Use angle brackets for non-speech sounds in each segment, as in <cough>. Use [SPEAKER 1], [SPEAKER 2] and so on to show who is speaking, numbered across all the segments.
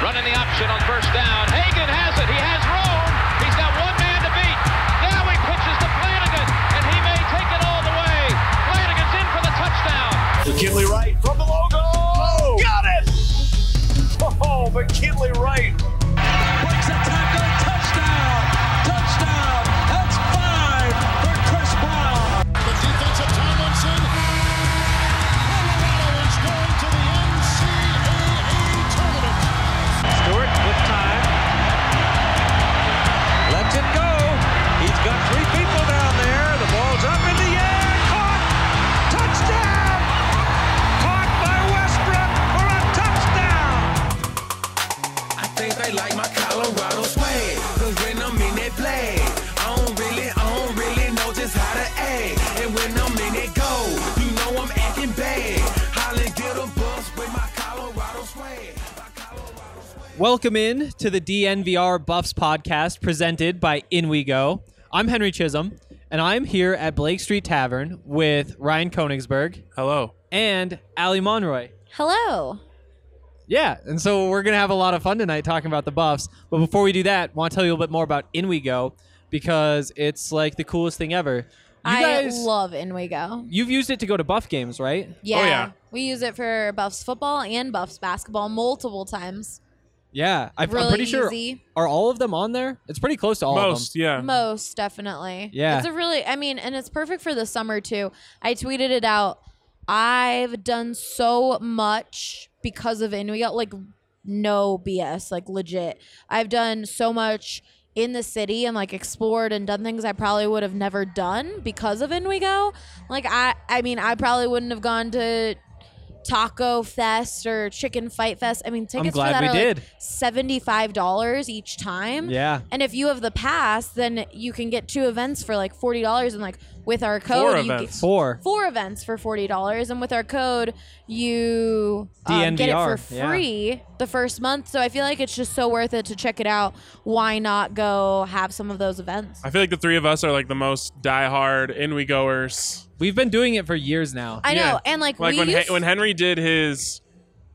[SPEAKER 1] Running the option on first down. Hagan has it. He has room. He's got one man to beat. Now he pitches to Flanagan, and he may take it all the way. Flanagan's in for the touchdown.
[SPEAKER 2] McKinley Wright from the logo. Got it! Oh, McKinley Wright.
[SPEAKER 3] breaks a tackle, touchdown, touchdown. That's five for Chris Brown.
[SPEAKER 4] The defense of Tomlinson. Colorado is going to the NCAA tournament.
[SPEAKER 3] Stewart with time. Lets it go. He's got three people down there. The ball's up in the air. Caught. Touchdown. Caught by Westbrook for a touchdown.
[SPEAKER 5] I think they like my Colorado swag. Cause when I'm in that flag, I don't really, I don't really know just how to act. And when I'm in that goal, you know I'm acting bad. Holland did a bus with my Colorado swag. My Colorado swag.
[SPEAKER 6] Welcome in to the DNVR Buffs podcast presented by In We Go. I'm Henry Chisholm, and I'm here at Blake Street Tavern with Ryan Konigsberg. Hello. And Ali Monroy.
[SPEAKER 7] Hello.
[SPEAKER 6] Yeah, and so we're gonna have a lot of fun tonight talking about the Buffs. But before we do that, want to tell you a little bit more about In We Go because it's like the coolest thing ever. You
[SPEAKER 7] I
[SPEAKER 6] guys, Oh,
[SPEAKER 7] love In We Go.
[SPEAKER 6] you've used it to go to Buff games, right?
[SPEAKER 7] Yeah, We use it for Buffs football and Buffs basketball multiple times.
[SPEAKER 6] Yeah, I've,
[SPEAKER 7] Really
[SPEAKER 6] I'm pretty sure.
[SPEAKER 7] easy.
[SPEAKER 6] Are all of them on there? It's pretty close to all
[SPEAKER 8] Most,
[SPEAKER 6] of them.
[SPEAKER 8] yeah.
[SPEAKER 7] Most definitely.
[SPEAKER 6] Yeah.
[SPEAKER 7] It's a really, I mean, and it's perfect for the summer too. I tweeted it out. I've done so much because of In We Go, like no BS, like legit. I've done so much in the city and like explored and done things I probably would have never done because of In We Go. Like I, I mean, I probably wouldn't have gone to Taco Fest or Chicken Fight Fest. I mean, tickets
[SPEAKER 6] glad
[SPEAKER 7] for that
[SPEAKER 6] we
[SPEAKER 7] are
[SPEAKER 6] did.
[SPEAKER 7] like seventy-five dollars each time.
[SPEAKER 6] Yeah.
[SPEAKER 7] And if you have the pass, then you can get two events for like forty dollars, and like with our code,
[SPEAKER 8] Four
[SPEAKER 7] you
[SPEAKER 8] events.
[SPEAKER 6] Four.
[SPEAKER 7] get four events for forty dollars, and with our code, you um, get it
[SPEAKER 6] DNVR,
[SPEAKER 7] for
[SPEAKER 6] yeah.
[SPEAKER 7] free the first month. So I feel like it's just so worth it to check it out. Why not go have some of those events?
[SPEAKER 8] I feel like the three of us are like the most diehard in we goers.
[SPEAKER 6] We've been doing it for years now.
[SPEAKER 7] I know,
[SPEAKER 8] Yeah.
[SPEAKER 7] and like,
[SPEAKER 8] Like
[SPEAKER 7] we
[SPEAKER 8] when
[SPEAKER 7] used
[SPEAKER 8] Hen- when Henry did his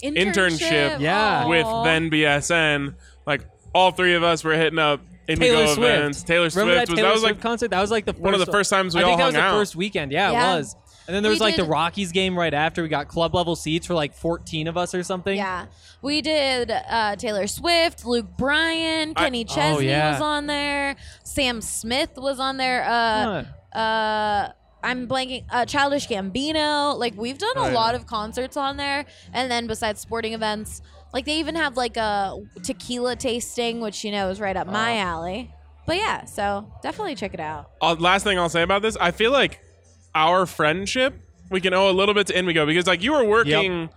[SPEAKER 8] internship
[SPEAKER 6] Yeah.
[SPEAKER 8] with
[SPEAKER 7] aw.
[SPEAKER 8] then BSN, like all three of us were hitting up in we
[SPEAKER 6] Taylor
[SPEAKER 8] go
[SPEAKER 6] Swift.
[SPEAKER 8] events. Taylor Swift
[SPEAKER 6] Remember that
[SPEAKER 8] was
[SPEAKER 6] Taylor
[SPEAKER 8] that was
[SPEAKER 6] Swift
[SPEAKER 8] like
[SPEAKER 6] concert? That was like the first
[SPEAKER 8] one of the first times we
[SPEAKER 6] I think
[SPEAKER 8] all
[SPEAKER 6] that was
[SPEAKER 8] hung
[SPEAKER 6] the
[SPEAKER 8] out.
[SPEAKER 6] first weekend. Yeah,
[SPEAKER 7] Yeah.
[SPEAKER 6] it was. And then there
[SPEAKER 7] We
[SPEAKER 6] was like the
[SPEAKER 7] did-
[SPEAKER 6] Rockies game right after. We got club level seats for like 14 of us or something.
[SPEAKER 7] Yeah, we did uh, Taylor Swift, Luke Bryan, Kenny
[SPEAKER 6] oh,
[SPEAKER 7] Chesney
[SPEAKER 6] yeah.
[SPEAKER 7] was on there, Sam Smith was on there. Uh,
[SPEAKER 6] Huh.
[SPEAKER 7] uh, I'm blanking. Uh, Childish Gambino. Like we've done a
[SPEAKER 8] yeah.
[SPEAKER 7] lot of concerts on there, and then besides sporting events, like they even have like a tequila tasting, which you know is right up my
[SPEAKER 6] Uh.
[SPEAKER 7] alley. But yeah, so definitely check it out.
[SPEAKER 8] I'll- last thing I'll say about this, I feel like our friendship we can owe a little bit to Inwigo because like you were working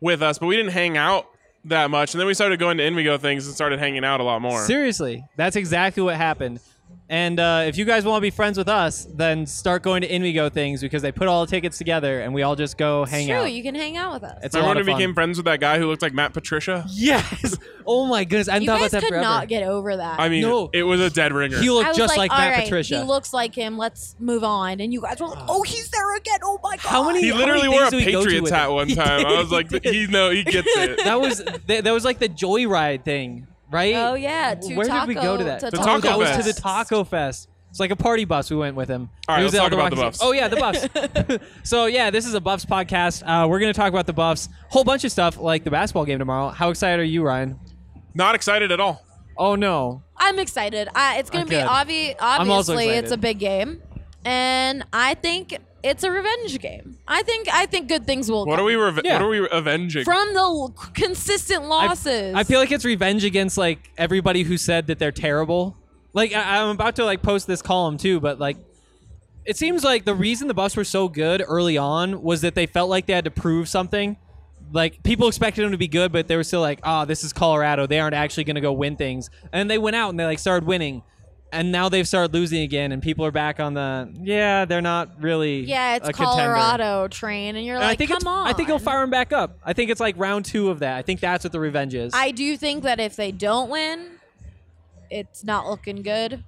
[SPEAKER 8] with us, but we didn't hang out that much, and then we started going to Inwigo things and started hanging out a lot more.
[SPEAKER 6] Seriously, that's exactly what happened. And uh, if you guys want to be friends with us, then start going to InWeGo things because they put all the tickets together and we all just go hang
[SPEAKER 7] it's true,
[SPEAKER 6] out.
[SPEAKER 7] you can hang out with us.
[SPEAKER 6] it's a lot
[SPEAKER 8] Remember
[SPEAKER 6] of
[SPEAKER 8] when we
[SPEAKER 6] fun.
[SPEAKER 8] became friends with that guy who looked like Matt Patricia?
[SPEAKER 6] yes. <laughs> Oh my goodness, I
[SPEAKER 7] you
[SPEAKER 6] haven't thought
[SPEAKER 7] guys
[SPEAKER 6] about that
[SPEAKER 7] could
[SPEAKER 6] forever.
[SPEAKER 7] not get over that.
[SPEAKER 8] I mean,
[SPEAKER 6] No.
[SPEAKER 8] it was a dead ringer.
[SPEAKER 6] he
[SPEAKER 7] I
[SPEAKER 6] looked
[SPEAKER 7] was
[SPEAKER 6] just like, Matt
[SPEAKER 7] "All right,
[SPEAKER 6] Patricia.
[SPEAKER 7] He looks like him. Let's move on. And you guys were like, oh, he's there again. Oh my god.
[SPEAKER 6] How many?
[SPEAKER 8] He
[SPEAKER 6] how
[SPEAKER 8] literally
[SPEAKER 6] many
[SPEAKER 8] wore a
[SPEAKER 6] things do we go to
[SPEAKER 8] Patriots
[SPEAKER 6] with
[SPEAKER 8] hat
[SPEAKER 6] it? <laughs>
[SPEAKER 8] one
[SPEAKER 6] He
[SPEAKER 8] time. I
[SPEAKER 6] did,
[SPEAKER 8] was like,
[SPEAKER 6] he did.
[SPEAKER 8] he know he gets it.
[SPEAKER 6] that was that, that was like the Joyride thing, right?
[SPEAKER 7] Oh, yeah, to
[SPEAKER 6] Where did we go
[SPEAKER 7] Taco-
[SPEAKER 6] to that?
[SPEAKER 7] to
[SPEAKER 8] The Taco
[SPEAKER 6] that was to
[SPEAKER 8] Fest.
[SPEAKER 6] the Taco Fest. It's like a party bus we went with him.
[SPEAKER 8] All right,
[SPEAKER 6] He was
[SPEAKER 8] let's
[SPEAKER 6] at
[SPEAKER 8] talk about the
[SPEAKER 6] Rockies.
[SPEAKER 8] Buffs.
[SPEAKER 6] Oh yeah, the
[SPEAKER 7] <laughs>
[SPEAKER 6] Buffs. <laughs> so yeah, this is a Buffs podcast. Uh, we're gonna talk about the Buffs, whole bunch of stuff like the basketball game tomorrow. How excited are you, Ryan?
[SPEAKER 8] Not excited at all.
[SPEAKER 6] Oh no,
[SPEAKER 7] I'm excited. I, it's going to be
[SPEAKER 6] Okay.
[SPEAKER 7] obvi-
[SPEAKER 6] I'm also
[SPEAKER 7] obviously
[SPEAKER 6] excited.
[SPEAKER 7] it's a big game, and I think it's a revenge game. I think I think good things will.
[SPEAKER 8] What
[SPEAKER 7] come
[SPEAKER 8] are we? Reve-
[SPEAKER 6] Yeah.
[SPEAKER 8] What are we
[SPEAKER 7] <laughs>
[SPEAKER 8] avenging?
[SPEAKER 7] from the l- consistent
[SPEAKER 6] I-
[SPEAKER 7] losses?
[SPEAKER 6] I, feel like it's revenge against like everybody who said that they're terrible. Like I, I'm about to like post this column too, but like it seems like the reason the Buffs were so good early on was that they felt like they had to prove something. Like people expected them to be good, but they were still like, "Ah, this is Colorado. They aren't actually going to go win things." And they went out and they like started winning, and now they've started losing again. And people are back on the yeah, they're not really
[SPEAKER 7] yeah, it's
[SPEAKER 6] a contender."
[SPEAKER 7] Colorado train, and you're
[SPEAKER 6] And
[SPEAKER 7] like,
[SPEAKER 6] I think
[SPEAKER 7] come
[SPEAKER 6] it's,
[SPEAKER 7] on.
[SPEAKER 6] I think he'll fire him back up. I think it's like round two of that. I think that's what the revenge is.
[SPEAKER 7] I do think that if they don't win, it's not looking good.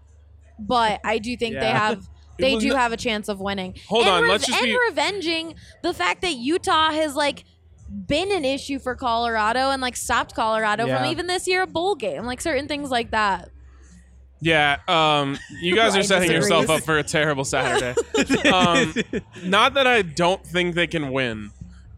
[SPEAKER 7] But I do think they
[SPEAKER 6] Yeah.
[SPEAKER 8] <laughs>
[SPEAKER 7] have they
[SPEAKER 8] Well,
[SPEAKER 7] do
[SPEAKER 8] no-
[SPEAKER 7] have a chance of winning.
[SPEAKER 8] Hold
[SPEAKER 7] and
[SPEAKER 8] on, let's just
[SPEAKER 7] and
[SPEAKER 8] be-
[SPEAKER 7] revenging the fact that Utah has like been an issue for Colorado and like stopped Colorado
[SPEAKER 6] Yeah.
[SPEAKER 7] from even this year a bowl game, like certain things like that.
[SPEAKER 8] Yeah, um, you guys are
[SPEAKER 7] Ryan
[SPEAKER 8] setting yourself
[SPEAKER 7] disagrees.
[SPEAKER 8] up for a terrible Saturday.
[SPEAKER 6] <laughs>
[SPEAKER 8] um, not that I don't think they can win.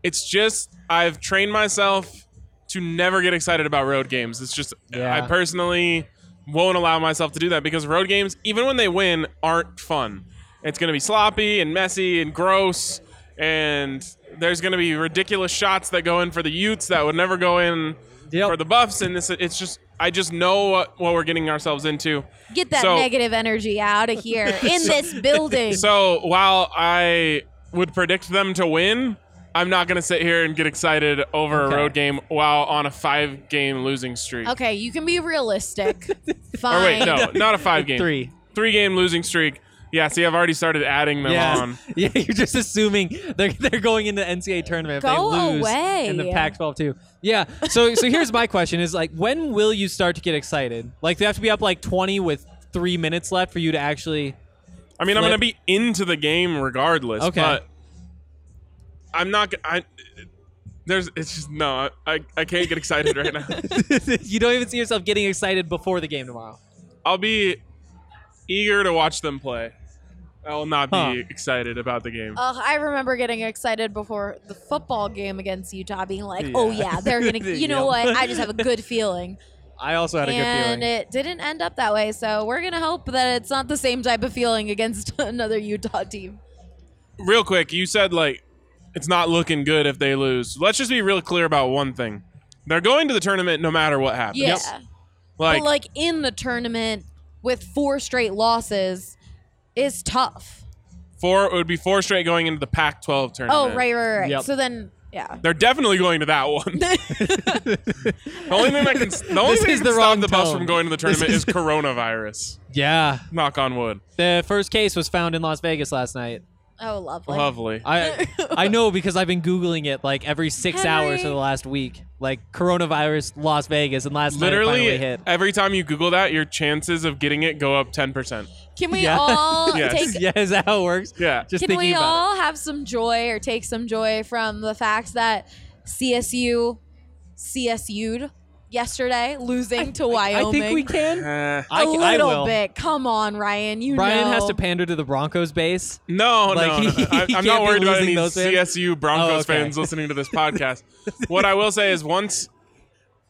[SPEAKER 8] It's just I've trained myself to never get excited about road games. It's just
[SPEAKER 6] Yeah.
[SPEAKER 8] I personally won't allow myself to do that because road games, even when they win, aren't fun. It's going to be sloppy and messy and gross, and there's going to be ridiculous shots that go in for the Utes that would never go in
[SPEAKER 6] Yep.
[SPEAKER 8] for the Buffs, and this it's just I just know what, what we're getting ourselves into.
[SPEAKER 7] Get that
[SPEAKER 8] So-
[SPEAKER 7] negative energy out of here
[SPEAKER 8] <laughs>
[SPEAKER 7] in this building.
[SPEAKER 8] So while I would predict them to win, I'm not going to sit here and get excited over
[SPEAKER 6] Okay.
[SPEAKER 8] a road game while on a five game losing streak.
[SPEAKER 7] okay, you can be realistic. Fine.
[SPEAKER 8] <laughs> Or wait, no, not
[SPEAKER 6] <laughs>
[SPEAKER 8] a five game.
[SPEAKER 6] Three.
[SPEAKER 8] Three game losing streak. Yeah, see, I've already started adding them
[SPEAKER 6] Yeah.
[SPEAKER 8] on.
[SPEAKER 6] <laughs> yeah, you're just assuming they're, they're going into the NCAA tournament. if
[SPEAKER 7] Go
[SPEAKER 6] they lose
[SPEAKER 7] away.
[SPEAKER 6] In the Pac-12 too. Yeah. So so here's my question: Is like when will you start to get excited? Like they have to be up like 20 with three minutes left for you to actually. <laughs>
[SPEAKER 8] I mean, I'm
[SPEAKER 6] Flip.
[SPEAKER 8] going to be into the game regardless.
[SPEAKER 6] Okay.
[SPEAKER 8] But I'm not. g- I there's. It's just no. I I can't get excited right
[SPEAKER 6] <laughs>
[SPEAKER 8] now.
[SPEAKER 6] you don't even see yourself getting excited before the game tomorrow.
[SPEAKER 8] I'll be eager to watch them play. I will not be
[SPEAKER 6] Huh.
[SPEAKER 8] excited about the game.
[SPEAKER 7] Ugh, I remember getting excited before the football game against Utah, being like, "Oh yeah, they're
[SPEAKER 6] <laughs>
[SPEAKER 7] gonna." You know
[SPEAKER 6] Yeah.
[SPEAKER 7] what? I just
[SPEAKER 6] <laughs>
[SPEAKER 7] have a good feeling,
[SPEAKER 6] I also had a
[SPEAKER 7] and
[SPEAKER 6] good feeling.
[SPEAKER 7] it didn't end up that way. So we're gonna hope that it's not the same type of feeling against <laughs> another Utah team.
[SPEAKER 8] real quick, you said like it's not looking good if they lose. Let's just be real clear about one thing. They're going to the tournament no matter what happens.
[SPEAKER 7] Yeah,
[SPEAKER 8] Like,
[SPEAKER 7] but like in the tournament with four straight losses is tough.
[SPEAKER 8] four it would be four straight going into the Pac-12
[SPEAKER 7] Oh
[SPEAKER 8] tournament.
[SPEAKER 7] right, right, right.
[SPEAKER 6] Yep.
[SPEAKER 7] So then, yeah.
[SPEAKER 8] They're definitely going to
[SPEAKER 7] <laughs>
[SPEAKER 8] that one. the only thing that can the only
[SPEAKER 6] This
[SPEAKER 8] thing
[SPEAKER 6] is
[SPEAKER 8] that can
[SPEAKER 6] the
[SPEAKER 8] stop
[SPEAKER 6] wrong
[SPEAKER 8] the bus
[SPEAKER 6] tone.
[SPEAKER 8] from going to the
[SPEAKER 6] This
[SPEAKER 8] tournament
[SPEAKER 6] is-
[SPEAKER 8] is coronavirus.
[SPEAKER 6] yeah.
[SPEAKER 8] Knock on wood.
[SPEAKER 6] The first case was found in Las Vegas last night.
[SPEAKER 7] Oh, lovely.
[SPEAKER 8] Lovely.
[SPEAKER 6] I
[SPEAKER 7] <laughs>
[SPEAKER 6] I know because I've been googling it like every six hours for
[SPEAKER 7] Henry.
[SPEAKER 6] the last week. Like coronavirus, Las Vegas, and last night it finally
[SPEAKER 8] Literally
[SPEAKER 6] hit.
[SPEAKER 8] every time you Google that, your chances of getting it go up ten percent.
[SPEAKER 7] Can we
[SPEAKER 6] <laughs> Yeah.
[SPEAKER 7] all
[SPEAKER 8] Yes.
[SPEAKER 7] take
[SPEAKER 6] <laughs> yeah, is that how it works?
[SPEAKER 8] Yeah.
[SPEAKER 6] Just
[SPEAKER 7] Can
[SPEAKER 6] thinking
[SPEAKER 7] we
[SPEAKER 6] about
[SPEAKER 7] all have some joy or take some joy from the fact that CSU CSU'd yesterday, losing to
[SPEAKER 6] it.
[SPEAKER 7] Wyoming?
[SPEAKER 6] I think we can.
[SPEAKER 8] Eh.
[SPEAKER 6] I,
[SPEAKER 7] a
[SPEAKER 6] c-
[SPEAKER 7] little
[SPEAKER 6] I will.
[SPEAKER 7] bit. Come on, Ryan. You
[SPEAKER 6] Ryan
[SPEAKER 7] know.
[SPEAKER 6] has to pander to the Broncos base.
[SPEAKER 8] No,
[SPEAKER 6] Like,
[SPEAKER 8] no, no.
[SPEAKER 6] he- <laughs>
[SPEAKER 8] I,
[SPEAKER 6] he
[SPEAKER 8] I'm
[SPEAKER 6] can't
[SPEAKER 8] not
[SPEAKER 6] be
[SPEAKER 8] worried about
[SPEAKER 6] losing
[SPEAKER 8] any
[SPEAKER 6] those fans?
[SPEAKER 8] CSU Broncos
[SPEAKER 6] Oh, okay.
[SPEAKER 8] fans listening
[SPEAKER 6] <laughs>
[SPEAKER 8] to this podcast. what I will say is, once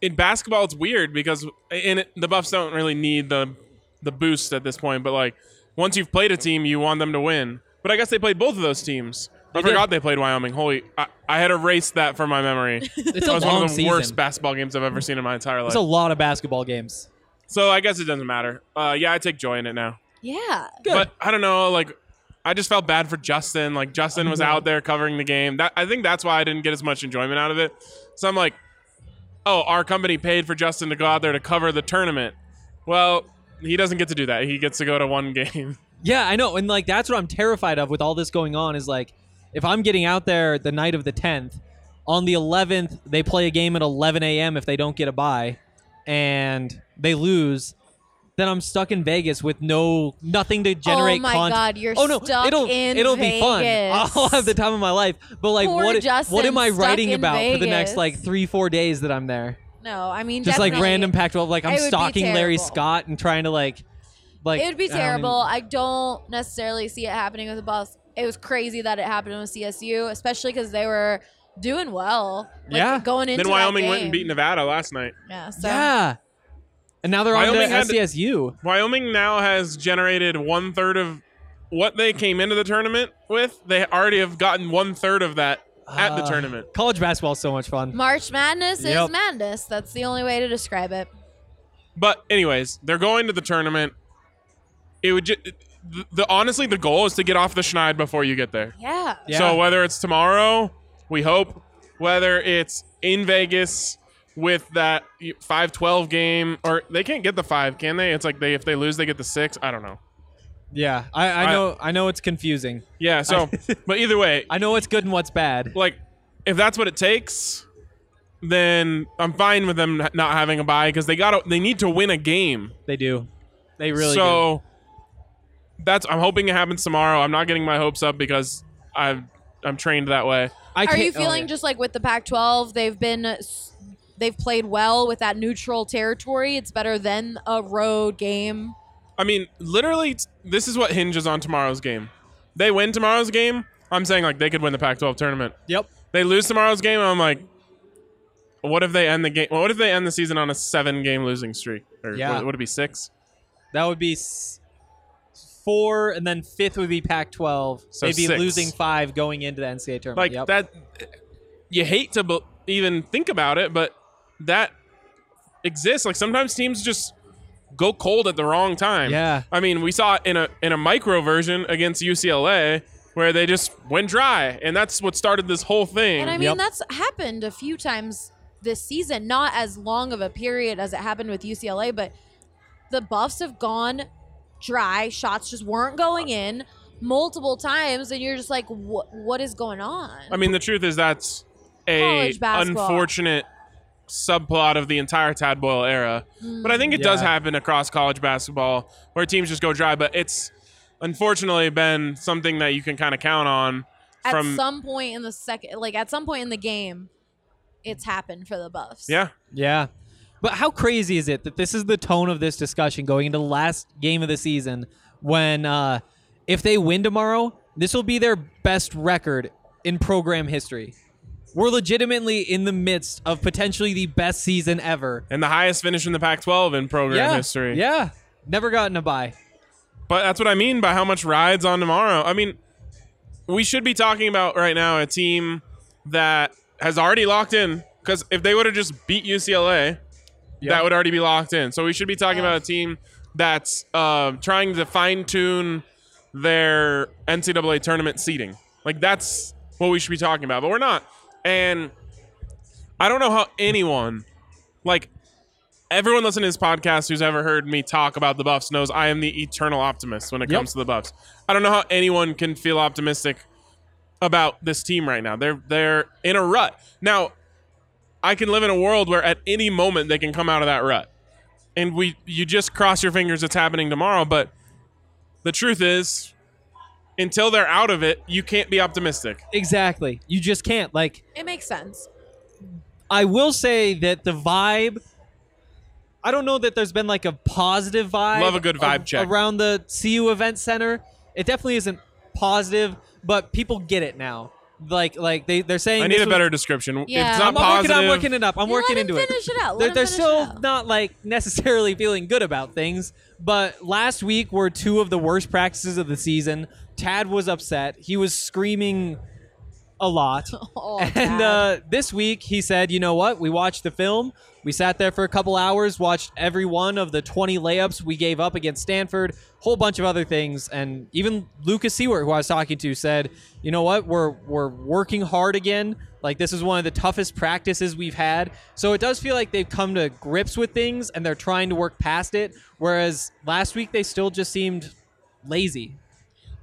[SPEAKER 8] in basketball, it's weird because in it, the Buffs don't really need the the boost at this point. But like, once you've played a team, you want them to win. But I guess they played both of those teams. I
[SPEAKER 6] They did.
[SPEAKER 8] forgot they played Wyoming. Holy, I, I had erased that from my memory.
[SPEAKER 6] <laughs> It's
[SPEAKER 8] that
[SPEAKER 6] a
[SPEAKER 8] was
[SPEAKER 6] long
[SPEAKER 8] one of the
[SPEAKER 6] season.
[SPEAKER 8] worst basketball games I've ever seen in my entire life.
[SPEAKER 6] it's a lot of basketball games.
[SPEAKER 8] so I guess it doesn't matter. Uh, yeah, I take joy in it now.
[SPEAKER 7] Yeah.
[SPEAKER 8] But I don't know, like I just felt bad for Justin. Like Justin
[SPEAKER 7] Mm-hmm.
[SPEAKER 8] was out there covering the game. That I think that's why I didn't get as much enjoyment out of it. So I'm like, oh, our company paid for Justin to go out there to cover the tournament. Well, he doesn't get to do that. He gets to go to one <laughs> game.
[SPEAKER 6] Yeah, I know. And like that's what I'm terrified of with all this going on is like if I'm getting out there the night of the 10th, on the 11th they play a game at 11 a.m. if they don't get a bye and they lose, then I'm stuck in Vegas with no nothing to generate.
[SPEAKER 7] Oh my
[SPEAKER 6] cont-
[SPEAKER 7] God, you're
[SPEAKER 6] oh no,
[SPEAKER 7] stuck
[SPEAKER 6] it'll
[SPEAKER 7] in
[SPEAKER 6] it'll be fun.
[SPEAKER 7] Vegas.
[SPEAKER 6] I'll have the time of my life. But like
[SPEAKER 7] Poor
[SPEAKER 6] what what
[SPEAKER 7] Justin,
[SPEAKER 6] am I
[SPEAKER 7] stuck
[SPEAKER 6] writing
[SPEAKER 7] in
[SPEAKER 6] about for the next
[SPEAKER 7] Vegas.
[SPEAKER 6] like three four days that I'm there?
[SPEAKER 7] No, I mean
[SPEAKER 6] Just like
[SPEAKER 7] definitely.
[SPEAKER 6] random Pac-12. Like
[SPEAKER 7] It
[SPEAKER 6] I'm
[SPEAKER 7] would be
[SPEAKER 6] stalking Larry
[SPEAKER 7] terrible.
[SPEAKER 6] Scott and trying to like like
[SPEAKER 7] It would
[SPEAKER 6] I
[SPEAKER 7] be
[SPEAKER 6] don't even-
[SPEAKER 7] terrible. I don't necessarily see it happening with the Buffs. It was crazy that it happened with CSU, especially because they were doing well. Like,
[SPEAKER 6] Yeah.
[SPEAKER 7] Going into that
[SPEAKER 8] then Wyoming went and
[SPEAKER 7] game.
[SPEAKER 8] beat Nevada last night.
[SPEAKER 7] Yeah. So.
[SPEAKER 6] Yeah. And now they're
[SPEAKER 8] Wyoming
[SPEAKER 6] on
[SPEAKER 8] had-
[SPEAKER 6] to SDSU.
[SPEAKER 8] Wyoming now has generated one third of what they came into the tournament with. They already have gotten one third of that at the
[SPEAKER 6] Uh,
[SPEAKER 8] tournament.
[SPEAKER 6] College basketball's so much fun.
[SPEAKER 7] March Madness
[SPEAKER 6] Yep.
[SPEAKER 7] is madness. That's the only way to describe it.
[SPEAKER 8] But anyways, they're going to the tournament. It would just the, the honestly the goal is to get off the schneid before you get there.
[SPEAKER 7] Yeah.
[SPEAKER 6] Yeah.
[SPEAKER 8] So whether it's tomorrow, we hope, whether it's in Vegas with that 5-12 game or they can't get the 5, can they? It's like they if they lose they get the 6, I don't know.
[SPEAKER 6] yeah, I, I
[SPEAKER 8] I-
[SPEAKER 6] know. I know it's confusing.
[SPEAKER 8] Yeah, so but either way,
[SPEAKER 6] <laughs> I know what's good and what's bad.
[SPEAKER 8] like if that's what it takes, then I'm fine with them not having a bye because they got to they need to win a game.
[SPEAKER 6] They do. They really do.
[SPEAKER 8] so that's i'm hoping it happens tomorrow i'm not getting my hopes up because i've i'm trained that way
[SPEAKER 6] I
[SPEAKER 7] Are
[SPEAKER 6] can't-
[SPEAKER 7] you
[SPEAKER 6] oh,
[SPEAKER 7] feeling
[SPEAKER 6] yeah.
[SPEAKER 7] just like with the Pac-12, they've been s- they've played well with that neutral territory. It's better than a road game.
[SPEAKER 8] I mean, literally, t- this is what hinges on tomorrow's game. They win tomorrow's game. I'm saying like they could win the Pac-12 tournament.
[SPEAKER 6] Yep.
[SPEAKER 8] They lose tomorrow's game. I'm like, what if they end the game? What if they end the season on a seven-game losing streak? Or
[SPEAKER 6] Yeah.
[SPEAKER 8] would, would it be six?
[SPEAKER 6] That would be s- four, and then fifth would be Pac-12.
[SPEAKER 8] So
[SPEAKER 6] They'd be
[SPEAKER 8] six.
[SPEAKER 6] losing five going into the NCAA tournament.
[SPEAKER 8] Like
[SPEAKER 6] Yep.
[SPEAKER 8] that. You hate to bel even think about it, but that exists. Like sometimes teams just go cold at the wrong time.
[SPEAKER 6] Yeah.
[SPEAKER 8] I mean, we saw it in a in a micro version against UCLA where they just went dry, and that's what started this whole thing.
[SPEAKER 7] And I mean,
[SPEAKER 6] Yep.
[SPEAKER 7] that's happened a few times this season, not as long of a period as it happened with UCLA, but the buffs have gone dry. Shots just weren't going in multiple times. And you're just like, what, what is going on?
[SPEAKER 8] I mean, the truth is that's a
[SPEAKER 7] College basketball.
[SPEAKER 8] unfortunate subplot of the entire Tad Boyle era. But I think it does
[SPEAKER 6] Yeah.
[SPEAKER 8] happen across college basketball where teams just go dry. But it's unfortunately been something that you can kind of count on
[SPEAKER 7] at
[SPEAKER 8] from
[SPEAKER 7] some point in the second, like at some point in the game, it's happened for the buffs.
[SPEAKER 8] yeah.
[SPEAKER 6] Yeah. But how crazy is it that this is the tone of this discussion going into the last game of the season when uh, if they win tomorrow, this will be their best record in program history. We're legitimately in the midst of potentially the best season ever.
[SPEAKER 8] And the highest finish in the Pac-12 in program
[SPEAKER 6] yeah.
[SPEAKER 8] history.
[SPEAKER 6] Yeah. Never gotten a bye.
[SPEAKER 8] But that's what I mean by how much rides on tomorrow. I mean, we should be talking about right now a team that has already locked in because if they would have just beat UCLA, that would already be locked in. So we should be talking about a team that's uh, trying to fine tune their NCAA tournament seeding. Like that's what we should be talking about, but we're not. And I don't know how anyone, like everyone listening to this podcast who's ever heard me talk about the Buffs knows I am the eternal optimist when it
[SPEAKER 6] Yep.
[SPEAKER 8] comes to the Buffs. I don't know how anyone can feel optimistic about this team right now. They're they're in a rut. Now, I can live in a world where at any moment they can come out of that rut. And we you just cross your fingers it's happening tomorrow, but the truth is until they're out of it, you can't be optimistic.
[SPEAKER 6] Exactly. You just can't. Like,
[SPEAKER 7] It makes
[SPEAKER 6] <laughs>
[SPEAKER 7] sense.
[SPEAKER 6] I will say that the vibe. I don't know that there's been like a positive vibe.
[SPEAKER 8] Love a good vibe
[SPEAKER 6] a-
[SPEAKER 8] check.
[SPEAKER 6] around the CU Event Center. It definitely isn't positive, but people get it now. Like, like they they're saying.
[SPEAKER 8] I need
[SPEAKER 6] this
[SPEAKER 8] a
[SPEAKER 6] was-
[SPEAKER 8] better description.
[SPEAKER 7] Yeah.
[SPEAKER 8] If it's
[SPEAKER 6] I'm
[SPEAKER 8] not positive.
[SPEAKER 6] working. I'm working it up. I'm
[SPEAKER 7] Yeah,
[SPEAKER 6] working
[SPEAKER 7] let him
[SPEAKER 6] into
[SPEAKER 7] finish it out. Let
[SPEAKER 6] They're,
[SPEAKER 7] him
[SPEAKER 6] they're
[SPEAKER 7] finish
[SPEAKER 6] still
[SPEAKER 7] it out.
[SPEAKER 6] not like <laughs> necessarily feeling good about things. But last week were two of the worst practices of the season. Tad was upset. He was screaming
[SPEAKER 7] <laughs>
[SPEAKER 6] a lot.
[SPEAKER 7] Oh,
[SPEAKER 6] <laughs> And
[SPEAKER 7] God.
[SPEAKER 6] uh, this week, he said, "You know what? We watched the film. We sat there for a couple hours, watched every one of the 20 layups we gave up against Stanford, whole bunch of other things, and even Lucas Seward, who I was talking to, said, "You know what? We're we're working hard again. Like this is one of the toughest practices we've had. So it does feel like they've come to grips with things and they're trying to work past it. Whereas last week, they still just seemed lazy.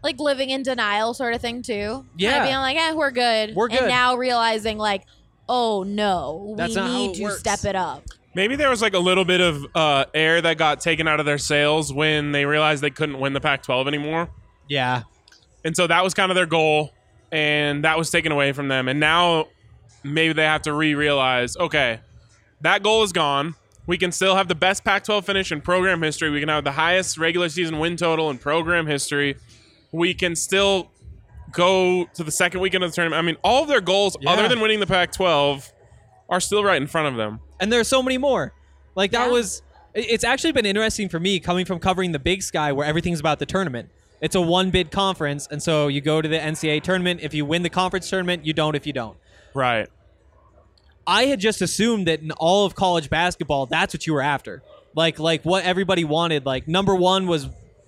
[SPEAKER 7] like living in denial sort of thing too.
[SPEAKER 6] Yeah.
[SPEAKER 7] Kinda being like, eh, we're good.
[SPEAKER 6] We're good.
[SPEAKER 7] And now realizing like, oh no,
[SPEAKER 6] That's
[SPEAKER 7] we
[SPEAKER 6] not how
[SPEAKER 7] need
[SPEAKER 6] it
[SPEAKER 7] to
[SPEAKER 6] works.
[SPEAKER 7] step it
[SPEAKER 6] <laughs>
[SPEAKER 7] up.
[SPEAKER 8] Maybe there was like a little bit of uh, air that got taken out of their sails when they realized they couldn't win the Pac 12 anymore.
[SPEAKER 6] Yeah,
[SPEAKER 8] And so that was kind of their goal, and that was taken away from them. And now maybe they have to re realize okay, that goal is gone. We can still have the best Pac 12 finish in program history. We can have the highest regular season win total in program history. We can still go to the second weekend of the tournament. I mean, all of their goals,
[SPEAKER 6] Yeah.
[SPEAKER 8] other than winning the Pac 12, are still right in front of them.
[SPEAKER 6] and there are so many more. Like that
[SPEAKER 7] Yeah.
[SPEAKER 6] was, it- it's actually been interesting for me coming from covering the Big Sky, where everything's about the tournament. It's a one bid conference, and so you go to the NCAA tournament. If you win the conference tournament, you don't. If you don't,
[SPEAKER 8] Right.
[SPEAKER 6] I had just assumed that in all of college basketball, that's what you were after. Like like what everybody wanted. Like number one was,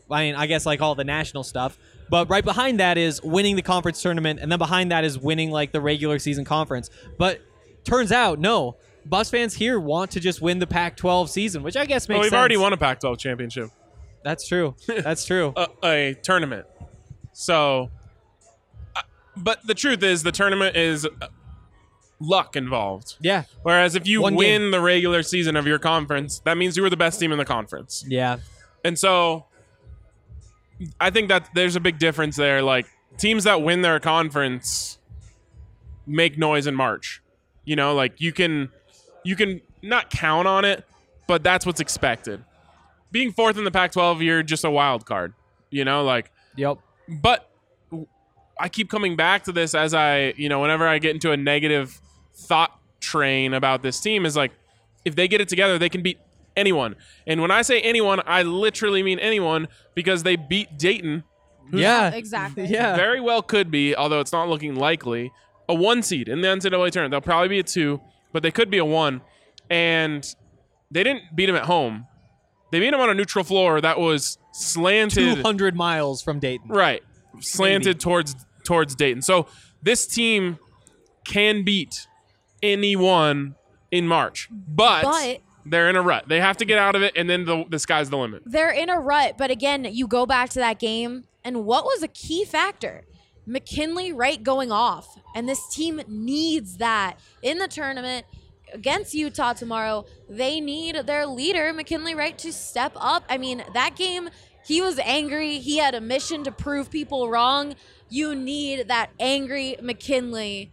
[SPEAKER 6] I mean, I guess like all the national stuff. But right behind that is winning the conference tournament, and then behind that is winning like the regular season conference. But turns out, no, Bus fans here want to just win the Pac-12 season, which I guess makes
[SPEAKER 8] Well, we've
[SPEAKER 6] sense.
[SPEAKER 8] already won a Pac 12 championship,
[SPEAKER 6] That's
[SPEAKER 8] <laughs>
[SPEAKER 6] true. That's true.
[SPEAKER 8] uh, a tournament. So, uh, but the truth is, the tournament is uh, luck involved.
[SPEAKER 6] yeah.
[SPEAKER 8] Whereas if you
[SPEAKER 6] One
[SPEAKER 8] win
[SPEAKER 6] game.
[SPEAKER 8] the regular season of your conference, that means you were the best team in the conference.
[SPEAKER 6] Yeah.
[SPEAKER 8] And so I think that there's a big difference there. Like teams that win their conference make noise in March. You know, like you can you can not count on it, but that's what's expected. Being fourth in the Pac-12, you're just a wild card. You know, like
[SPEAKER 6] Yep.
[SPEAKER 8] but I keep coming back to this as I, you know, whenever I get into a negative thought train about this team is like, if they get it together, they can beat anyone. And when I say anyone, I literally mean anyone because they beat Dayton,
[SPEAKER 6] yeah.
[SPEAKER 7] Exactly.
[SPEAKER 6] Yeah.
[SPEAKER 8] very well could be, although it's not looking likely, a one seed in the NCAA tournament. They'll probably be a two, but they could be a one. And they didn't beat them at home. They beat them on a neutral floor that was slanted
[SPEAKER 6] 200 miles from Dayton.
[SPEAKER 8] right slanted towards towards Dayton. So this team can beat anyone in March, but,
[SPEAKER 7] But-
[SPEAKER 8] they're in a rut. They have to get out of it, and then the, the sky's the limit.
[SPEAKER 7] they're in a rut. But again, you go back to that game, and what was a key factor? McKinley Wright going off. And this team needs that in the tournament against Utah tomorrow. They need their leader, McKinley Wright, to step up. I mean, that game, he was angry. He had a mission to prove people wrong. You need that angry McKinley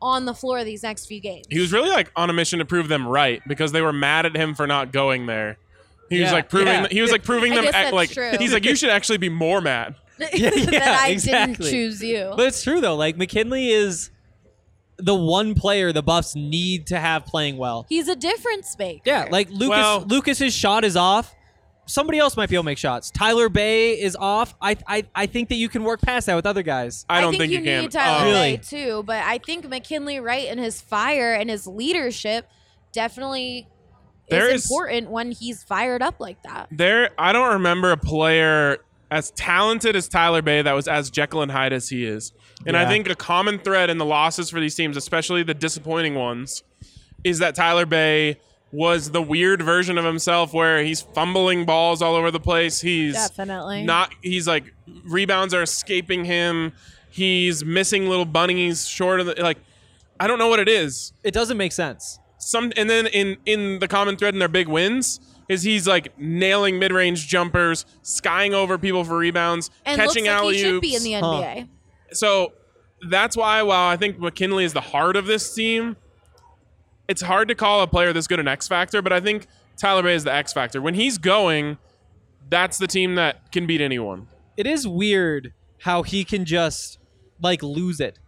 [SPEAKER 7] on the floor these next few games. <laughs>
[SPEAKER 8] He was really like on a mission to prove them right because they were mad at him for not going there. He was
[SPEAKER 6] Yeah.
[SPEAKER 8] like proving.
[SPEAKER 6] Yeah.
[SPEAKER 8] He was like proving
[SPEAKER 7] I
[SPEAKER 8] them.
[SPEAKER 7] guess
[SPEAKER 8] act
[SPEAKER 7] that's
[SPEAKER 8] like
[SPEAKER 7] true.
[SPEAKER 8] he's like you should actually be more mad.
[SPEAKER 6] yeah,
[SPEAKER 7] that I
[SPEAKER 6] exactly.
[SPEAKER 7] didn't choose you.
[SPEAKER 6] But it's true though. Like McKinley is the one player the Buffs need to have playing well.
[SPEAKER 7] He's a difference maker.
[SPEAKER 6] Yeah, like Lucas
[SPEAKER 8] Well-
[SPEAKER 6] Lucas's shot is off. Somebody else might be able to make shots. Tyler Bay is off. I I, I think that you can work past that with other guys.
[SPEAKER 8] I don't think, you, can.
[SPEAKER 7] need Tyler
[SPEAKER 8] Um,
[SPEAKER 7] Bay
[SPEAKER 6] Really?
[SPEAKER 7] too, but I think McKinley Wright and his fire and his leadership definitely
[SPEAKER 8] There
[SPEAKER 7] is
[SPEAKER 8] is-
[SPEAKER 7] important when he's fired up like that.
[SPEAKER 8] There, I don't remember a player as talented as Tyler Bay that was as Jekyll and Hyde as he is. And I
[SPEAKER 6] Yeah.
[SPEAKER 8] think a common thread in the losses for these teams, especially the disappointing ones, is that Tyler Bay was the weird version of himself where he's fumbling balls all over the place. He's
[SPEAKER 7] Definitely.
[SPEAKER 8] not he's like rebounds are escaping him. He's missing little bunnies short of the like I don't know what it is
[SPEAKER 6] It doesn't make sense.
[SPEAKER 8] some and then in in the common thread in their big wins is he's like nailing mid-range jumpers, skying over people for rebounds,
[SPEAKER 7] and
[SPEAKER 8] catching
[SPEAKER 7] looks like
[SPEAKER 8] alley
[SPEAKER 7] he should be in the NBA.
[SPEAKER 8] so that's why while I think McKinley is the heart of this team, it's hard to call a player this good an X factor, but I think Tyler Bay is the X factor. When he's going, that's the team that can beat anyone.
[SPEAKER 6] It is weird how he can just like lose it.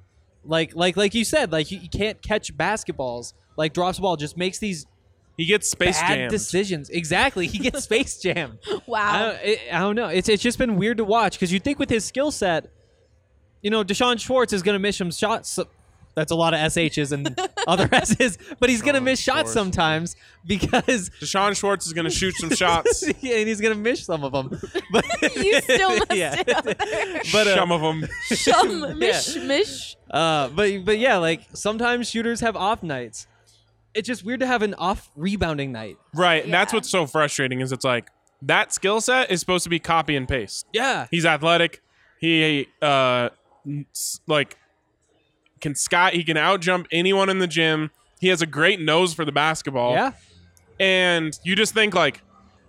[SPEAKER 6] Like like like you said, like you, you can't catch basketballs. Like drops the ball, just makes these
[SPEAKER 8] He gets space
[SPEAKER 6] bad
[SPEAKER 8] jammed.
[SPEAKER 6] decisions. Exactly, he
[SPEAKER 8] <laughs>
[SPEAKER 6] gets space jam. I
[SPEAKER 7] Wow.
[SPEAKER 6] don't, it, I don't know. It's it's just been weird to watch because you think with his skill set, you know, Deshaun Schwartz is going to miss some shots. So, that's a lot of SHs and other S's, but he's
[SPEAKER 8] Oh,
[SPEAKER 6] going to miss shots
[SPEAKER 8] Schwartz.
[SPEAKER 6] sometimes because
[SPEAKER 8] Deshaun Schwartz is going to shoot some
[SPEAKER 6] <laughs>
[SPEAKER 8] shots.
[SPEAKER 6] and he's going to miss some of
[SPEAKER 8] <laughs>
[SPEAKER 6] them. But <laughs>
[SPEAKER 7] you still missed
[SPEAKER 6] Yeah.
[SPEAKER 7] it
[SPEAKER 6] <laughs>
[SPEAKER 7] out there.
[SPEAKER 8] but, some of them.
[SPEAKER 7] Shum, mish, mish.
[SPEAKER 6] uh, but but yeah, like sometimes shooters have off nights. It's just weird to have an off rebounding night.
[SPEAKER 8] Right. and That's
[SPEAKER 7] Yeah.
[SPEAKER 8] what's so frustrating is it's like that skill set is supposed to be copy and paste.
[SPEAKER 6] Yeah,
[SPEAKER 8] He's athletic. He uh n- s- like can sky he can out jump anyone in the gym. He has a great nose for the basketball.
[SPEAKER 6] yeah,
[SPEAKER 8] And you just think like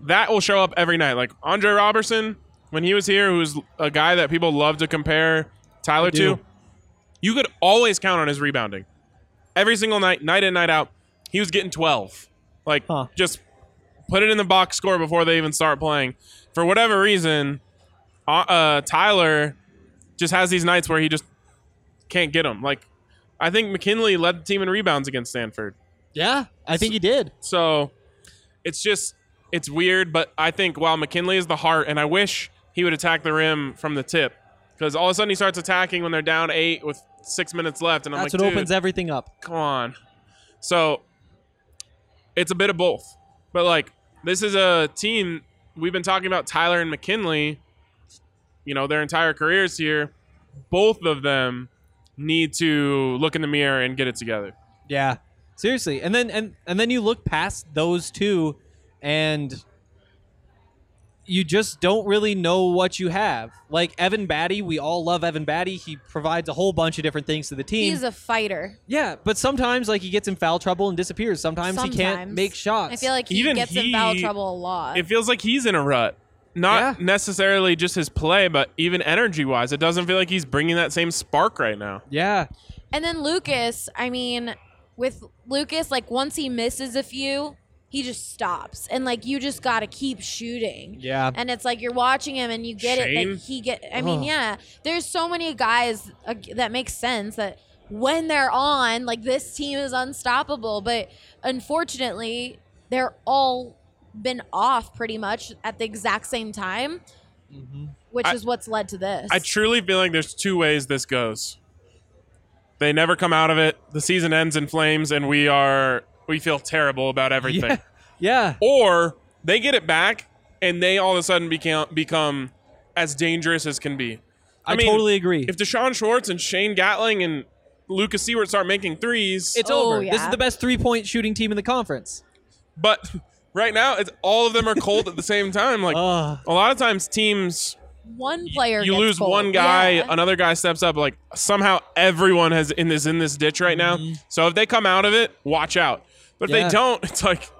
[SPEAKER 8] that will show up every night. Like Andre Robertson, when he was here, who's a guy that people love to compare Tyler
[SPEAKER 6] do.
[SPEAKER 8] to, you could always count on his rebounding. Every single night, night in, night out, he was getting 12. Like,
[SPEAKER 6] Huh.
[SPEAKER 8] just put it in the box score before they even start playing. For whatever reason, uh, uh, Tyler just has these nights where he just can't get them. Like, I think McKinley led the team in rebounds against Stanford.
[SPEAKER 6] yeah. I think he did.
[SPEAKER 8] So it's just it's weird, but I think while McKinley is the heart, and I wish he would attack the rim from the tip because all of a sudden he starts attacking when they're down eight with six minutes left, and I'm
[SPEAKER 6] That's
[SPEAKER 8] like,
[SPEAKER 6] what
[SPEAKER 8] Dude,
[SPEAKER 6] opens everything up.
[SPEAKER 8] come on. So it's a bit of both, but like this is a team we've been talking about Tyler and McKinley, you know, their entire careers here. Both of them need to look in the mirror and get it together.
[SPEAKER 6] Yeah, seriously. And then and and then you look past those two, and you just don't really know what you have. Like Evan Batty, we all love Evan Batty. He provides a whole bunch of different things to the team.
[SPEAKER 7] He's a fighter.
[SPEAKER 6] yeah, but sometimes like he gets in foul trouble and disappears. Sometimes,
[SPEAKER 7] Sometimes
[SPEAKER 6] he can't make shots.
[SPEAKER 7] I feel like he
[SPEAKER 8] Even
[SPEAKER 7] gets in foul
[SPEAKER 8] he-
[SPEAKER 7] trouble a lot.
[SPEAKER 8] it feels like he's in a rut. Not
[SPEAKER 6] Yeah.
[SPEAKER 8] necessarily just his play, but even energy wise, it doesn't feel like he's bringing that same spark right now.
[SPEAKER 6] yeah,
[SPEAKER 7] And then Lucas, I mean, with Lucas, like once he misses a few, he just stops, and like you just gotta keep shooting.
[SPEAKER 6] Yeah.
[SPEAKER 7] And it's like you're watching him, and you get it.
[SPEAKER 8] Shane?
[SPEAKER 7] Like he get. I mean,
[SPEAKER 6] Ugh.
[SPEAKER 7] yeah. There's so many guys uh, that makes sense that when they're on, like this team is unstoppable. But unfortunately, they're all been off pretty much at the exact same time, which
[SPEAKER 8] Mm-hmm. I-
[SPEAKER 7] is what's led to this.
[SPEAKER 8] I truly feel like there's two ways this goes. They never come out of it. The season ends in flames, and we are we feel terrible about everything.
[SPEAKER 6] Yeah. Yeah.
[SPEAKER 8] <laughs> Or they get it back, and they all of a sudden become become as dangerous as can be.
[SPEAKER 6] I, totally agree.
[SPEAKER 8] If Deshaun Schwartz and Shane Gatling and Lucas Seward start making threes,
[SPEAKER 6] it's
[SPEAKER 7] Oh,
[SPEAKER 6] over. This
[SPEAKER 7] yeah.
[SPEAKER 6] is the best three point shooting team in the conference.
[SPEAKER 8] but <laughs> right now it's all of them are cold at the same time. Like
[SPEAKER 6] <laughs> Ugh.
[SPEAKER 8] a lot of times, teams
[SPEAKER 7] one player.
[SPEAKER 8] you
[SPEAKER 7] gets
[SPEAKER 8] lose
[SPEAKER 7] cold.
[SPEAKER 8] one guy,
[SPEAKER 7] Yeah.
[SPEAKER 8] another guy steps up. Like somehow everyone has in this in this ditch right now. So if they come out of it, watch out. But if
[SPEAKER 6] Mm-hmm. Yeah.
[SPEAKER 8] they don't, it's like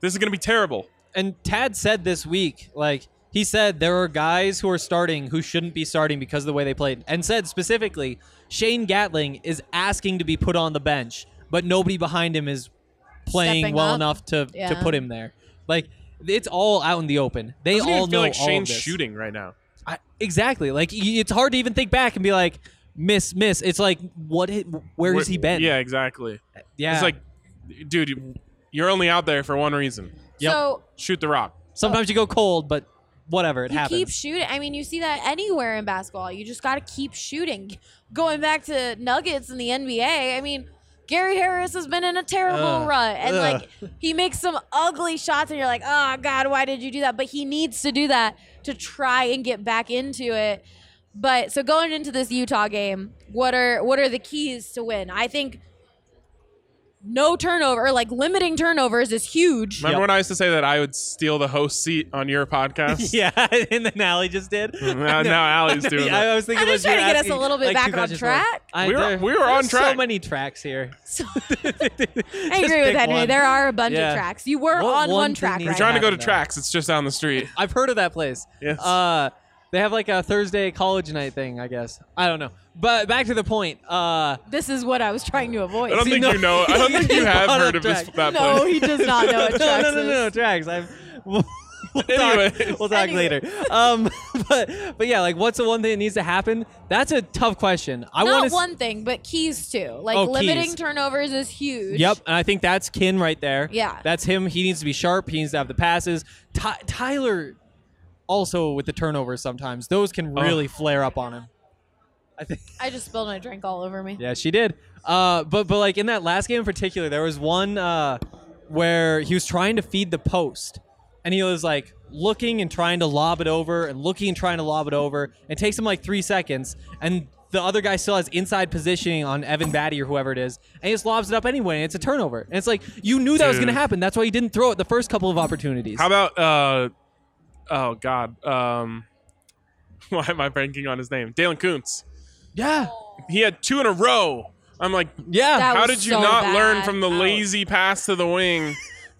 [SPEAKER 8] this is gonna be terrible.
[SPEAKER 6] and Tad said this week, like he said, there are guys who are starting who shouldn't be starting because of the way they played, and said specifically, Shane Gatling is asking to be put on the bench, but nobody behind him is playing
[SPEAKER 7] Stepping
[SPEAKER 6] well
[SPEAKER 7] up.
[SPEAKER 6] enough to to
[SPEAKER 7] Yeah.
[SPEAKER 6] put him there. Like it's all out in the open. They
[SPEAKER 8] Doesn't
[SPEAKER 6] all
[SPEAKER 8] even feel
[SPEAKER 6] know
[SPEAKER 8] like
[SPEAKER 6] all of
[SPEAKER 8] Shane's
[SPEAKER 6] this.
[SPEAKER 8] shooting right now.
[SPEAKER 6] I, exactly. Like y- it's hard to even think back and be like, miss, miss. It's like what? i- Where has he been?
[SPEAKER 8] Yeah, exactly.
[SPEAKER 6] yeah.
[SPEAKER 8] It's like, dude, you're only out there for one reason:
[SPEAKER 6] Yep.
[SPEAKER 7] So
[SPEAKER 8] shoot the rock.
[SPEAKER 6] sometimes you go cold, but whatever. It
[SPEAKER 7] you
[SPEAKER 6] happens.
[SPEAKER 7] keep shooting. I mean, you see that anywhere in basketball. You just got to keep shooting. <laughs> Going back to Nuggets in the NBA, I mean, Gary Harris has been in a terrible
[SPEAKER 6] Ugh.
[SPEAKER 7] rut, and
[SPEAKER 6] Ugh.
[SPEAKER 7] like he makes some ugly shots, and you're like, oh God, why did you do that? But he needs to do that to try and get back into it. But so going into this Utah game, what are what are the keys to win? I think no turnover, like limiting turnovers, is huge. <laughs>
[SPEAKER 8] Remember
[SPEAKER 6] Yep.
[SPEAKER 8] when I used to say that I would steal the host seat on your
[SPEAKER 6] <laughs>
[SPEAKER 8] podcast? <laughs> Uh,
[SPEAKER 6] Yeah, and then Allie just did.
[SPEAKER 8] Now, now
[SPEAKER 6] <laughs>
[SPEAKER 8] Allie's doing
[SPEAKER 6] I
[SPEAKER 8] it.
[SPEAKER 6] was thinking
[SPEAKER 7] I'm just
[SPEAKER 6] like you
[SPEAKER 7] trying to
[SPEAKER 6] were
[SPEAKER 7] get us a
[SPEAKER 6] asking,
[SPEAKER 7] little bit
[SPEAKER 6] like,
[SPEAKER 7] back
[SPEAKER 6] two
[SPEAKER 7] on
[SPEAKER 6] questions forward.
[SPEAKER 7] track.
[SPEAKER 6] I-
[SPEAKER 8] We were- we were on
[SPEAKER 6] there's
[SPEAKER 8] track.
[SPEAKER 6] So many
[SPEAKER 7] <laughs>
[SPEAKER 6] tracks here.
[SPEAKER 7] I agree with Henry. There are a bunch
[SPEAKER 6] Yeah.
[SPEAKER 7] of tracks. You were
[SPEAKER 6] What
[SPEAKER 7] on
[SPEAKER 6] one
[SPEAKER 7] one
[SPEAKER 6] thing
[SPEAKER 7] track,
[SPEAKER 6] needs
[SPEAKER 7] right?
[SPEAKER 8] Trying to go to
[SPEAKER 6] Now.
[SPEAKER 8] tracks. It's just down
[SPEAKER 6] <laughs>
[SPEAKER 8] the street.
[SPEAKER 6] I've heard of that place.
[SPEAKER 8] Yes.
[SPEAKER 6] Uh, they have like a Thursday college night thing, I guess. I don't know. But back to the point. Uh,
[SPEAKER 7] This is what I was trying to avoid.
[SPEAKER 8] I don't
[SPEAKER 6] See,
[SPEAKER 8] think
[SPEAKER 6] no-
[SPEAKER 8] you know.
[SPEAKER 6] <laughs>
[SPEAKER 8] I don't think you have
[SPEAKER 6] Bottom
[SPEAKER 8] heard of this,
[SPEAKER 6] track.
[SPEAKER 7] <laughs>
[SPEAKER 8] that
[SPEAKER 7] no,
[SPEAKER 8] place.
[SPEAKER 7] he does not
[SPEAKER 8] <laughs>
[SPEAKER 7] know
[SPEAKER 6] <laughs> no,
[SPEAKER 7] what
[SPEAKER 6] no,
[SPEAKER 7] tracks
[SPEAKER 6] no, no, no,
[SPEAKER 7] is.
[SPEAKER 6] tracks. I've. <laughs> We'll, we'll
[SPEAKER 8] Anyways.
[SPEAKER 6] talk, we'll talk
[SPEAKER 7] Anyway.
[SPEAKER 6] later. Um, <laughs> but but yeah, like what's the one thing that needs to happen? That's a tough question. I
[SPEAKER 7] Not
[SPEAKER 6] want to.
[SPEAKER 7] one thing, but keys too. Like
[SPEAKER 6] Oh,
[SPEAKER 7] limiting
[SPEAKER 6] keys.
[SPEAKER 7] turnovers is huge.
[SPEAKER 6] Yep, and I think that's Kin right there.
[SPEAKER 7] Yeah.
[SPEAKER 6] that's him. He needs to be sharp. He needs to have the passes. Ty- Tyler, also with the turnovers sometimes, those can really flare up on him. I think.
[SPEAKER 7] I just spilled my drink all over me.
[SPEAKER 6] Yeah, she did. Uh, but but like in that last game in particular, there was one uh, where he was trying to feed the post, and he was like looking and trying to lob it over, and looking and trying to lob it over. It takes him like three seconds, and the other guy still has inside positioning on Evan Batty or whoever it is, and he just lobs it up anyway, and it's a turnover. And it's like you knew that was
[SPEAKER 8] Dude.
[SPEAKER 6] going to happen. That's why you didn't throw it the first couple of opportunities.
[SPEAKER 8] How about? Uh, oh God. Um, <laughs> why am I blanking on his name? Dalen Koontz.
[SPEAKER 6] yeah,
[SPEAKER 8] He had two in a row. I'm like,
[SPEAKER 6] yeah.
[SPEAKER 7] That
[SPEAKER 8] how
[SPEAKER 7] was
[SPEAKER 8] did you
[SPEAKER 7] so
[SPEAKER 8] not
[SPEAKER 7] bad. Oh.
[SPEAKER 8] learn from the
[SPEAKER 7] Ouch.
[SPEAKER 8] lazy pass to the wing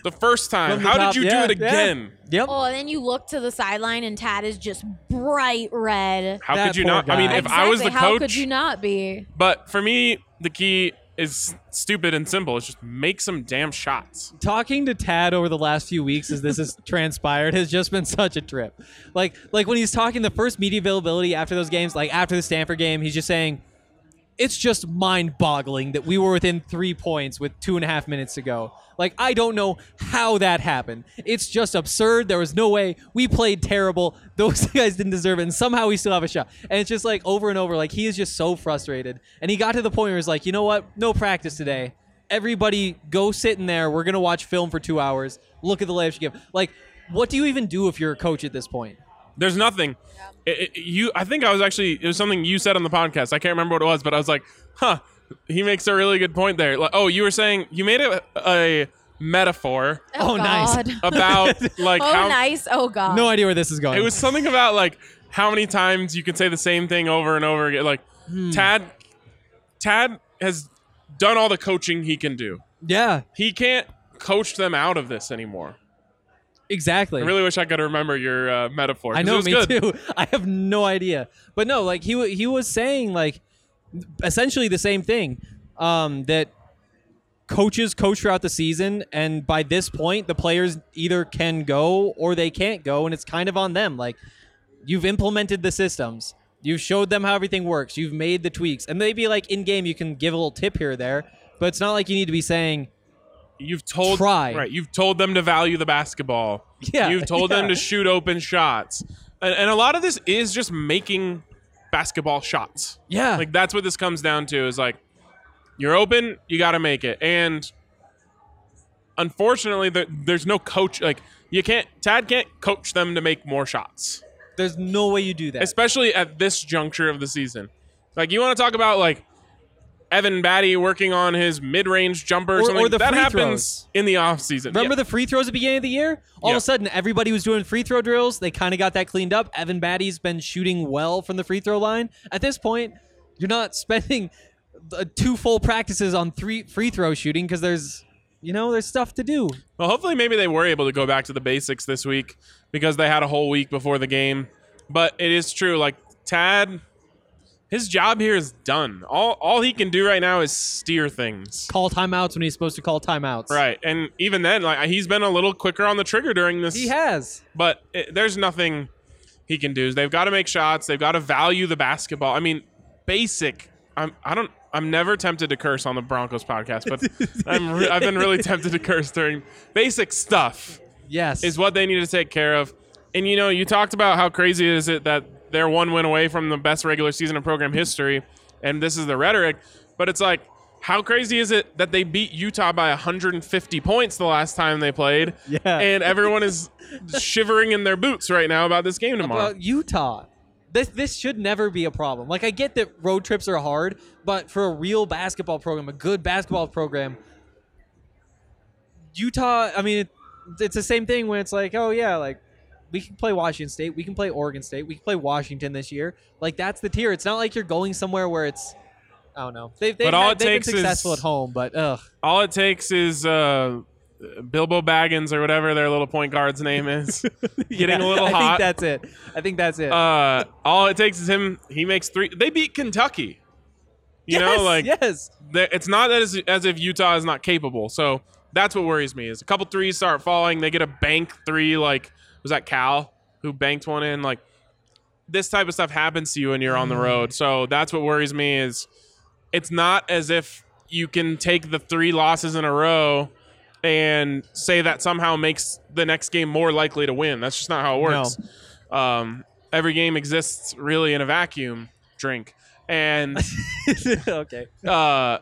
[SPEAKER 8] the first time?
[SPEAKER 6] From the
[SPEAKER 8] How
[SPEAKER 6] top,
[SPEAKER 8] did you
[SPEAKER 6] yeah,
[SPEAKER 8] do it
[SPEAKER 6] yeah.
[SPEAKER 8] again?
[SPEAKER 6] Yep.
[SPEAKER 7] Oh, and then you look to the sideline and Tad is just bright red.
[SPEAKER 8] How
[SPEAKER 6] That
[SPEAKER 8] could you
[SPEAKER 6] poor
[SPEAKER 8] not? I mean,
[SPEAKER 6] guy.
[SPEAKER 8] if I was the
[SPEAKER 7] Exactly. how
[SPEAKER 8] coach,
[SPEAKER 7] could you not be?
[SPEAKER 8] but for me, the key is stupid and simple. It's just make some damn shots.
[SPEAKER 6] talking to Tad over the last few weeks as this has transpired has just been such a trip. Like like when he's talking the first media availability after those games, like after the Stanford game, he's just saying it's just mind-boggling that we were within three points with two and a half minutes to go. Like I don't know how that happened. It's just absurd. There was no way we played terrible. <laughs> Those guys didn't deserve it, and somehow we still have a shot. And it's just like over and over. Like he is just so frustrated, and he got to the point where he's like, you know what? No practice today. Everybody, go sit in there. We're gonna watch film for two hours. Look at the layups you give. Like, what do you even do if you're a coach at this point?
[SPEAKER 8] There's nothing. It- it- you, I think I was actually it was something you said on the podcast. I can't remember what it was, but I was like, huh. He makes a really good point there. Like, oh, you were saying you made a, a metaphor
[SPEAKER 6] Oh, nice.
[SPEAKER 7] God.
[SPEAKER 8] about <laughs> like
[SPEAKER 7] Oh,
[SPEAKER 8] how
[SPEAKER 7] nice. Oh, God.
[SPEAKER 6] No idea where this is going.
[SPEAKER 8] Uh, it was something about like how many times you can say the same thing over and over again. Like Tad, Tad has done all the coaching he can do.
[SPEAKER 6] yeah,
[SPEAKER 8] He can't coach them out of this anymore.
[SPEAKER 6] exactly.
[SPEAKER 8] I really wish I could remember your uh,
[SPEAKER 6] <laughs>
[SPEAKER 8] metaphor.
[SPEAKER 6] I
[SPEAKER 8] 'cause
[SPEAKER 6] know,
[SPEAKER 8] it was
[SPEAKER 6] me
[SPEAKER 8] good.
[SPEAKER 6] too. I have no idea. But no, like he wa- he was saying like essentially the same thing um, that coaches coach throughout the season and by this point the players either can go or they can't go and it's kind of on them like you've implemented the systems you've showed them how everything works you've made the tweaks and maybe like in game you can give a little tip here or there but it's not like you need to be saying
[SPEAKER 8] You've told
[SPEAKER 6] Try.
[SPEAKER 8] right. You've told them to value the basketball.
[SPEAKER 6] Yeah,
[SPEAKER 8] You've told
[SPEAKER 6] <laughs>
[SPEAKER 8] them
[SPEAKER 6] yeah.
[SPEAKER 8] to shoot open shots, and, and a lot of this is just making basketball shots.
[SPEAKER 6] yeah
[SPEAKER 8] Like that's what this comes down to is like you're open, you got to make it. And unfortunately, there, there's no coach. Like you can't. Tad can't coach them to make more shots,
[SPEAKER 6] there's no way you do that
[SPEAKER 8] especially at this juncture of the season. Like you want to talk about like Evan Batty working on his mid-range jumper or,
[SPEAKER 6] Or-
[SPEAKER 8] something
[SPEAKER 6] or the
[SPEAKER 8] that
[SPEAKER 6] free
[SPEAKER 8] happens
[SPEAKER 6] throws.
[SPEAKER 8] in the off season.
[SPEAKER 6] Remember the free throws at the beginning of the year? All
[SPEAKER 8] Yeah.
[SPEAKER 6] of a sudden, everybody was doing free throw drills. They kind of got that cleaned up. Evan Batty's been shooting well from the free throw line. At this point, you're not <laughs> spending uh, two full practices on three free throw shooting because there's, you know, there's stuff to do.
[SPEAKER 8] Well, hopefully, maybe they were able to go back to the basics this week because they had a whole week before the game. But it is true, like Tad, his job here is done. All all he can do right now is steer things.
[SPEAKER 6] Call timeouts when he's supposed to call timeouts.
[SPEAKER 8] Right, and even then, like he's been a little quicker on the trigger during this.
[SPEAKER 6] He has.
[SPEAKER 8] but it, there's nothing he can do. They've got to make shots. They've got to value the basketball. I mean, basic. I'm. I don't. I'm never tempted to curse on the Broncos podcast, but I'm. Re- I've been really tempted to curse during basic stuff
[SPEAKER 6] Yes.
[SPEAKER 8] is what they need to take care of. And you know, you talked about how crazy is it that they're one win away from the best regular season in program history, and this is the rhetoric. But it's like, how crazy is it that they beat Utah by 150 points the last time they played?
[SPEAKER 6] Yeah.
[SPEAKER 8] And
[SPEAKER 6] <laughs>
[SPEAKER 8] everyone is shivering in their boots right now about this game tomorrow.
[SPEAKER 6] about Utah. This this should never be a problem. Like I get that road trips are hard, but for a real basketball program, a good basketball program, Utah. I mean, it, it's the same thing when it's like, oh yeah, like we can play Washington State, we can play Oregon State, we can play Washington this year. Like that's the tier. It's not like you're going somewhere where it's. I don't know. They've, they've,
[SPEAKER 8] But all
[SPEAKER 6] had-
[SPEAKER 8] it
[SPEAKER 6] they've been
[SPEAKER 8] takes is-
[SPEAKER 6] successful at home, but ugh.
[SPEAKER 8] All it takes is uh, Bilbo Baggins or whatever their little point guard's name is
[SPEAKER 6] <laughs>
[SPEAKER 8] getting a little
[SPEAKER 6] I
[SPEAKER 8] hot.
[SPEAKER 6] think that's it. I think that's it.
[SPEAKER 8] uh, all it takes is him. He makes three. They beat Kentucky. You
[SPEAKER 6] yes,
[SPEAKER 8] know,
[SPEAKER 6] <laughs>
[SPEAKER 8] like
[SPEAKER 6] yes.
[SPEAKER 8] there- it's not as as if Utah is not capable. So that's what worries me is a couple threes start falling. They get a bank three. Like was that Cal who banked one in? Like this type of stuff happens to you when you're on the road. So that's what worries me is it's not as if you can take the three losses in a row and say that somehow makes the next game more likely to win. That's just not how it works. Um, every game exists really in a vacuum. Drink and
[SPEAKER 6] <laughs> okay.
[SPEAKER 8] uh,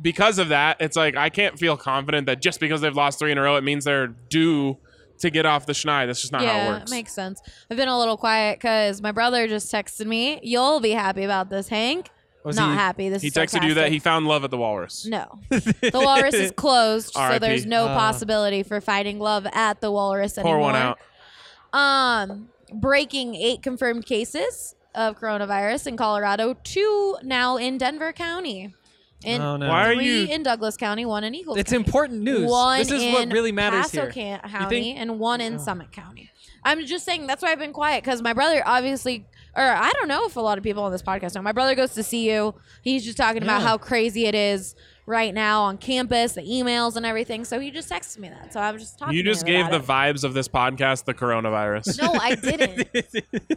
[SPEAKER 8] because of that, it's like I can't feel confident that just because they've lost three in a row, it means they're due to get off the schneid. That's just not
[SPEAKER 7] yeah,
[SPEAKER 8] how it works.
[SPEAKER 7] makes sense. I've been a little quiet because my brother just texted me. You'll be happy about this, Hank.
[SPEAKER 6] Was
[SPEAKER 7] Not
[SPEAKER 6] he-
[SPEAKER 7] happy. This
[SPEAKER 8] Oh, he
[SPEAKER 7] is
[SPEAKER 8] texted you that he
[SPEAKER 7] sarcastic.
[SPEAKER 8] found love at the Walrus.
[SPEAKER 7] No,
[SPEAKER 8] <laughs>
[SPEAKER 7] the Walrus is closed, so
[SPEAKER 8] R.I.P..
[SPEAKER 7] there's no
[SPEAKER 6] Uh.
[SPEAKER 7] possibility for finding love at the Walrus
[SPEAKER 8] Pour
[SPEAKER 7] anymore.
[SPEAKER 8] one out.
[SPEAKER 7] Um, breaking eight confirmed cases of coronavirus in Colorado, two now in Denver County, and
[SPEAKER 6] Oh, no.
[SPEAKER 8] Why are
[SPEAKER 7] three
[SPEAKER 8] you-
[SPEAKER 7] in Douglas County, one in Eagle.
[SPEAKER 6] It's
[SPEAKER 7] County.
[SPEAKER 6] important news.
[SPEAKER 7] One
[SPEAKER 6] this is
[SPEAKER 7] in
[SPEAKER 6] what really matters
[SPEAKER 7] Paso
[SPEAKER 6] here.
[SPEAKER 7] Ca-
[SPEAKER 6] You
[SPEAKER 7] County
[SPEAKER 6] think-
[SPEAKER 7] and one in Summit County. I'm just saying that's why I've been quiet because my brother obviously, or I don't know if a lot of people on this podcast know. My brother goes to see you. He's just talking about
[SPEAKER 6] Yeah.
[SPEAKER 7] how crazy it is right now on campus, the emails and everything. So he just texted me that. So I'm just talking.
[SPEAKER 8] You
[SPEAKER 7] to
[SPEAKER 8] just
[SPEAKER 7] him
[SPEAKER 8] gave
[SPEAKER 7] about
[SPEAKER 8] the
[SPEAKER 7] it.
[SPEAKER 8] vibes of this podcast
[SPEAKER 7] <laughs>
[SPEAKER 8] the coronavirus.
[SPEAKER 7] No, I
[SPEAKER 8] <laughs>
[SPEAKER 7] didn't.
[SPEAKER 6] I,
[SPEAKER 7] <laughs> It's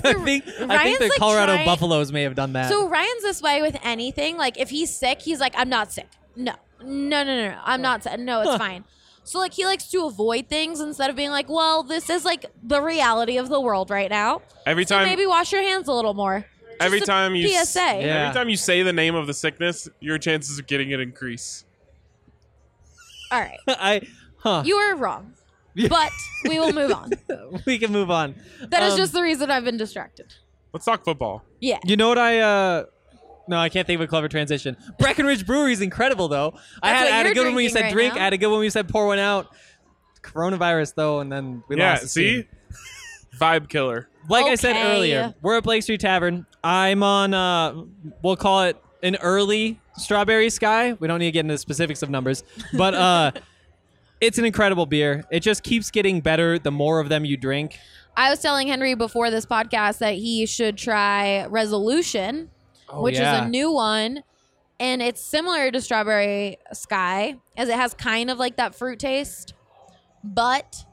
[SPEAKER 7] the-
[SPEAKER 6] think, I
[SPEAKER 7] Ryan's,
[SPEAKER 6] think the
[SPEAKER 7] like,
[SPEAKER 6] Colorado
[SPEAKER 7] trying-
[SPEAKER 6] Buffaloes may have done that.
[SPEAKER 7] So Ryan's this way with anything. Like if he's sick, he's like, I'm not sick. No, no, no, no, no. I'm not sick. No, it's fine. So like he likes to avoid things instead of being like, well, this is like the reality of the world right now.
[SPEAKER 8] Every
[SPEAKER 7] So
[SPEAKER 8] time,
[SPEAKER 7] maybe wash your hands a little more. Just
[SPEAKER 8] every
[SPEAKER 7] a
[SPEAKER 8] time you s-
[SPEAKER 7] PSA.
[SPEAKER 6] Yeah.
[SPEAKER 8] every time you say the name of the sickness, your chances of getting it increase.
[SPEAKER 7] All right,
[SPEAKER 6] <laughs> I, huh?
[SPEAKER 7] you were
[SPEAKER 8] <laughs>
[SPEAKER 7] wrong, but we will move on.
[SPEAKER 6] <laughs> we can move on.
[SPEAKER 7] That is
[SPEAKER 6] Um,
[SPEAKER 7] just the reason I've been distracted.
[SPEAKER 8] Let's talk football.
[SPEAKER 7] Yeah.
[SPEAKER 6] You know what I? uh No, I can't think of a clever transition. Breckenridge Brewery is incredible, though. I
[SPEAKER 7] That's
[SPEAKER 6] had,
[SPEAKER 7] what
[SPEAKER 6] I had a
[SPEAKER 7] you're
[SPEAKER 6] good one when you
[SPEAKER 7] drinking right
[SPEAKER 6] said drink.
[SPEAKER 7] now.
[SPEAKER 6] I had a good one when you said pour one out. Coronavirus though, and then we
[SPEAKER 8] yeah,
[SPEAKER 6] lost. the team.
[SPEAKER 8] see, <laughs> vibe killer.
[SPEAKER 6] Like I said
[SPEAKER 7] Okay.
[SPEAKER 6] earlier, we're at Blake Street Tavern. I'm on, uh, we'll call it an early strawberry sky. We don't need to get into the specifics of numbers, but uh, <laughs> it's an incredible beer. It just keeps getting better the more of them you drink.
[SPEAKER 7] I was telling Henry before this podcast that he should try Resolution, which
[SPEAKER 6] yeah.
[SPEAKER 7] is a new one. And it's similar to Strawberry Sky, as it has kind of like that fruit taste, but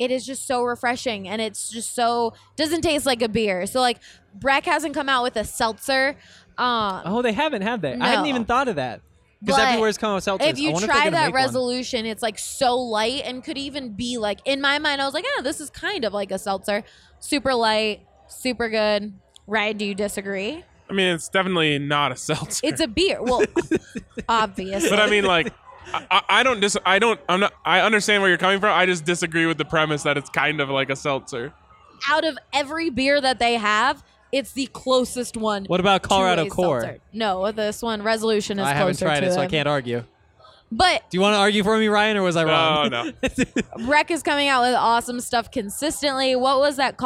[SPEAKER 7] it is just so refreshing and it's just so doesn't taste like a beer. So like Breck hasn't come out with a seltzer. Um,
[SPEAKER 6] Oh, they haven't had that. I hadn't
[SPEAKER 7] No.
[SPEAKER 6] even thought of that. Because
[SPEAKER 7] But
[SPEAKER 6] everywhere's coming with seltzers.
[SPEAKER 7] if you
[SPEAKER 6] I wonder
[SPEAKER 7] try
[SPEAKER 6] if they're gonna
[SPEAKER 7] that
[SPEAKER 6] make one.
[SPEAKER 7] resolution, it's like so light and could even be like in my mind, I was like, oh, this is kind of like a seltzer. Super light, super good. Ryan, do you disagree?
[SPEAKER 8] I mean, it's definitely not a seltzer.
[SPEAKER 7] It's a beer.
[SPEAKER 6] <laughs>
[SPEAKER 7] Well, obviously.
[SPEAKER 8] but I
[SPEAKER 7] <laughs>
[SPEAKER 8] mean, like, I- I, I don't dis. I don't. I'm not. I understand where you're coming from. I just disagree with the premise that it's kind of like a seltzer.
[SPEAKER 7] out of every beer that they have, it's the closest one.
[SPEAKER 6] What about
[SPEAKER 7] to
[SPEAKER 6] Colorado
[SPEAKER 7] a
[SPEAKER 6] Core?
[SPEAKER 7] seltzer. No, this one resolution is
[SPEAKER 6] I haven't
[SPEAKER 7] closer
[SPEAKER 6] tried
[SPEAKER 7] to
[SPEAKER 6] it, so I
[SPEAKER 7] them.
[SPEAKER 6] can't argue.
[SPEAKER 7] But
[SPEAKER 6] Do you want to argue for me, Ryan, or was I
[SPEAKER 8] Oh
[SPEAKER 7] <laughs>
[SPEAKER 6] wrong?
[SPEAKER 8] no.
[SPEAKER 7] Breck is coming out with awesome stuff consistently. What was that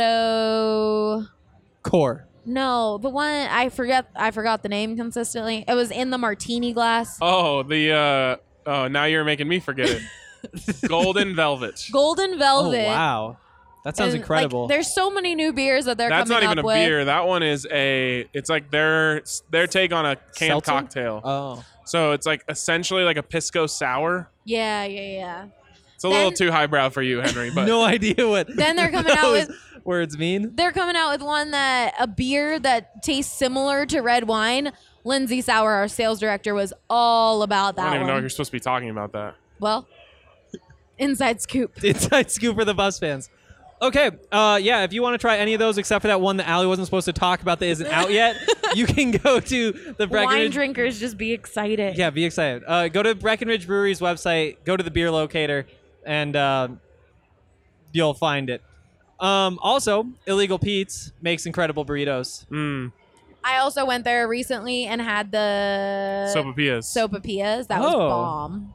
[SPEAKER 7] Colorado?
[SPEAKER 6] <laughs> Core.
[SPEAKER 7] No, the one I forgot. I forgot the name consistently. It was in the martini glass.
[SPEAKER 8] Oh, the. uh Oh, now you're making me forget
[SPEAKER 7] <laughs>
[SPEAKER 8] it. Golden Velvet.
[SPEAKER 7] Golden
[SPEAKER 6] Oh,
[SPEAKER 7] Velvet.
[SPEAKER 6] wow. That
[SPEAKER 7] And,
[SPEAKER 6] sounds
[SPEAKER 7] like,
[SPEAKER 6] incredible.
[SPEAKER 7] there's so many new beers that they're
[SPEAKER 8] That's not
[SPEAKER 7] coming
[SPEAKER 8] even
[SPEAKER 7] up
[SPEAKER 8] a
[SPEAKER 7] with.
[SPEAKER 8] beer. That one is a. It's like their their take on a canned
[SPEAKER 6] Seltzer?
[SPEAKER 8] cocktail.
[SPEAKER 7] Uh.
[SPEAKER 6] oh.
[SPEAKER 8] so it's like essentially like a pisco sour.
[SPEAKER 7] Yeah, yeah, yeah.
[SPEAKER 8] It's a little
[SPEAKER 7] Then-
[SPEAKER 8] too highbrow for you, Henry.
[SPEAKER 7] <laughs>
[SPEAKER 8] But
[SPEAKER 6] no idea what
[SPEAKER 7] Then they're coming
[SPEAKER 6] <laughs>
[SPEAKER 7] out
[SPEAKER 6] those
[SPEAKER 7] with-
[SPEAKER 6] words mean.
[SPEAKER 7] They're coming out with one that a beer that tastes similar to red wine. Lindsay Sauer, our sales director, was all about
[SPEAKER 8] I
[SPEAKER 7] that
[SPEAKER 8] don't even know
[SPEAKER 7] one.
[SPEAKER 8] you're supposed to be talking about that.
[SPEAKER 7] well, <laughs> inside scoop.
[SPEAKER 6] Inside scoop for the bus fans. Okay, uh, yeah, if you want to try any of those except for that one that Allie wasn't supposed to talk about that isn't
[SPEAKER 7] <laughs>
[SPEAKER 6] out yet, you can go to
[SPEAKER 7] Wine
[SPEAKER 6] the Breckenridge.
[SPEAKER 7] drinkers just be excited.
[SPEAKER 6] Yeah, be excited. Uh, go to Breckenridge Brewery's website, go to the beer locator, and uh, you'll find it. Um, also, Illegal Pete's makes incredible burritos.
[SPEAKER 8] Mm,
[SPEAKER 7] I also went there recently and had the
[SPEAKER 8] sopapillas.
[SPEAKER 7] sopapillas. That was
[SPEAKER 6] Oh.
[SPEAKER 7] bomb.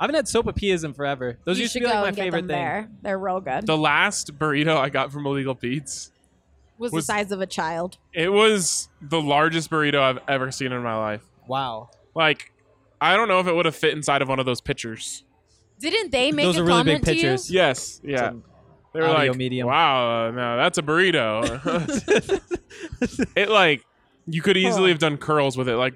[SPEAKER 6] I haven't had sopapillas in forever. Those
[SPEAKER 7] you
[SPEAKER 6] used
[SPEAKER 7] should
[SPEAKER 6] to be
[SPEAKER 7] go
[SPEAKER 6] like my
[SPEAKER 7] and get
[SPEAKER 6] favorite
[SPEAKER 7] them
[SPEAKER 6] thing.
[SPEAKER 7] there. They're real good.
[SPEAKER 8] the last burrito I got from Illegal Pete's,
[SPEAKER 7] was,
[SPEAKER 8] was-
[SPEAKER 7] the size of a child.
[SPEAKER 8] it was the largest burrito I've ever seen in my life.
[SPEAKER 6] Wow.
[SPEAKER 8] Like, I don't know if it would have fit inside of one of those pictures.
[SPEAKER 7] Didn't they make
[SPEAKER 6] Those
[SPEAKER 7] a
[SPEAKER 6] are really big
[SPEAKER 7] comment to you?
[SPEAKER 6] pictures.
[SPEAKER 8] Yes, yeah. They were
[SPEAKER 6] audio
[SPEAKER 8] like,
[SPEAKER 6] medium.
[SPEAKER 8] "Wow, uh, no, that's
[SPEAKER 6] <laughs>
[SPEAKER 8] a burrito." it like you could easily have done curls with it. Like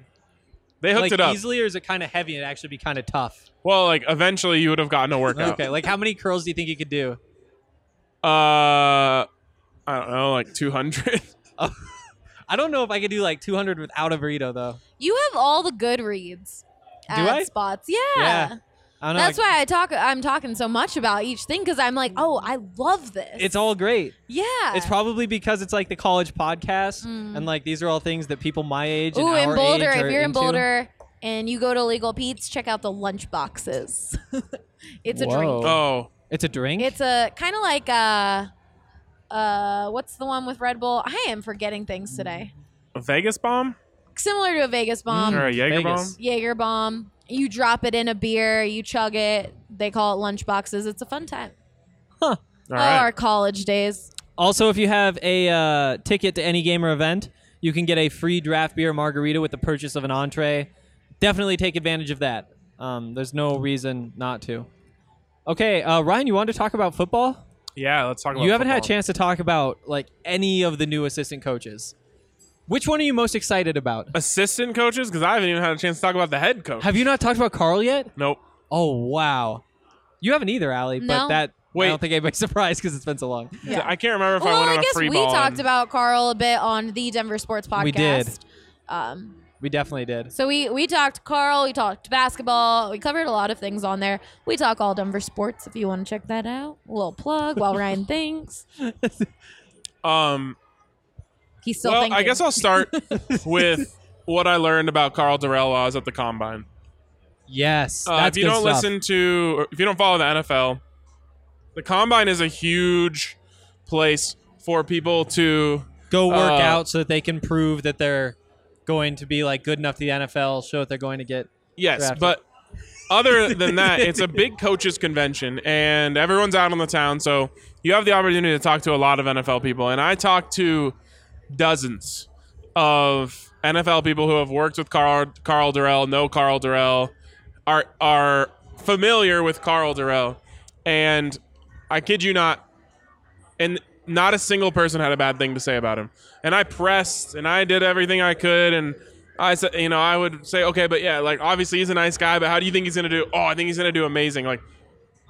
[SPEAKER 8] they hooked
[SPEAKER 6] like
[SPEAKER 8] it up.
[SPEAKER 6] easily, or is it kind of heavy and it actually be kind of tough?
[SPEAKER 8] Well, like eventually you would have gotten a workout.
[SPEAKER 6] Okay, like how many curls do you think you could do?
[SPEAKER 8] Uh, I don't know, like two hundred.
[SPEAKER 6] I don't know if I could do like 200 without a burrito though.
[SPEAKER 7] You have all the good reads.
[SPEAKER 6] Do
[SPEAKER 7] at
[SPEAKER 6] I?
[SPEAKER 7] spots?
[SPEAKER 6] Yeah. I don't know.
[SPEAKER 7] That's
[SPEAKER 6] like,
[SPEAKER 7] why I talk. I'm talking so much about each thing because I'm like, oh, I love this.
[SPEAKER 6] It's all great.
[SPEAKER 7] yeah.
[SPEAKER 6] It's probably because it's like the college podcast,
[SPEAKER 7] Mm.
[SPEAKER 6] and like these are all things that people my age and
[SPEAKER 7] ooh in
[SPEAKER 6] our
[SPEAKER 7] Boulder.
[SPEAKER 6] age
[SPEAKER 7] If
[SPEAKER 6] are
[SPEAKER 7] you're in
[SPEAKER 6] into.
[SPEAKER 7] Boulder and you go to Legal Pete's, check out the lunch boxes. <laughs> it's a
[SPEAKER 6] Whoa.
[SPEAKER 7] drink.
[SPEAKER 8] Oh,
[SPEAKER 6] it's a drink.
[SPEAKER 7] It's a kind of like uh, uh, what's the one with Red Bull? I am forgetting things today.
[SPEAKER 8] a Vegas bomb
[SPEAKER 7] Similar to a Vegas bomb,
[SPEAKER 8] or a Jaeger bomb?
[SPEAKER 6] Vegas.
[SPEAKER 7] Jaeger bomb. You drop it in a beer, you chug it. They call it lunch boxes. It's a fun time.
[SPEAKER 8] All
[SPEAKER 7] oh,
[SPEAKER 8] right.
[SPEAKER 7] our college days.
[SPEAKER 6] Also, if you have a uh, ticket to any game or event, you can get a free draft beer margarita with the purchase of an entree. Definitely take advantage of that. Um, there's no reason not to. Okay, uh, Ryan, you wanted to talk about football?
[SPEAKER 8] Yeah, let's talk about.
[SPEAKER 6] You haven't had a
[SPEAKER 8] football.
[SPEAKER 6] chance to talk about like any of the new assistant coaches. Which one are you most excited about?
[SPEAKER 8] assistant coaches because I haven't even had a chance to talk about the head coach.
[SPEAKER 6] Have you not talked about Carl yet?
[SPEAKER 8] Nope.
[SPEAKER 6] Oh wow, you haven't either, Allie. But
[SPEAKER 7] No.
[SPEAKER 6] that I
[SPEAKER 8] Wait.
[SPEAKER 6] don't think anybody's <laughs> surprised because it's been so long.
[SPEAKER 7] Yeah.
[SPEAKER 8] I can't remember if I
[SPEAKER 7] well,
[SPEAKER 8] went
[SPEAKER 7] I
[SPEAKER 8] on a
[SPEAKER 7] guess
[SPEAKER 8] free
[SPEAKER 7] we
[SPEAKER 8] ball.
[SPEAKER 7] talked
[SPEAKER 8] and-
[SPEAKER 7] about Carl a bit on the Denver Sports Podcast.
[SPEAKER 6] We did.
[SPEAKER 7] Um,
[SPEAKER 6] We definitely did.
[SPEAKER 7] so we we talked Carl, we talked basketball, we covered a lot of things on there. We talk all Denver sports if you want to check that out. A little plug while Ryan <laughs> thinks
[SPEAKER 8] um,
[SPEAKER 7] he's still.
[SPEAKER 8] well,
[SPEAKER 7] thinking.
[SPEAKER 8] I guess
[SPEAKER 7] <laughs>
[SPEAKER 8] I'll start with what I learned about Carl Durrell while I was at the combine.
[SPEAKER 6] Yes,
[SPEAKER 8] Uh,
[SPEAKER 6] that's
[SPEAKER 8] if you
[SPEAKER 6] good
[SPEAKER 8] don't
[SPEAKER 6] stuff.
[SPEAKER 8] listen to, or if you don't follow the NFL, the combine is a huge place for people to.
[SPEAKER 6] go work
[SPEAKER 8] Uh,
[SPEAKER 6] out so that they can prove that they're going to be like good enough to the NFL, show that they're going to get. <laughs>
[SPEAKER 8] Yes,
[SPEAKER 6] Drafted.
[SPEAKER 8] but other than that, it's a big coaches convention, and everyone's out on the town, so you have the opportunity to talk to a lot of NFL people, and I talked to dozens of NFL people who have worked with Carl Carl Durrell, know Carl Durrell, are are familiar with Carl Durrell, and I kid you not, and Not a single person had a bad thing to say about him. And I pressed and I did everything I could and I said, you know, I would say, okay, but yeah, like obviously he's a nice guy, but how do you think he's gonna do? Oh, I think he's gonna do amazing. Like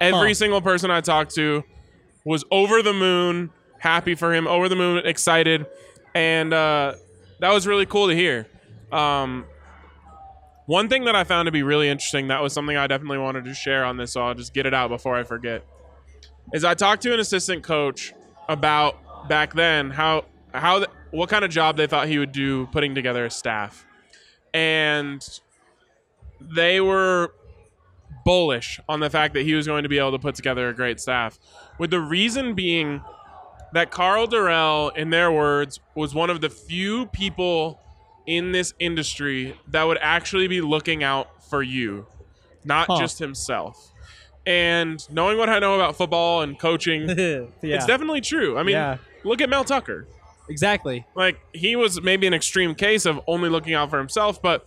[SPEAKER 8] every
[SPEAKER 6] Huh.
[SPEAKER 8] single person I talked to was over the moon, happy for him, over the moon, excited, and uh, that was really cool to hear. Um, one thing that I found to be really interesting that was something I definitely wanted to share on this, so I'll just get it out before I forget. Is I talked to an assistant coach about back then how how th- what kind of job they thought he would do putting together a staff, and they were bullish on the fact that he was going to be able to put together a great staff, with the reason being that Carl Durrell, in their words, was one of the few people in this industry that would actually be looking out for you, not
[SPEAKER 6] Huh.
[SPEAKER 8] just himself. And knowing what I know about football and
[SPEAKER 6] <laughs>
[SPEAKER 8] coaching,
[SPEAKER 6] yeah,
[SPEAKER 8] it's definitely true. I mean,
[SPEAKER 6] Yeah.
[SPEAKER 8] look at Mel Tucker.
[SPEAKER 6] exactly.
[SPEAKER 8] Like he was maybe an extreme case of only looking out for himself, but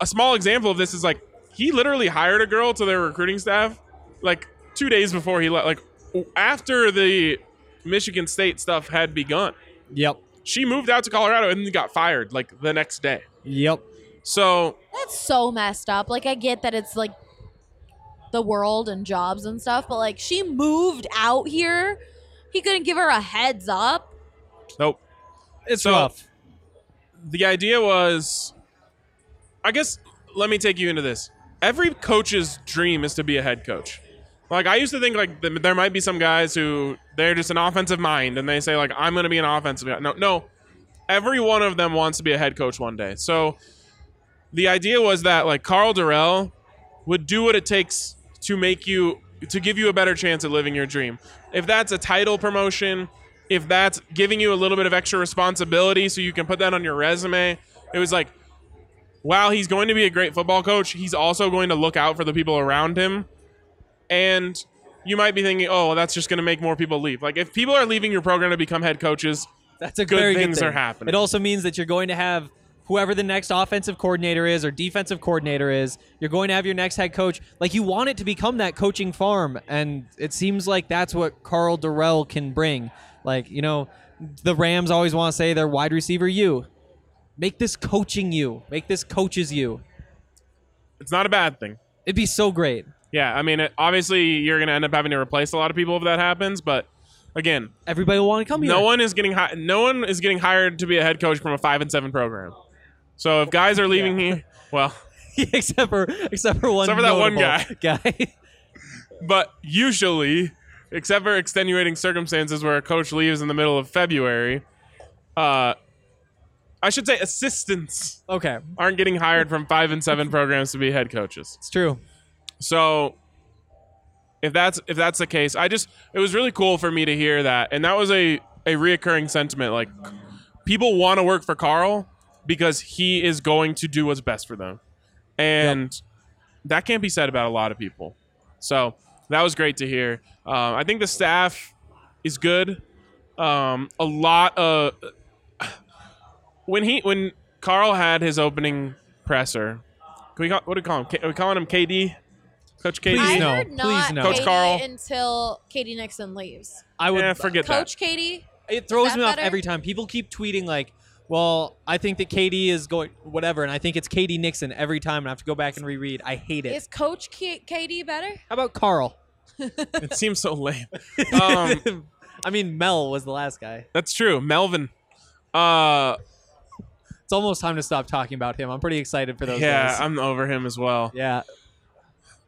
[SPEAKER 8] a small example of this is like he literally hired a girl to their recruiting staff like 2 days before he left like after the Michigan State stuff had begun.
[SPEAKER 6] Yep.
[SPEAKER 8] She moved out to Colorado and got fired like the next day.
[SPEAKER 6] Yep.
[SPEAKER 8] So,
[SPEAKER 7] That's so messed up. Like I get that it's like the world and jobs and stuff, but like she moved out here. He couldn't give her a heads up.
[SPEAKER 8] nope.
[SPEAKER 6] It's
[SPEAKER 8] So-
[SPEAKER 6] rough.
[SPEAKER 8] the idea was I guess let me take you into this. Every coach's dream is to be a head coach. Like I used to think like th- there might be some guys who they're just an offensive mind and they say like I'm going to be an offensive guy. No, no. Every one of them wants to be a head coach one day. So the idea was that like Carl Durrell would do what it takes to make you to give you a better chance at living your dream. If that's a title promotion, if that's giving you a little bit of extra responsibility so you can put that on your resume, it was like while he's going to be a great football coach, he's also going to look out for the people around him. And you might be thinking, "Oh, that's just going to make more people leave." Like if people are leaving your program to become head coaches,
[SPEAKER 6] That's a
[SPEAKER 8] good
[SPEAKER 6] very
[SPEAKER 8] things
[SPEAKER 6] good thing.
[SPEAKER 8] are happening.
[SPEAKER 6] It also means that you're going to have whoever the next offensive coordinator is or defensive coordinator is. You're going to have your next head coach. Like you want it to become that coaching farm, and it seems like that's what Carl Durrell can bring. Like you know, the Rams always want to say they're wide receiver you. Make this coaching you. Make this coaches you.
[SPEAKER 8] it's not a bad thing.
[SPEAKER 6] It'd be so great.
[SPEAKER 8] Yeah, I mean, it, obviously you're going to end up having to replace a lot of people if that happens, but again,
[SPEAKER 6] Everybody will want to come here.
[SPEAKER 8] no one is getting hi- no one is getting hired to be a head coach from a 5 and 7 program. So if guys are leaving here, well,
[SPEAKER 6] <laughs> except for except for one
[SPEAKER 8] Except for that one
[SPEAKER 6] notable <laughs> guy.
[SPEAKER 8] but usually, except for extenuating circumstances where a coach leaves in the middle of February, uh I should say assistants
[SPEAKER 6] okay,
[SPEAKER 8] aren't getting hired from 5 and 7 programs to be head coaches.
[SPEAKER 6] it's true.
[SPEAKER 8] So if that's if that's the case, I just it was really cool for me to hear that, and that was a a reoccurring sentiment. Like people want to work for Carl because he is going to do what's best for them, and that can't be said about a lot of people. So that was great to hear. Um, I think the staff is good. Um, a lot of when he when Carl had his opening presser, can we call, what do we call him? K, are we calling him KD? Coach KD.
[SPEAKER 6] Please
[SPEAKER 7] I
[SPEAKER 6] no.
[SPEAKER 7] heard not
[SPEAKER 6] Please no.
[SPEAKER 8] Coach
[SPEAKER 7] Katie
[SPEAKER 8] Carl.
[SPEAKER 7] until Katie Nixon leaves.
[SPEAKER 6] I would
[SPEAKER 8] Yeah, Eh, forget that.
[SPEAKER 7] Coach Katie,
[SPEAKER 6] it throws
[SPEAKER 7] that
[SPEAKER 6] me off
[SPEAKER 7] better?
[SPEAKER 6] every time. People keep tweeting like, "Well, I think that KD is going whatever," and I think it's KD Nixon every time, and I have to go back and reread. I hate it.
[SPEAKER 7] is Coach K- Katie better?
[SPEAKER 6] How about Carl?
[SPEAKER 8] It seems
[SPEAKER 6] <laughs>
[SPEAKER 8] so lame. Um,
[SPEAKER 6] I mean, Mel was the last guy.
[SPEAKER 8] that's true. Melvin. Uh,
[SPEAKER 6] It's almost time to stop talking about him. I'm pretty excited for those
[SPEAKER 8] yeah,
[SPEAKER 6] guys.
[SPEAKER 8] I'm over him as well.
[SPEAKER 6] yeah,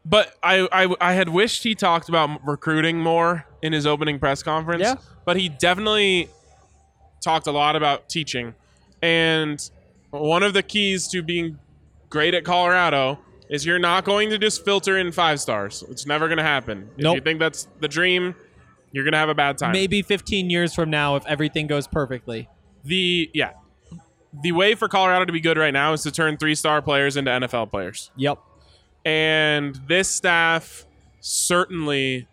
[SPEAKER 8] But I, I, I had wished he talked about recruiting more in his opening press conference.
[SPEAKER 6] Yeah.
[SPEAKER 8] But he definitely talked a lot about teaching. And one of the keys to being great at Colorado is you're not going to just filter in five stars. It's never going to happen. If you
[SPEAKER 6] Nope.
[SPEAKER 8] think that's the dream, you're going to have a bad time.
[SPEAKER 6] maybe 15 years from now, if everything goes perfectly.
[SPEAKER 8] the yeah the way for colorado to be good right now is to turn three star players into nfl players
[SPEAKER 6] Yep.
[SPEAKER 8] and this staff certainly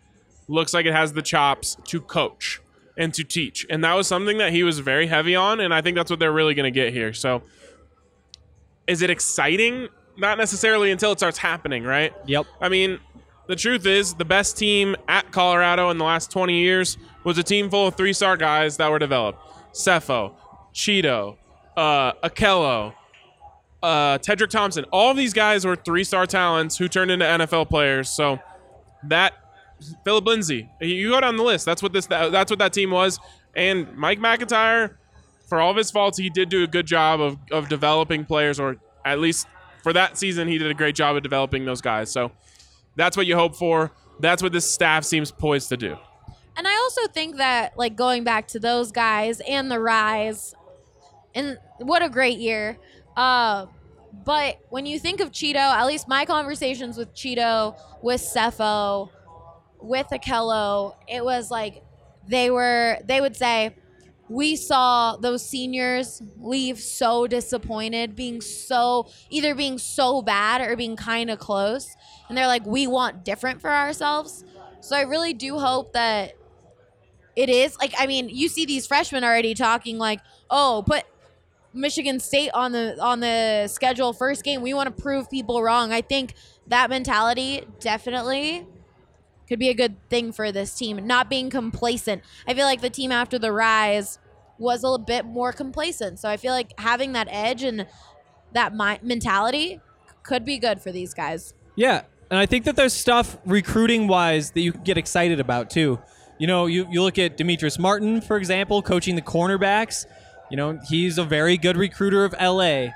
[SPEAKER 8] looks like it has the chops to coach and to teach and that was something that he was very heavy on and i think that's what they're really going to get here so is it exciting not necessarily until it starts happening right
[SPEAKER 6] Yep.
[SPEAKER 8] I mean, the truth is, the best team at Colorado in the last 20 years was a team full of three star guys that were developed Cepho, Cheeto, uh, Akello, uh, Tedrick Thompson. All of these guys were three star talents who turned into NFL players. So that Philip Lindsay, you go down the list. That's what this. That's what that team was. And Mike McIntyre, for all of his faults, he did do a good job of, of developing players, or at least for that season, he did a great job of developing those guys. So that's what you hope for. That's what this staff seems poised to do.
[SPEAKER 7] And I also think that, like, going back to those guys and the rise, and what a great year. Uh, but when you think of Cheeto, at least my conversations with Cheeto, with Cepho, with Akello, it was like they were, they would say, we saw those seniors leave so disappointed, being so either being so bad or being kind of close. And they're like, we want different for ourselves. So I really do hope that it is like I mean, you see these freshmen already talking like, oh, put Michigan State on the on the schedule first game. We want to prove people wrong. I think that mentality definitely could be a good thing for this team. Not being complacent. I feel like the team after the rise was a little bit more complacent. So I feel like having that edge and that mi- mentality could be good for these guys.
[SPEAKER 6] Yeah, and I think that there's stuff recruiting wise that you can get excited about too. You know, you, you look at Demetrius Martin, for example, coaching the cornerbacks. You know, he's a very good recruiter of LA.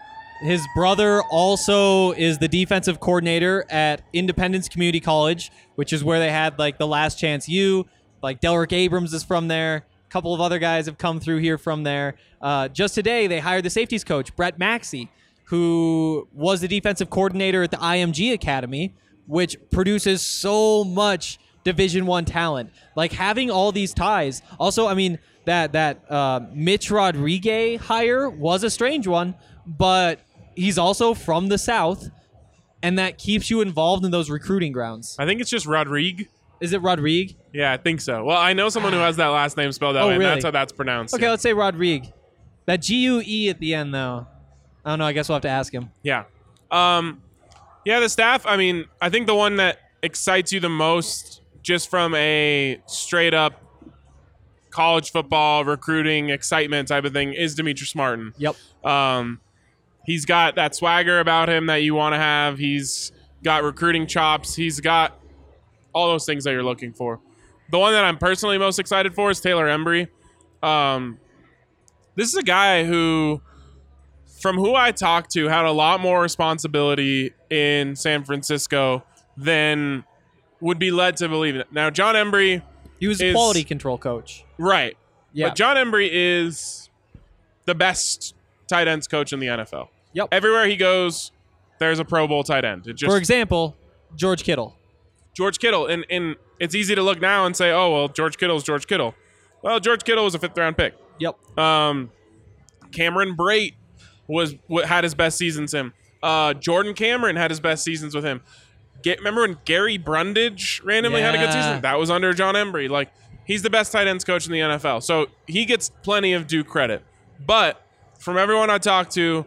[SPEAKER 6] His brother also is the defensive coordinator at Independence Community College, which is where they had like the last chance you. Like Delrick Abrams is from there. A couple of other guys have come through here from there. Uh, just today, they hired the safeties coach, Brett Maxey, who was the defensive coordinator at the IMG Academy, which produces so much Division One talent. Like having all these ties. Also, I mean that that uh, Mitch Rodriguez hire was a strange one, but he's also from the South, and that keeps you involved in those recruiting grounds.
[SPEAKER 8] I think it's just Rodrigue.
[SPEAKER 6] Is it Rodrigue?
[SPEAKER 8] Yeah, I think so. Well, I know someone who has that last name spelled out,
[SPEAKER 6] Oh,
[SPEAKER 8] and
[SPEAKER 6] really?
[SPEAKER 8] that's how that's pronounced.
[SPEAKER 6] Okay,
[SPEAKER 8] Yeah.
[SPEAKER 6] let's say Rodrigue. That G U E at the end, though. I don't know. I guess we'll have to ask him.
[SPEAKER 8] Yeah. Um, yeah, the staff, I mean, I think the one that excites you the most, just from a straight up college football recruiting excitement type of thing, is Demetrius Martin.
[SPEAKER 6] Yep.
[SPEAKER 8] Um, he's got that swagger about him that you want to have. He's got recruiting chops. He's got all those things that you're looking for. The one that I'm personally most excited for is Taylor Embry. Um, this is a guy who, from who I talked to, had a lot more responsibility in San Francisco than would be led to believe. Now, John Embry,
[SPEAKER 6] He was a
[SPEAKER 8] Is-
[SPEAKER 6] quality control coach.
[SPEAKER 8] right,
[SPEAKER 6] Yeah.
[SPEAKER 8] but John Embry is the best tight ends coach in the NFL.
[SPEAKER 6] Yep.
[SPEAKER 8] Everywhere he goes, there's a Pro Bowl tight end. It just
[SPEAKER 6] For example, George Kittle.
[SPEAKER 8] George Kittle, and and it's easy to look now and say, oh well, George Kittle's George Kittle. Well, George Kittle was a fifth round pick.
[SPEAKER 6] Yep.
[SPEAKER 8] Um, Cameron Brait was wa- had his best seasons him. Uh, Jordan Cameron had his best seasons with him. Get, remember when Gary Brundage randomly had a good
[SPEAKER 6] Yeah.
[SPEAKER 8] season? That was under John Embry. Like he's the best tight ends coach in the NFL, so he gets plenty of due credit. But from everyone I talked to,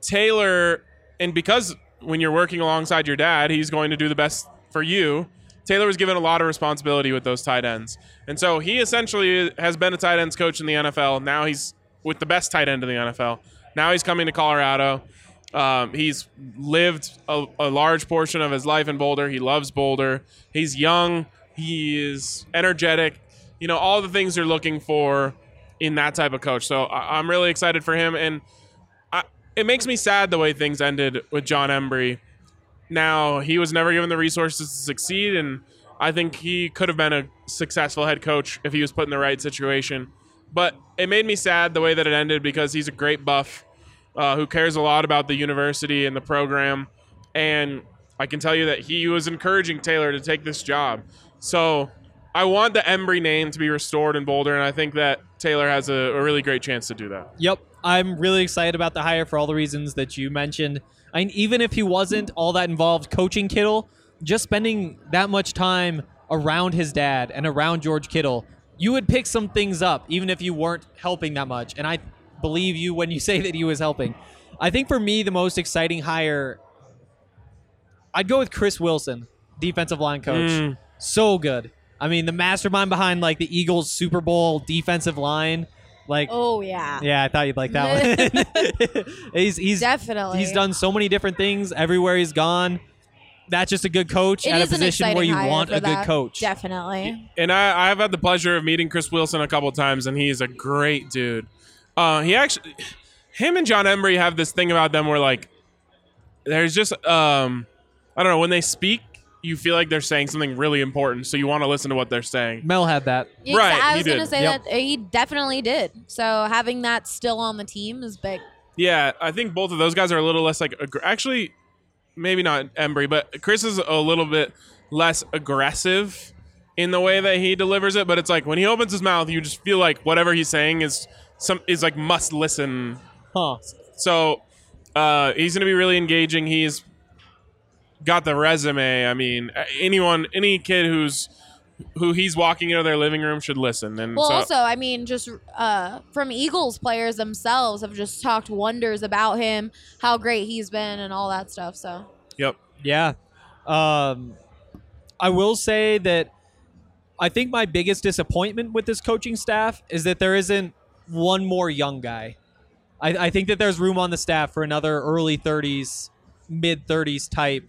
[SPEAKER 8] Taylor, and because when you're working alongside your dad, he's going to do the best for you. Taylor was given a lot of responsibility with those tight ends. And so he essentially has been a tight ends coach in the NFL. Now he's with the best tight end in the NFL. Now he's coming to Colorado. Um, he's lived a, a large portion of his life in Boulder. He loves Boulder. He's young. He is energetic. You know, all the things you're looking for in that type of coach. So I, I'm really excited for him. And I, it makes me sad the way things ended with John Embry. Now he was never given the resources to succeed, and I think he could have been a successful head coach if he was put in the right situation. But it made me sad the way that it ended because he's a great buff uh, who cares a lot about the university and the program, and I can tell you that he was encouraging Taylor to take this job. So I want the Embry name to be restored in Boulder, and I think that Taylor has a, a really great chance to do that.
[SPEAKER 6] Yep. I'm really excited about the hire for all the reasons that you mentioned. I mean, even if he wasn't all that involved coaching Kittle, just spending that much time around his dad and around George Kittle, you would pick some things up, even if you weren't helping that much. And I believe you when you <laughs> say that he was helping. I think for me, the most exciting hire, I'd go with Chris Wilson. defensive line coach. So good. I mean, the mastermind behind like the Eagles Super Bowl defensive line. Like,
[SPEAKER 7] Oh yeah.
[SPEAKER 6] yeah, I thought you'd like that one.
[SPEAKER 7] <laughs>
[SPEAKER 6] he's he's
[SPEAKER 7] Definitely.
[SPEAKER 6] he's done so many different things everywhere he's gone. That's just a good coach
[SPEAKER 7] It
[SPEAKER 6] at a
[SPEAKER 7] is an
[SPEAKER 6] position where
[SPEAKER 7] exciting
[SPEAKER 6] you
[SPEAKER 7] hire
[SPEAKER 6] want
[SPEAKER 7] for
[SPEAKER 6] a good
[SPEAKER 7] that,
[SPEAKER 6] coach.
[SPEAKER 7] Definitely.
[SPEAKER 8] and I, I've had the pleasure of meeting Chris Wilson a couple times, and he's a great dude. Uh, he actually, him and John Embry have this thing about them where like, there's just um, I don't know when they speak, you feel like they're saying something really important, so you want to listen to what they're saying.
[SPEAKER 6] Mel had that.
[SPEAKER 8] Right,
[SPEAKER 7] Exa- I
[SPEAKER 8] he
[SPEAKER 7] was
[SPEAKER 8] did.
[SPEAKER 7] gonna say
[SPEAKER 6] Yep.
[SPEAKER 7] that he definitely did. So having that still on the team is big.
[SPEAKER 8] Mm, Yeah, I think both of those guys are a little less like aggr- actually, maybe not Embry, but Chris is a little bit less aggressive in the way that he delivers it. But it's like when he opens his mouth, you just feel like whatever he's saying is some is like must listen
[SPEAKER 6] Huh.
[SPEAKER 8] So uh, he's going to be really engaging. He's got the resume. I mean, anyone, any kid who's who he's walking into their living room should listen. And
[SPEAKER 7] Well,
[SPEAKER 8] so,
[SPEAKER 7] also, I mean, just uh, from Eagles players themselves have just talked wonders about him, how great he's been, and all that stuff. So
[SPEAKER 8] yep.
[SPEAKER 6] Yeah. Um, I will say that I think my biggest disappointment with this coaching staff is that there isn't one more young guy. I, I think that there's room on the staff for another early 30s, mid 30s type.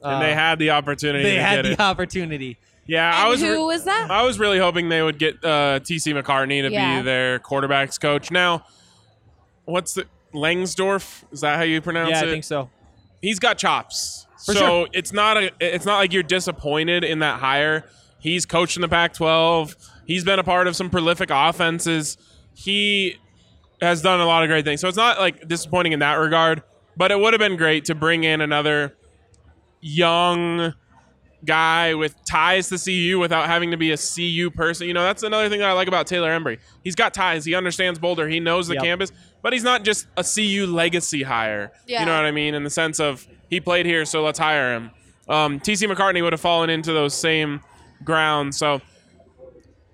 [SPEAKER 8] And
[SPEAKER 6] Uh,
[SPEAKER 8] they had the opportunity.
[SPEAKER 6] they
[SPEAKER 8] to
[SPEAKER 6] had
[SPEAKER 8] get
[SPEAKER 6] the
[SPEAKER 8] it.
[SPEAKER 6] opportunity.
[SPEAKER 8] yeah, I
[SPEAKER 7] And
[SPEAKER 8] was.
[SPEAKER 7] who
[SPEAKER 8] re- Uh-huh.
[SPEAKER 7] was that?
[SPEAKER 8] I was really hoping they would get uh, TC McCartney to
[SPEAKER 7] Yeah.
[SPEAKER 8] be their quarterbacks coach. Now, what's the Langsdorf? Is that how you pronounce
[SPEAKER 6] yeah,
[SPEAKER 8] it?
[SPEAKER 6] I think so.
[SPEAKER 8] he's got chops.
[SPEAKER 6] For
[SPEAKER 8] so
[SPEAKER 6] sure.
[SPEAKER 8] it's not a it's not like you're disappointed in that hire. He's coached in the Pac-12. He's been a part of some prolific offenses. He has done a lot of great things. So it's not like disappointing in that regard, but it would have been great to bring in another young guy with ties to CU without having to be a CU person. You know, that's another thing that I like about Taylor Embry. He's got ties. He understands Boulder. He knows the
[SPEAKER 6] Yep.
[SPEAKER 8] campus, but he's not just a CU legacy hire.
[SPEAKER 7] Yeah.
[SPEAKER 8] You know what I mean? In the sense of he played here, so let's hire him. Um, TC McCartney would have fallen into those same grounds. So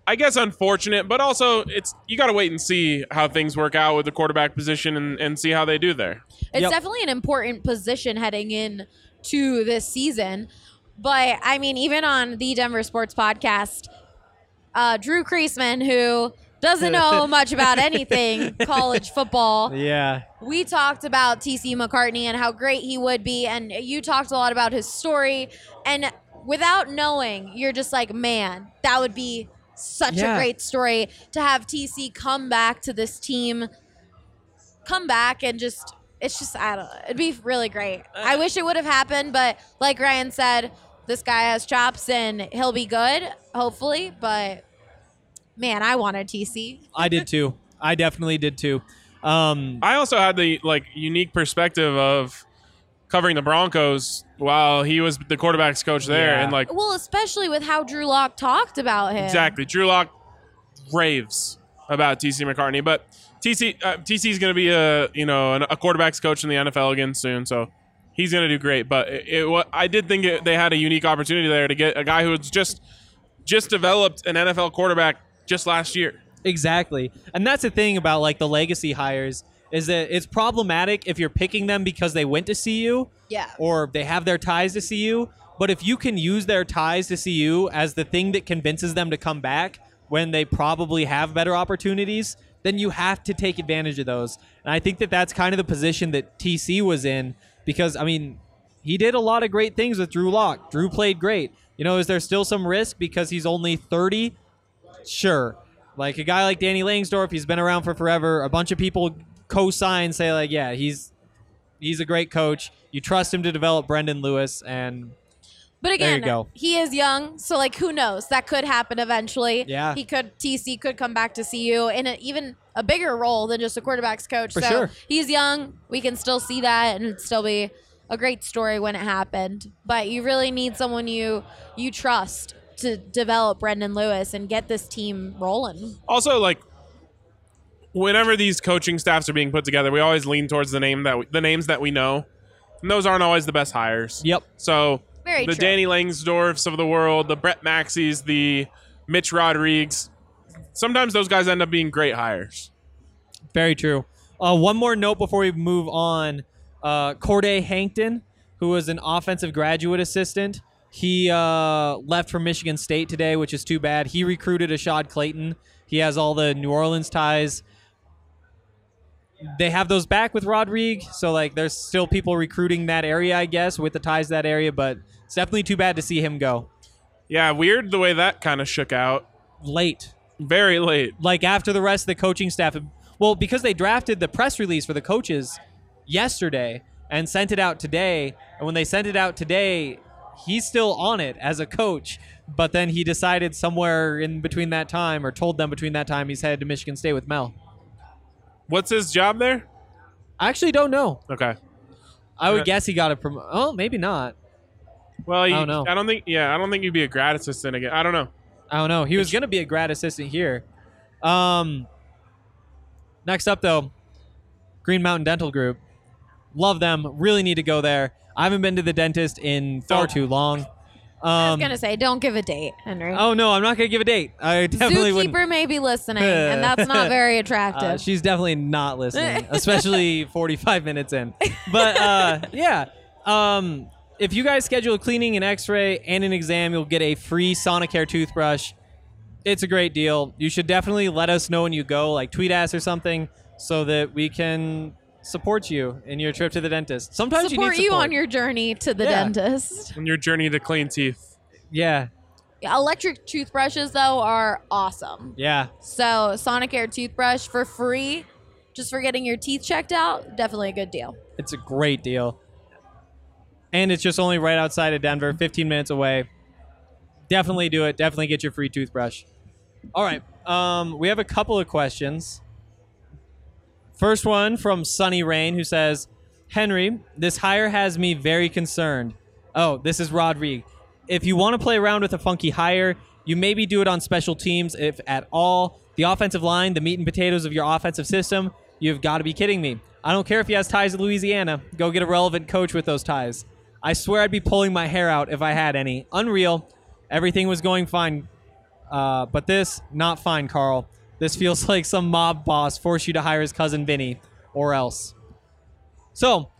[SPEAKER 8] I guess unfortunate, but also it's you got to wait and see how things work out with the quarterback position and, and see how they do there.
[SPEAKER 7] It's
[SPEAKER 6] Yep.
[SPEAKER 7] definitely an important position heading in to this season. But I mean, even on the Denver Sports Podcast, uh, Drew Kreisman, who
[SPEAKER 8] <laughs>
[SPEAKER 7] doesn't know much about anything college football,
[SPEAKER 6] Yeah.
[SPEAKER 7] we talked about TC McCartney and how great he would be, and you talked a lot about his story. And without knowing, you're just like, man, that would be such
[SPEAKER 6] Yeah.
[SPEAKER 7] a great story to have TC come back to this team, come back and just. It's just, I don't know. It'd be really great. I wish it would have happened, but like Ryan said, this guy has chops and he'll be good, hopefully. But man, I wanted TC.
[SPEAKER 6] I did too. I definitely did too. Um,
[SPEAKER 8] I also had the like unique perspective of covering the Broncos while he was the quarterbacks coach there,
[SPEAKER 6] Yeah.
[SPEAKER 8] and like
[SPEAKER 7] Well, especially with how Drew Lock talked about him.
[SPEAKER 8] exactly, Drew Lock raves about TC McCartney, but TC uh, TC is going to be a you know an, a quarterbacks coach in the NFL again soon, so he's going to do great. But it, it wa- I did think it, they had a unique opportunity there to get a guy who's just just developed an NFL quarterback just last year.
[SPEAKER 6] Exactly. And that's the thing about like the legacy hires is that it's problematic if you're picking them because they went to see you
[SPEAKER 7] Yeah.
[SPEAKER 6] or they have their ties to see you. But if you can use their ties to see you as the thing that convinces them to come back when they probably have better opportunities, then you have to take advantage of those. And I think that that's kind of the position that TC was in because, I mean, he did a lot of great things with Drew Lock. Drew played great. You know, is there still some risk because he's only 30? sure. Like a guy like Danny Langsdorf, he's been around for forever. A bunch of people co-sign, say like, yeah, he's he's a great coach. You trust him to develop Brendan Lewis, and
[SPEAKER 7] But
[SPEAKER 6] There you
[SPEAKER 7] again,
[SPEAKER 6] go.
[SPEAKER 7] he is young, so like who knows? That could happen eventually.
[SPEAKER 6] Yeah.
[SPEAKER 7] He could TC could come back to see you in an even a bigger role than just a quarterback's coach.
[SPEAKER 6] For
[SPEAKER 7] so
[SPEAKER 6] sure.
[SPEAKER 7] he's young. We can still see that and it'd still be a great story when it happened. But you really need someone you you trust to develop Brendan Lewis and get this team rolling.
[SPEAKER 8] Also, like whenever these coaching staffs are being put together, we always lean towards the name that we, the names that we know, and those aren't always the best hires.
[SPEAKER 6] yep,
[SPEAKER 8] So
[SPEAKER 7] Very
[SPEAKER 8] the
[SPEAKER 7] true.
[SPEAKER 8] Danny Langsdorfs of the world, the Brett Maxies, the Mitch Rodrigues. Sometimes those guys end up being great hires.
[SPEAKER 6] very true. Uh, one more note before we move on: uh, Corday Hankton, who was an offensive graduate assistant, He uh, left for Michigan State today, which is too bad. He recruited Ashad Clayton. He has all the New Orleans ties. They have those back with Rodrigue, so like there's still people recruiting that area, I guess, with the ties to that area. But it's definitely too bad to see him go
[SPEAKER 8] Yeah, weird the way that kind of shook out.
[SPEAKER 6] late.
[SPEAKER 8] Very late.
[SPEAKER 6] like after the rest of the coaching staff well because they drafted the press release for the coaches yesterday and sent it out today and when they sent it out today he's still on it as a coach but then he decided somewhere in between that time or told them between that time he's headed to michigan state with mel
[SPEAKER 8] What's his job there?
[SPEAKER 6] i actually don't know
[SPEAKER 8] Okay.
[SPEAKER 6] i would
[SPEAKER 8] Yeah.
[SPEAKER 6] guess he got a promo oh maybe not
[SPEAKER 8] Well, you,
[SPEAKER 6] don't know.
[SPEAKER 8] I don't think. Yeah, I don't think you'd be a grad assistant again. I don't know.
[SPEAKER 6] I don't know. He was going to be a grad assistant here. Um, next up, though, Green Mountain Dental Group. Love them. Really need to go there. I haven't been to the dentist in far
[SPEAKER 8] Don't.
[SPEAKER 6] too long.
[SPEAKER 7] I was
[SPEAKER 6] Um,
[SPEAKER 7] gonna say, don't give a date, Henry.
[SPEAKER 6] oh no, I'm not going to give a date. I definitely wouldn't.
[SPEAKER 7] Zookeeper may be listening, and that's not very attractive.
[SPEAKER 6] <laughs> Uh, she's definitely
[SPEAKER 7] <laughs>
[SPEAKER 6] not listening, especially 45 minutes in. But uh, yeah, um, if you guys schedule a cleaning, an X-ray, and an exam, you'll get a free Sonicare toothbrush. It's a great deal. You should definitely let us know when you go, like tweet us or something, so that we can support you in your trip to the dentist. Sometimes you
[SPEAKER 7] support
[SPEAKER 6] need
[SPEAKER 7] you
[SPEAKER 6] support.
[SPEAKER 7] on your journey to the
[SPEAKER 6] Yeah.
[SPEAKER 7] dentist.
[SPEAKER 8] On your journey to clean teeth.
[SPEAKER 6] yeah,
[SPEAKER 7] Electric toothbrushes though are awesome.
[SPEAKER 6] yeah.
[SPEAKER 7] So Sonicare toothbrush for free, just for getting your teeth checked out, definitely a good deal.
[SPEAKER 6] It's a great deal. And it's just only right outside of Denver, 15 minutes away. Definitely do it. Definitely get your free toothbrush. All right. Um, we have a couple of questions. First one from Sunny Rain, who says, Henry, this hire has me very concerned. Oh, this is Rodrigue. If you want to play around with a funky hire, you maybe do it on special teams, if at all. The offensive line, the meat and potatoes of your offensive system, you've got to be kidding me. I don't care if he has ties to Louisiana. Go get a relevant coach with those ties. I swear I'd be pulling my hair out if I had any. Unreal. Everything was going fine. Uh, but this, not fine, Carl. This feels <laughs> like some mob boss forced you to hire his cousin Vinny, or else. So,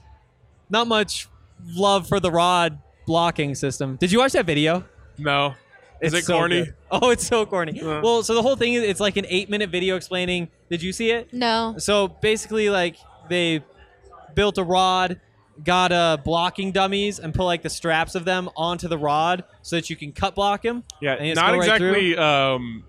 [SPEAKER 6] not much love for the rod blocking system. Did you watch that video?
[SPEAKER 8] No. Is
[SPEAKER 6] It's
[SPEAKER 8] it
[SPEAKER 6] so
[SPEAKER 8] corny?
[SPEAKER 6] good. <laughs> Oh, it's so corny.
[SPEAKER 8] Yeah.
[SPEAKER 6] Well, so the whole thing is it's like an eight minute video explaining. Did you see it?
[SPEAKER 7] No,
[SPEAKER 6] So basically, like they built a rod, got uh, blocking dummies, and put like the straps of them onto the rod so that you can cut block him. and
[SPEAKER 8] Yeah.
[SPEAKER 6] just
[SPEAKER 8] Not
[SPEAKER 6] go right through.
[SPEAKER 8] exactly um,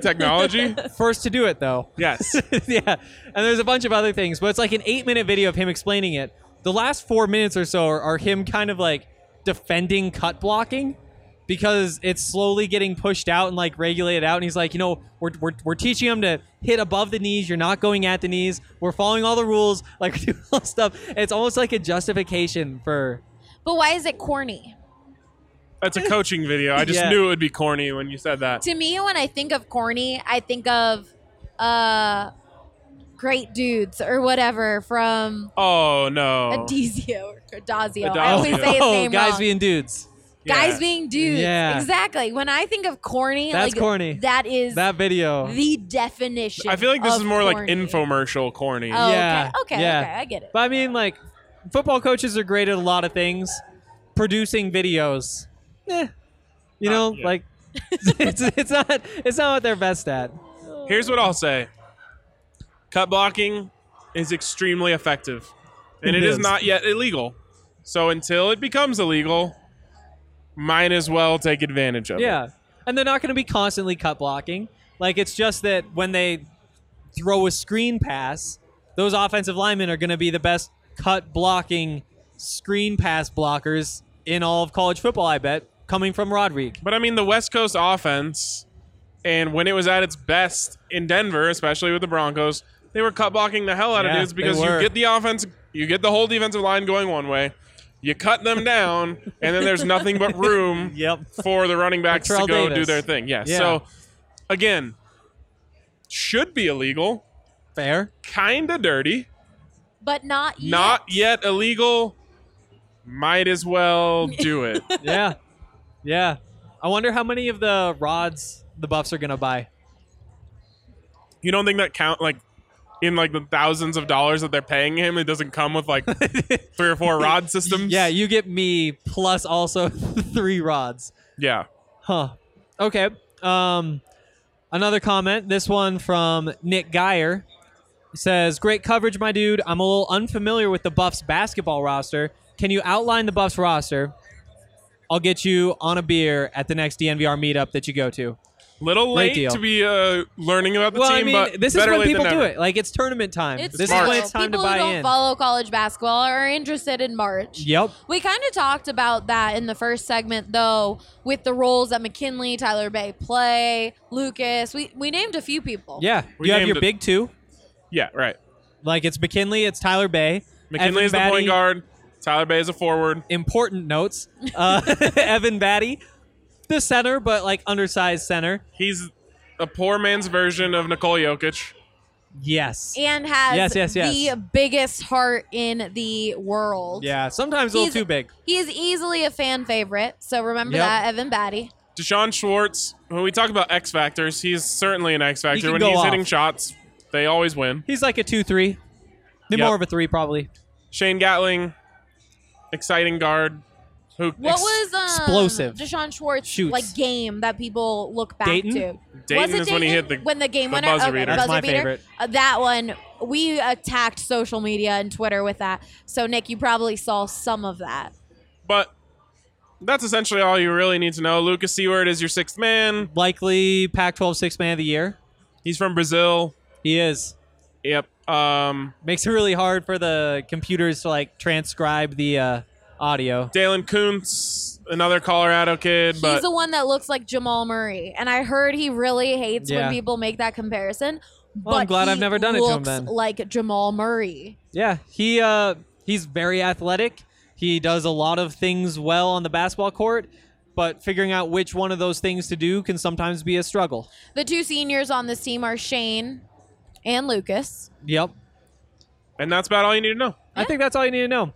[SPEAKER 7] <laughs>
[SPEAKER 8] technology.
[SPEAKER 6] first to do it though.
[SPEAKER 8] yes.
[SPEAKER 6] <laughs> yeah. And there's a bunch of other things, but it's like an eight minute video of him explaining it. The last four minutes or so are, are him kind of like defending cut blocking because it's slowly getting pushed out and like regulated out. And he's like, you know, we're, we're, we're teaching him to hit above the knees. You're not going at the knees. We're following all the rules, <laughs> like we're doing all this stuff. And it's almost like a justification for
[SPEAKER 7] but why is it corny?
[SPEAKER 8] That's a coaching video. I just
[SPEAKER 6] Yeah.
[SPEAKER 8] knew it would be corny when you said that.
[SPEAKER 7] To me, when I think of corny, I think of uh, great dudes or whatever from
[SPEAKER 8] Oh no.
[SPEAKER 7] Uh, Adizio or Dazio. I always
[SPEAKER 8] Adazio.
[SPEAKER 7] say his
[SPEAKER 6] Oh,
[SPEAKER 7] name
[SPEAKER 6] guys
[SPEAKER 7] wrong.
[SPEAKER 6] being dudes.
[SPEAKER 7] guys
[SPEAKER 8] Yeah.
[SPEAKER 7] being dudes.
[SPEAKER 6] Yeah.
[SPEAKER 7] Exactly. When I think of corny,
[SPEAKER 6] That's
[SPEAKER 7] like,
[SPEAKER 6] corny.
[SPEAKER 7] That is
[SPEAKER 6] That video.
[SPEAKER 7] the definition.
[SPEAKER 8] I feel like this
[SPEAKER 7] of
[SPEAKER 8] is more like
[SPEAKER 7] corny.
[SPEAKER 8] infomercial corny.
[SPEAKER 7] Oh,
[SPEAKER 6] Yeah,
[SPEAKER 7] okay. Okay.
[SPEAKER 6] yeah.
[SPEAKER 7] Okay. I get it.
[SPEAKER 6] But I mean, like, football coaches are great at a lot of things. Producing videos, eh, you know,
[SPEAKER 8] yeah.
[SPEAKER 6] like <laughs> it's, it's not it's not what they're best at.
[SPEAKER 8] Here's what I'll say. Cut blocking is extremely effective. And
[SPEAKER 6] It
[SPEAKER 8] it is
[SPEAKER 6] is.
[SPEAKER 8] not yet illegal. So until it becomes illegal, might as well take advantage of it.
[SPEAKER 6] Yeah, and they're not going to be constantly cut blocking. Like it's just that when they throw a screen pass, those offensive linemen are going to be the best cut blocking screen pass blockers in all of college football. I bet coming from Rodrigue.
[SPEAKER 8] But I mean the West Coast offense and when it was at its best in Denver, especially with the Broncos, they were cut blocking the hell out
[SPEAKER 6] Yeah,
[SPEAKER 8] of dudes
[SPEAKER 6] they
[SPEAKER 8] because you
[SPEAKER 6] were.
[SPEAKER 8] get the offense you get the whole defensive line going one way. You cut them down, and then there's
[SPEAKER 6] <laughs>
[SPEAKER 8] nothing but room
[SPEAKER 6] Yep.
[SPEAKER 8] for the running backs to
[SPEAKER 6] Terrell
[SPEAKER 8] go do
[SPEAKER 6] Davis.
[SPEAKER 8] their thing. Yeah.
[SPEAKER 6] Yeah.
[SPEAKER 8] So again, should be illegal,
[SPEAKER 6] Fair.
[SPEAKER 8] kind of dirty,
[SPEAKER 7] But not yet.
[SPEAKER 8] not yet illegal. Might as well do it.
[SPEAKER 6] yeah. Yeah. I wonder how many of the rods the buffs are going to buy.
[SPEAKER 8] you don't think that count like in like the thousands of dollars that they're paying him, it doesn't come
[SPEAKER 6] <laughs>
[SPEAKER 8] with like three or four rod systems.
[SPEAKER 6] Yeah, you get me plus also <laughs> three rods.
[SPEAKER 8] yeah.
[SPEAKER 6] Huh. Okay. Um, another comment. This one from Nick Geyer says, "Great coverage, my dude. I'm a little unfamiliar with the Buffs basketball roster. Can you outline the Buffs roster? I'll get you on a beer at the next DNVR meetup that you go to."
[SPEAKER 8] Little
[SPEAKER 6] Great
[SPEAKER 8] late
[SPEAKER 6] deal.
[SPEAKER 8] to be uh, learning about the
[SPEAKER 6] Well,
[SPEAKER 8] team,
[SPEAKER 6] I mean,
[SPEAKER 8] but
[SPEAKER 6] this is
[SPEAKER 8] better
[SPEAKER 6] when
[SPEAKER 8] late than
[SPEAKER 6] people do
[SPEAKER 8] never.
[SPEAKER 6] it. Like it's tournament time.
[SPEAKER 7] It's
[SPEAKER 6] this
[SPEAKER 7] March.
[SPEAKER 6] is when it's time
[SPEAKER 7] People
[SPEAKER 6] to buy
[SPEAKER 7] who don't
[SPEAKER 6] in.
[SPEAKER 7] follow college basketball are interested in March.
[SPEAKER 6] Yep.
[SPEAKER 7] We kind of talked about that in the first segment, though, with the roles that McKinley, Tyler Bay play, Lucas. We we named a few people.
[SPEAKER 6] Yeah.
[SPEAKER 8] We
[SPEAKER 6] you have
[SPEAKER 8] named
[SPEAKER 6] your
[SPEAKER 8] it-
[SPEAKER 6] big two.
[SPEAKER 8] Yeah, right.
[SPEAKER 6] Like it's McKinley, it's Tyler Bay.
[SPEAKER 8] McKinley is the
[SPEAKER 6] Evan
[SPEAKER 8] point
[SPEAKER 6] Batty-
[SPEAKER 8] guard. Tyler Bay is a forward.
[SPEAKER 6] important notes. Uh, <laughs> Evan Batty, the center, but like undersized center.
[SPEAKER 8] He's a poor man's version of Nicole Jokic.
[SPEAKER 6] Yes.
[SPEAKER 7] And has
[SPEAKER 6] Yes, yes, yes.
[SPEAKER 7] the biggest heart in the world.
[SPEAKER 6] Yeah. Sometimes a little too big.
[SPEAKER 7] He is easily a fan favorite. So remember
[SPEAKER 6] Yep.
[SPEAKER 7] that, Evan Batty.
[SPEAKER 8] Deshaun Schwartz, when we talk about X Factors, he's certainly an X Factor.
[SPEAKER 6] can
[SPEAKER 8] when
[SPEAKER 6] go
[SPEAKER 8] he's
[SPEAKER 6] off.
[SPEAKER 8] hitting shots, they always win.
[SPEAKER 6] He's like a two three.
[SPEAKER 8] Yep.
[SPEAKER 6] More of a three probably.
[SPEAKER 8] Shane Gatling, exciting guard. Who
[SPEAKER 7] What
[SPEAKER 8] ex-
[SPEAKER 7] was um,
[SPEAKER 6] explosive.
[SPEAKER 7] Deshaun Schwartz
[SPEAKER 6] Shoots.
[SPEAKER 7] like game that people look back
[SPEAKER 6] Dayton?
[SPEAKER 7] to?
[SPEAKER 8] Dayton
[SPEAKER 7] was it
[SPEAKER 8] is when he hit the-
[SPEAKER 7] when the game
[SPEAKER 8] the
[SPEAKER 7] winner.
[SPEAKER 8] buzzer
[SPEAKER 7] okay,
[SPEAKER 8] beater.
[SPEAKER 7] buzzer
[SPEAKER 6] That's my
[SPEAKER 7] beater.
[SPEAKER 6] favorite.
[SPEAKER 7] Uh, that one we attacked social media and Twitter with that. So Nick, you probably saw some of that.
[SPEAKER 8] But that's essentially all you really need to know. Lucas Seward is your sixth man.
[SPEAKER 6] Likely Pac-12 six man of the year.
[SPEAKER 8] He's from Brazil.
[SPEAKER 6] He is.
[SPEAKER 8] Yep. Um,
[SPEAKER 6] Makes it really hard for the computers to like transcribe the uh, audio.
[SPEAKER 8] Dalen Kuntz, another Colorado kid,
[SPEAKER 7] He's
[SPEAKER 8] but
[SPEAKER 7] the one that looks like Jamal Murray, and I heard he really hates
[SPEAKER 6] Yeah.
[SPEAKER 7] when people make that comparison.
[SPEAKER 6] Well, I'm
[SPEAKER 7] but
[SPEAKER 6] glad
[SPEAKER 7] he
[SPEAKER 6] I've never done it to him
[SPEAKER 7] looks
[SPEAKER 6] then.
[SPEAKER 7] Like Jamal Murray.
[SPEAKER 6] Yeah. He uh, he's very athletic. He does a lot of things well on the basketball court, but figuring out which one of those things to do can sometimes be a struggle.
[SPEAKER 7] The two seniors on this team are Shane and Lucas.
[SPEAKER 6] Yep.
[SPEAKER 8] and that's about all you need to know.
[SPEAKER 6] I think that's all you need to know.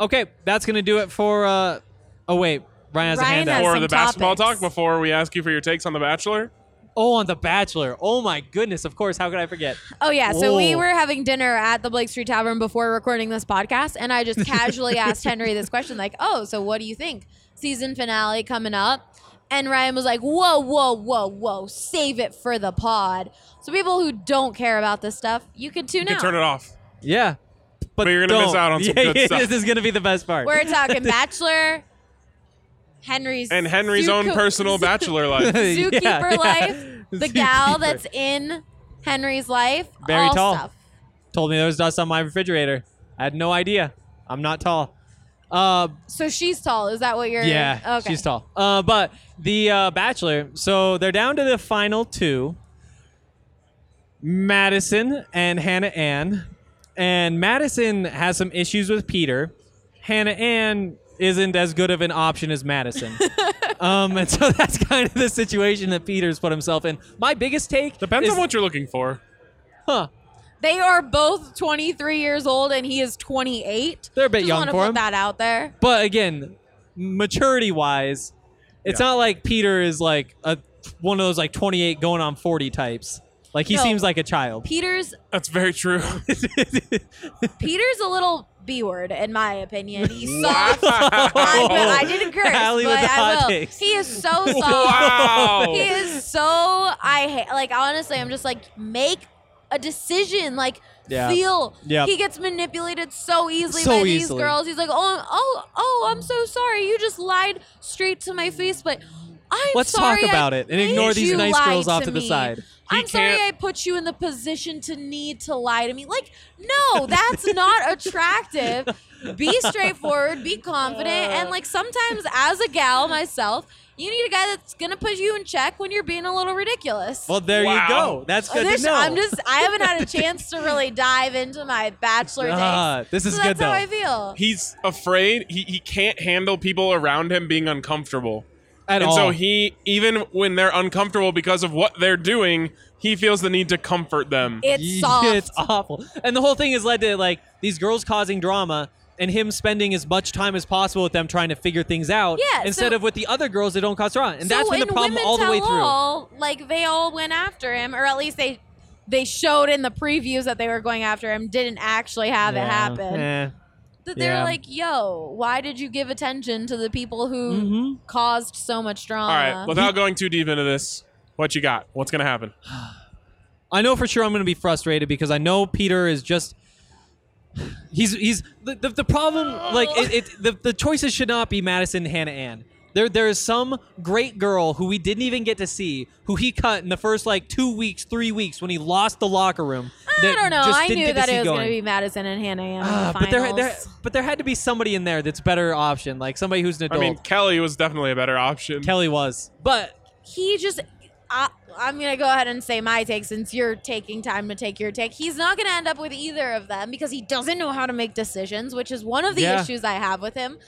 [SPEAKER 6] Okay, that's gonna do it for. uh Oh wait, Ryan has
[SPEAKER 7] Ryan
[SPEAKER 6] a handout.
[SPEAKER 7] has-
[SPEAKER 8] Or
[SPEAKER 7] some
[SPEAKER 8] the basketball
[SPEAKER 7] topics.
[SPEAKER 8] talk before we ask you for your takes on The Bachelor.
[SPEAKER 6] oh, on The Bachelor. Oh my goodness, of course. How could I forget?
[SPEAKER 7] Oh yeah, so we
[SPEAKER 6] Whoa.
[SPEAKER 7] were having dinner at the Blake Street Tavern before recording this podcast, and I
[SPEAKER 6] <laughs>
[SPEAKER 7] just casually asked Henry this question, like, "Oh, so what do you think? Season finale coming up?" And Ryan was like, "Whoa, whoa, whoa, whoa! Save it for the pod." So people who don't care about this stuff, you can tune
[SPEAKER 8] You can
[SPEAKER 7] out.
[SPEAKER 8] turn it off.
[SPEAKER 6] Yeah, but,
[SPEAKER 8] But you're gonna miss
[SPEAKER 6] don't.
[SPEAKER 8] out on some
[SPEAKER 6] <laughs> Yeah,
[SPEAKER 8] good
[SPEAKER 6] yeah,
[SPEAKER 8] stuff.
[SPEAKER 6] This is gonna be the best part.
[SPEAKER 7] We're
[SPEAKER 8] <laughs>
[SPEAKER 7] talking Bachelor, Henry's
[SPEAKER 8] And Henry's
[SPEAKER 7] zoo
[SPEAKER 8] own
[SPEAKER 7] co- <laughs>
[SPEAKER 8] personal <laughs>
[SPEAKER 7] zoo-
[SPEAKER 8] bachelor life.
[SPEAKER 6] Yeah,
[SPEAKER 7] zookeeper
[SPEAKER 6] yeah.
[SPEAKER 8] <laughs>
[SPEAKER 7] life, the gal
[SPEAKER 6] Zookeeper.
[SPEAKER 7] that's in Henry's life.
[SPEAKER 6] Very
[SPEAKER 7] all
[SPEAKER 6] tall.
[SPEAKER 7] Stuff.
[SPEAKER 6] told me there was dust on my refrigerator. I had no idea. I'm not tall. Uh,
[SPEAKER 7] So she's tall. Is that what you're?
[SPEAKER 6] Yeah,
[SPEAKER 7] Okay.
[SPEAKER 6] she's tall. Uh, but the uh, Bachelor, so they're down to the final two Madison and Hannah Ann. And Madison has some issues with Peter. Hannah Ann isn't as good of an option as Madison. um, and so that's kind of the situation that Peter's put himself in. My biggest take
[SPEAKER 8] Depends
[SPEAKER 6] is,
[SPEAKER 8] on what you're looking for.
[SPEAKER 6] Huh.
[SPEAKER 7] They are both 23 years old, and he is 28.
[SPEAKER 6] They're a bit
[SPEAKER 7] Just
[SPEAKER 6] young
[SPEAKER 7] wanna
[SPEAKER 6] for
[SPEAKER 7] put
[SPEAKER 6] him.
[SPEAKER 7] that out there.
[SPEAKER 6] But again, maturity wise, it's not like Peter is like a one of those like 28 going on 40 types. Like he
[SPEAKER 7] No.
[SPEAKER 6] seems like a child.
[SPEAKER 7] Peter's
[SPEAKER 8] That's
[SPEAKER 7] <laughs>
[SPEAKER 8] very true. <laughs>
[SPEAKER 7] Peter's a little b word in my opinion.
[SPEAKER 6] <laughs>
[SPEAKER 7] He's soft. I, will- I didn't curse,
[SPEAKER 6] Allie with
[SPEAKER 7] but
[SPEAKER 6] the hot
[SPEAKER 7] I will.
[SPEAKER 6] takes.
[SPEAKER 7] He is
[SPEAKER 6] <laughs>
[SPEAKER 7] so soft. he
[SPEAKER 8] wow.
[SPEAKER 7] is so I hate. Like honestly, I'm just like make a decision. Like
[SPEAKER 6] Yeah.
[SPEAKER 7] feel.
[SPEAKER 6] Yep.
[SPEAKER 7] He gets manipulated so easily
[SPEAKER 6] So
[SPEAKER 7] by
[SPEAKER 6] easily.
[SPEAKER 7] these girls. He's like, oh, I'm- oh, oh, I'm so sorry. You just lied straight to my face, but. I'm
[SPEAKER 6] Let's
[SPEAKER 7] sorry
[SPEAKER 6] talk
[SPEAKER 7] I
[SPEAKER 6] about it and
[SPEAKER 7] made
[SPEAKER 6] ignore these
[SPEAKER 7] you
[SPEAKER 6] nice
[SPEAKER 7] lie
[SPEAKER 6] girls off
[SPEAKER 7] to
[SPEAKER 6] to the
[SPEAKER 7] me.
[SPEAKER 6] side.
[SPEAKER 8] He
[SPEAKER 7] I'm sorry I
[SPEAKER 8] can't-
[SPEAKER 7] put you in the position to need to lie to me. Like,
[SPEAKER 6] <laughs>
[SPEAKER 7] no, that's not attractive. Be straightforward, be confident, and like sometimes as a gal myself, you need a guy that's gonna put you in check when you're being a little ridiculous.
[SPEAKER 6] Well, there you
[SPEAKER 8] Wow.
[SPEAKER 6] go. That's
[SPEAKER 7] Uh,
[SPEAKER 6] good
[SPEAKER 7] there's-
[SPEAKER 6] to know.
[SPEAKER 7] I'm just I haven't
[SPEAKER 6] <laughs>
[SPEAKER 7] had a chance to really dive into my bachelor days.
[SPEAKER 6] Ah, this is
[SPEAKER 7] so
[SPEAKER 6] good
[SPEAKER 7] that's
[SPEAKER 6] though.
[SPEAKER 7] how I feel.
[SPEAKER 8] He's afraid. He, he can't handle people around him being uncomfortable.
[SPEAKER 6] At
[SPEAKER 8] and
[SPEAKER 6] all.
[SPEAKER 8] so he, even when they're uncomfortable because of what they're doing, he feels the need to comfort them.
[SPEAKER 6] <laughs>
[SPEAKER 7] It's soft.
[SPEAKER 6] It's awful. And the whole thing has led to like these girls causing drama and him spending as much time as possible with them trying to figure things out
[SPEAKER 7] Yeah, so-
[SPEAKER 6] instead of with the other girls that don't cause drama. And
[SPEAKER 7] so
[SPEAKER 6] that's been the
[SPEAKER 7] in
[SPEAKER 6] problem
[SPEAKER 7] Women
[SPEAKER 6] all the way
[SPEAKER 7] Tell
[SPEAKER 6] through.
[SPEAKER 7] All, like they all went after him, or at least they they showed in the previews that they were going after him didn't actually have it happen.
[SPEAKER 6] Yeah. Eh,
[SPEAKER 7] That they're
[SPEAKER 6] Yeah.
[SPEAKER 7] like, yo, why did you give attention to the people who
[SPEAKER 6] Mm-hmm.
[SPEAKER 7] caused so much drama?
[SPEAKER 8] All right, without going too deep into this, what you got? What's gonna happen?
[SPEAKER 6] I know for sure I'm going to be frustrated because I know Peter is just. He's he's the, the, the problem like it, it the, the choices should not be Madison Hannah Ann. There there is some great girl who we didn't even get to see who he cut in the first like two weeks three weeks when he lost the locker room.
[SPEAKER 7] I
[SPEAKER 6] that
[SPEAKER 7] don't know.
[SPEAKER 6] just
[SPEAKER 7] I
[SPEAKER 6] didn't
[SPEAKER 7] knew
[SPEAKER 6] get to
[SPEAKER 7] that
[SPEAKER 6] see
[SPEAKER 7] it was going
[SPEAKER 6] going.
[SPEAKER 7] to be Madison and Hannah Ann. in
[SPEAKER 6] Ah,
[SPEAKER 7] the
[SPEAKER 6] but there,
[SPEAKER 7] finals.
[SPEAKER 6] there but there had to be somebody in there that's better option like somebody who's an
[SPEAKER 8] I
[SPEAKER 6] adult.
[SPEAKER 8] mean, Kelly was definitely a better option.
[SPEAKER 6] Kelly was, but
[SPEAKER 7] he just I, i'm gonna go ahead and say my take since you're taking time to take your take he's not gonna end up with either of them because he doesn't know how to make decisions which is one of the
[SPEAKER 6] Yeah.
[SPEAKER 7] issues i have with him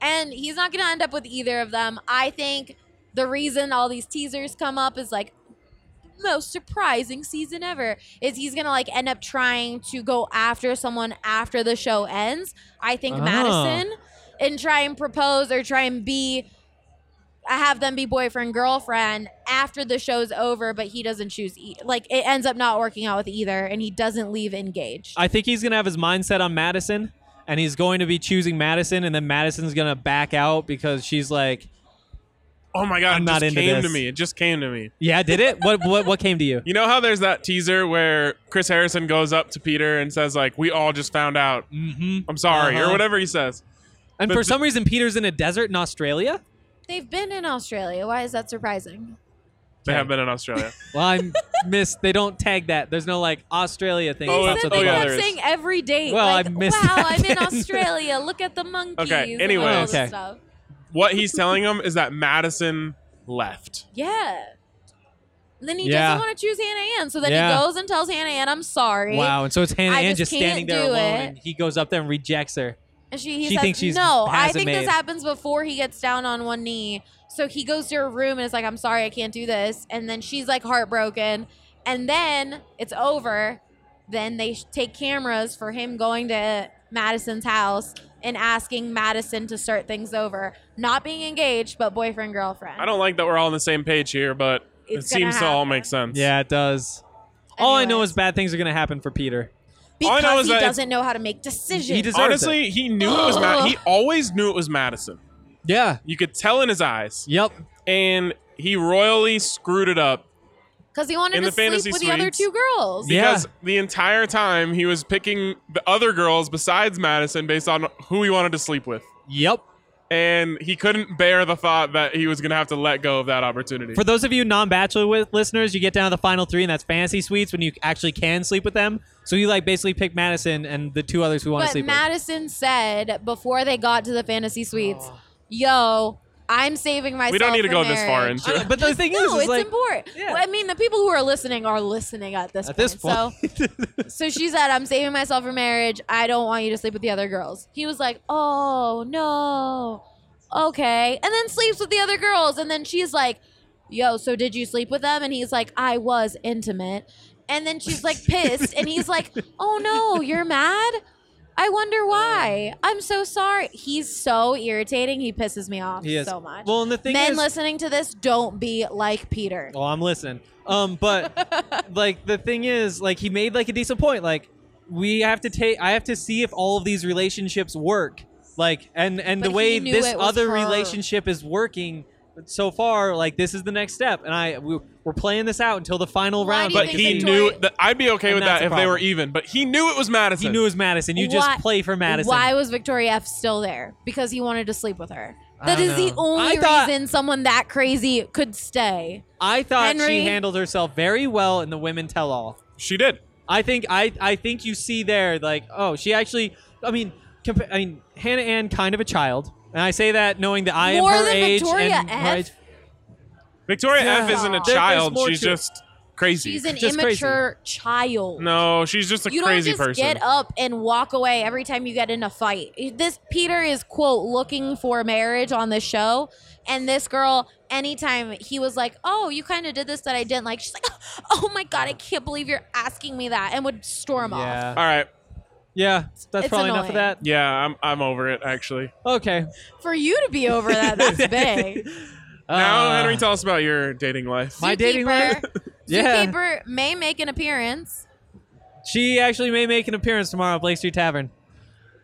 [SPEAKER 7] and he's not gonna end up with either of them i think the reason all these teasers come up is like most surprising season ever is he's gonna like end up trying to go after someone after the show ends i think
[SPEAKER 6] Oh.
[SPEAKER 7] madison and try and propose or try and be I have them be boyfriend girlfriend after the show's over, but he doesn't choose. E- like it ends up not working out with either, and he doesn't leave engaged.
[SPEAKER 6] I think he's gonna have his mindset on Madison, and he's going to be choosing Madison, and then Madison's gonna back out because she's like,
[SPEAKER 8] Oh my god,
[SPEAKER 6] I'm
[SPEAKER 8] it
[SPEAKER 6] not
[SPEAKER 8] just
[SPEAKER 6] into
[SPEAKER 8] came
[SPEAKER 6] this.
[SPEAKER 8] to me. It just came to me.
[SPEAKER 6] "Yeah, did it? What what what came to <laughs> you?"
[SPEAKER 8] You know how there's that teaser where Chris Harrison goes up to Peter and says like, "We all just found out.
[SPEAKER 6] Mm-hmm.
[SPEAKER 8] I'm sorry,"
[SPEAKER 6] Uh-huh.
[SPEAKER 8] or whatever he says.
[SPEAKER 6] And
[SPEAKER 8] But
[SPEAKER 6] for
[SPEAKER 8] the-
[SPEAKER 6] some reason, Peter's in a desert in Australia.
[SPEAKER 7] They've been in Australia. Why is that surprising?
[SPEAKER 8] They
[SPEAKER 6] Okay.
[SPEAKER 8] have been in Australia.
[SPEAKER 6] Well, I missed. They don't tag that. There's no like Australia thing.
[SPEAKER 7] They
[SPEAKER 8] Oh,
[SPEAKER 6] that
[SPEAKER 8] yeah.
[SPEAKER 6] pops
[SPEAKER 7] said
[SPEAKER 6] up
[SPEAKER 7] they
[SPEAKER 8] oh,
[SPEAKER 6] in
[SPEAKER 8] yeah,
[SPEAKER 7] kept
[SPEAKER 8] there is.
[SPEAKER 7] saying every day.
[SPEAKER 6] Well, I
[SPEAKER 7] like,
[SPEAKER 6] missed
[SPEAKER 7] wow,
[SPEAKER 6] that
[SPEAKER 7] I'm
[SPEAKER 6] <laughs>
[SPEAKER 7] in
[SPEAKER 6] then.
[SPEAKER 7] Australia. Look at the monkeys. and all
[SPEAKER 8] anyways.
[SPEAKER 7] this
[SPEAKER 6] Okay.
[SPEAKER 7] stuff.
[SPEAKER 8] what he's telling him is that Madison left.
[SPEAKER 7] Yeah. And then he
[SPEAKER 6] Yeah.
[SPEAKER 7] doesn't want to choose Hannah Ann, so then
[SPEAKER 6] Yeah.
[SPEAKER 7] he goes and tells Hannah Ann, "I'm sorry."
[SPEAKER 6] Wow, and so it's Hannah
[SPEAKER 7] I
[SPEAKER 6] Ann
[SPEAKER 7] just
[SPEAKER 6] just, standing
[SPEAKER 7] can't
[SPEAKER 6] there
[SPEAKER 7] do
[SPEAKER 6] alone,
[SPEAKER 7] it.
[SPEAKER 6] and he goes up there and rejects her.
[SPEAKER 7] And she, he
[SPEAKER 6] She
[SPEAKER 7] says,
[SPEAKER 6] thinks she's-
[SPEAKER 7] no, I
[SPEAKER 6] has it
[SPEAKER 7] think
[SPEAKER 6] made."
[SPEAKER 7] this happens before he gets down on one knee. So he goes to her room and is like, I'm sorry, I can't do this. And then she's like heartbroken. And then it's over. Then they sh- take cameras for him going to Madison's house and asking Madison to start things over. Not being engaged, but boyfriend, girlfriend.
[SPEAKER 8] I don't like that we're all on the same page here, but
[SPEAKER 7] It's
[SPEAKER 8] it
[SPEAKER 7] gonna
[SPEAKER 8] seems to all
[SPEAKER 7] happen.
[SPEAKER 8] make sense.
[SPEAKER 6] Yeah, it does. All I know
[SPEAKER 7] Anyways.
[SPEAKER 6] is bad things are gonna happen for Peter.
[SPEAKER 7] Because
[SPEAKER 8] all I know is
[SPEAKER 7] he
[SPEAKER 8] that it's-
[SPEAKER 7] doesn't know how to make decisions.
[SPEAKER 6] He deserves it.
[SPEAKER 8] Honestly, he knew it was Mad.
[SPEAKER 7] Ugh.
[SPEAKER 8] He always knew it was Madison.
[SPEAKER 6] Yeah.
[SPEAKER 8] You could tell in his eyes,
[SPEAKER 6] Yep.
[SPEAKER 8] and he royally screwed it up
[SPEAKER 7] Because he wanted
[SPEAKER 8] in
[SPEAKER 7] to
[SPEAKER 8] the
[SPEAKER 7] sleep with
[SPEAKER 8] fantasy
[SPEAKER 7] the other
[SPEAKER 8] suites.
[SPEAKER 7] two girls.
[SPEAKER 6] Yeah.
[SPEAKER 8] because the entire time he was picking the other girls besides Madison based on who he wanted to sleep with.
[SPEAKER 6] Yep.
[SPEAKER 8] And he couldn't bear the thought that he was going to have to let go of that opportunity.
[SPEAKER 6] For those of you non-bachelor with listeners, you get down to the final three, and that's fantasy suites when you actually can sleep with them. So you like basically pick Madison and the two others who want to
[SPEAKER 7] But
[SPEAKER 6] sleep
[SPEAKER 7] Madison said before they got to the fantasy suites,
[SPEAKER 6] Oh.
[SPEAKER 7] "Yo, I'm saving myself."
[SPEAKER 8] we don't need to
[SPEAKER 7] for
[SPEAKER 8] go this far
[SPEAKER 7] marriage."
[SPEAKER 8] into
[SPEAKER 6] with.
[SPEAKER 8] it.
[SPEAKER 6] Uh, But the thing
[SPEAKER 7] no,
[SPEAKER 6] is, is
[SPEAKER 7] it's
[SPEAKER 6] like
[SPEAKER 7] important.
[SPEAKER 6] Yeah.
[SPEAKER 7] Well, I mean, the people who are listening are listening at this point.
[SPEAKER 6] at this point,
[SPEAKER 7] So, so she said, "I'm saving myself for marriage. I don't want you to sleep with the other girls." He was like, "Oh no, okay," and then sleeps with the other girls, and then she's like, "Yo, so did you sleep with them?" And he's like, "I was intimate." And then she's like pissed, and he's like, "Oh no, you're mad." I
[SPEAKER 6] Uh.
[SPEAKER 7] wonder why. I'm so sorry. He's so irritating. He pisses me off
[SPEAKER 6] He is.
[SPEAKER 7] so much.
[SPEAKER 6] Well, and the thing
[SPEAKER 7] Men
[SPEAKER 6] is,
[SPEAKER 7] listening to this, don't be like Peter.
[SPEAKER 6] Well, I'm listening. Um,
[SPEAKER 7] <laughs>
[SPEAKER 6] but like the thing is, like he made like a decent point. Like we have to take, I have to see if all of these relationships work. Like and and
[SPEAKER 7] But
[SPEAKER 6] the
[SPEAKER 7] he
[SPEAKER 6] way
[SPEAKER 7] knew
[SPEAKER 6] this
[SPEAKER 7] it was
[SPEAKER 6] other
[SPEAKER 7] her.
[SPEAKER 6] relationship is working so far, like this is the next step. And I we, we're playing this out until the final
[SPEAKER 7] Why
[SPEAKER 6] round.
[SPEAKER 7] do you
[SPEAKER 8] But
[SPEAKER 7] think
[SPEAKER 8] he
[SPEAKER 7] that
[SPEAKER 8] knew
[SPEAKER 7] Dwight-
[SPEAKER 8] that I'd be okay
[SPEAKER 6] And
[SPEAKER 8] with
[SPEAKER 6] that's
[SPEAKER 8] that
[SPEAKER 6] a
[SPEAKER 8] if they were
[SPEAKER 6] problem.
[SPEAKER 8] even. But he knew it was Madison.
[SPEAKER 6] he knew it was Madison. You
[SPEAKER 7] Why-
[SPEAKER 6] just play for Madison.
[SPEAKER 7] Why was Victoria F still there? Because he wanted to sleep with her.
[SPEAKER 6] I
[SPEAKER 7] That
[SPEAKER 6] don't
[SPEAKER 7] is the
[SPEAKER 6] know.
[SPEAKER 7] only
[SPEAKER 6] I thought-
[SPEAKER 7] reason someone that crazy could stay.
[SPEAKER 6] I thought
[SPEAKER 7] Henry-
[SPEAKER 6] she handled herself very well in the women tell all.
[SPEAKER 8] she did.
[SPEAKER 6] I think I I think you see there like oh she actually I mean compa- I mean Hannah Ann kind of a child and I say that knowing that I
[SPEAKER 7] More
[SPEAKER 6] am her
[SPEAKER 7] than
[SPEAKER 6] age
[SPEAKER 7] Victoria
[SPEAKER 6] and her
[SPEAKER 7] F?
[SPEAKER 6] age.
[SPEAKER 8] Victoria F
[SPEAKER 7] Yeah.
[SPEAKER 8] isn't a
[SPEAKER 7] There-
[SPEAKER 6] there's
[SPEAKER 8] child.
[SPEAKER 6] more
[SPEAKER 8] She's
[SPEAKER 6] to it.
[SPEAKER 8] just crazy.
[SPEAKER 7] She's an
[SPEAKER 6] Just crazy.
[SPEAKER 7] immature child.
[SPEAKER 8] no, she's just a
[SPEAKER 7] You don't
[SPEAKER 8] crazy
[SPEAKER 7] just
[SPEAKER 8] person.
[SPEAKER 7] get up and walk away every time you get in a fight. This Peter is quote looking for marriage on the show, and this girl, anytime he was like, "Oh, you kind of did this that I didn't like," she's like, <laughs> "Oh my god, I can't believe you're asking me that," and would storm off.
[SPEAKER 6] Yeah,
[SPEAKER 8] All right.
[SPEAKER 6] yeah, that's
[SPEAKER 7] It's
[SPEAKER 6] probably enough of
[SPEAKER 7] annoying.
[SPEAKER 6] that.
[SPEAKER 8] Yeah, I'm I'm over it actually.
[SPEAKER 6] Okay.
[SPEAKER 7] For you to be
[SPEAKER 6] <laughs>
[SPEAKER 7] over that, that's big.
[SPEAKER 8] Now,
[SPEAKER 6] Uh,
[SPEAKER 8] Henry, tell us about your dating life.
[SPEAKER 6] My dating
[SPEAKER 7] Zookeeper.
[SPEAKER 6] <laughs> Yeah.
[SPEAKER 7] Zookeeper may make an
[SPEAKER 6] <laughs>
[SPEAKER 7] appearance.
[SPEAKER 6] She actually may make an appearance tomorrow at Blake Street Tavern.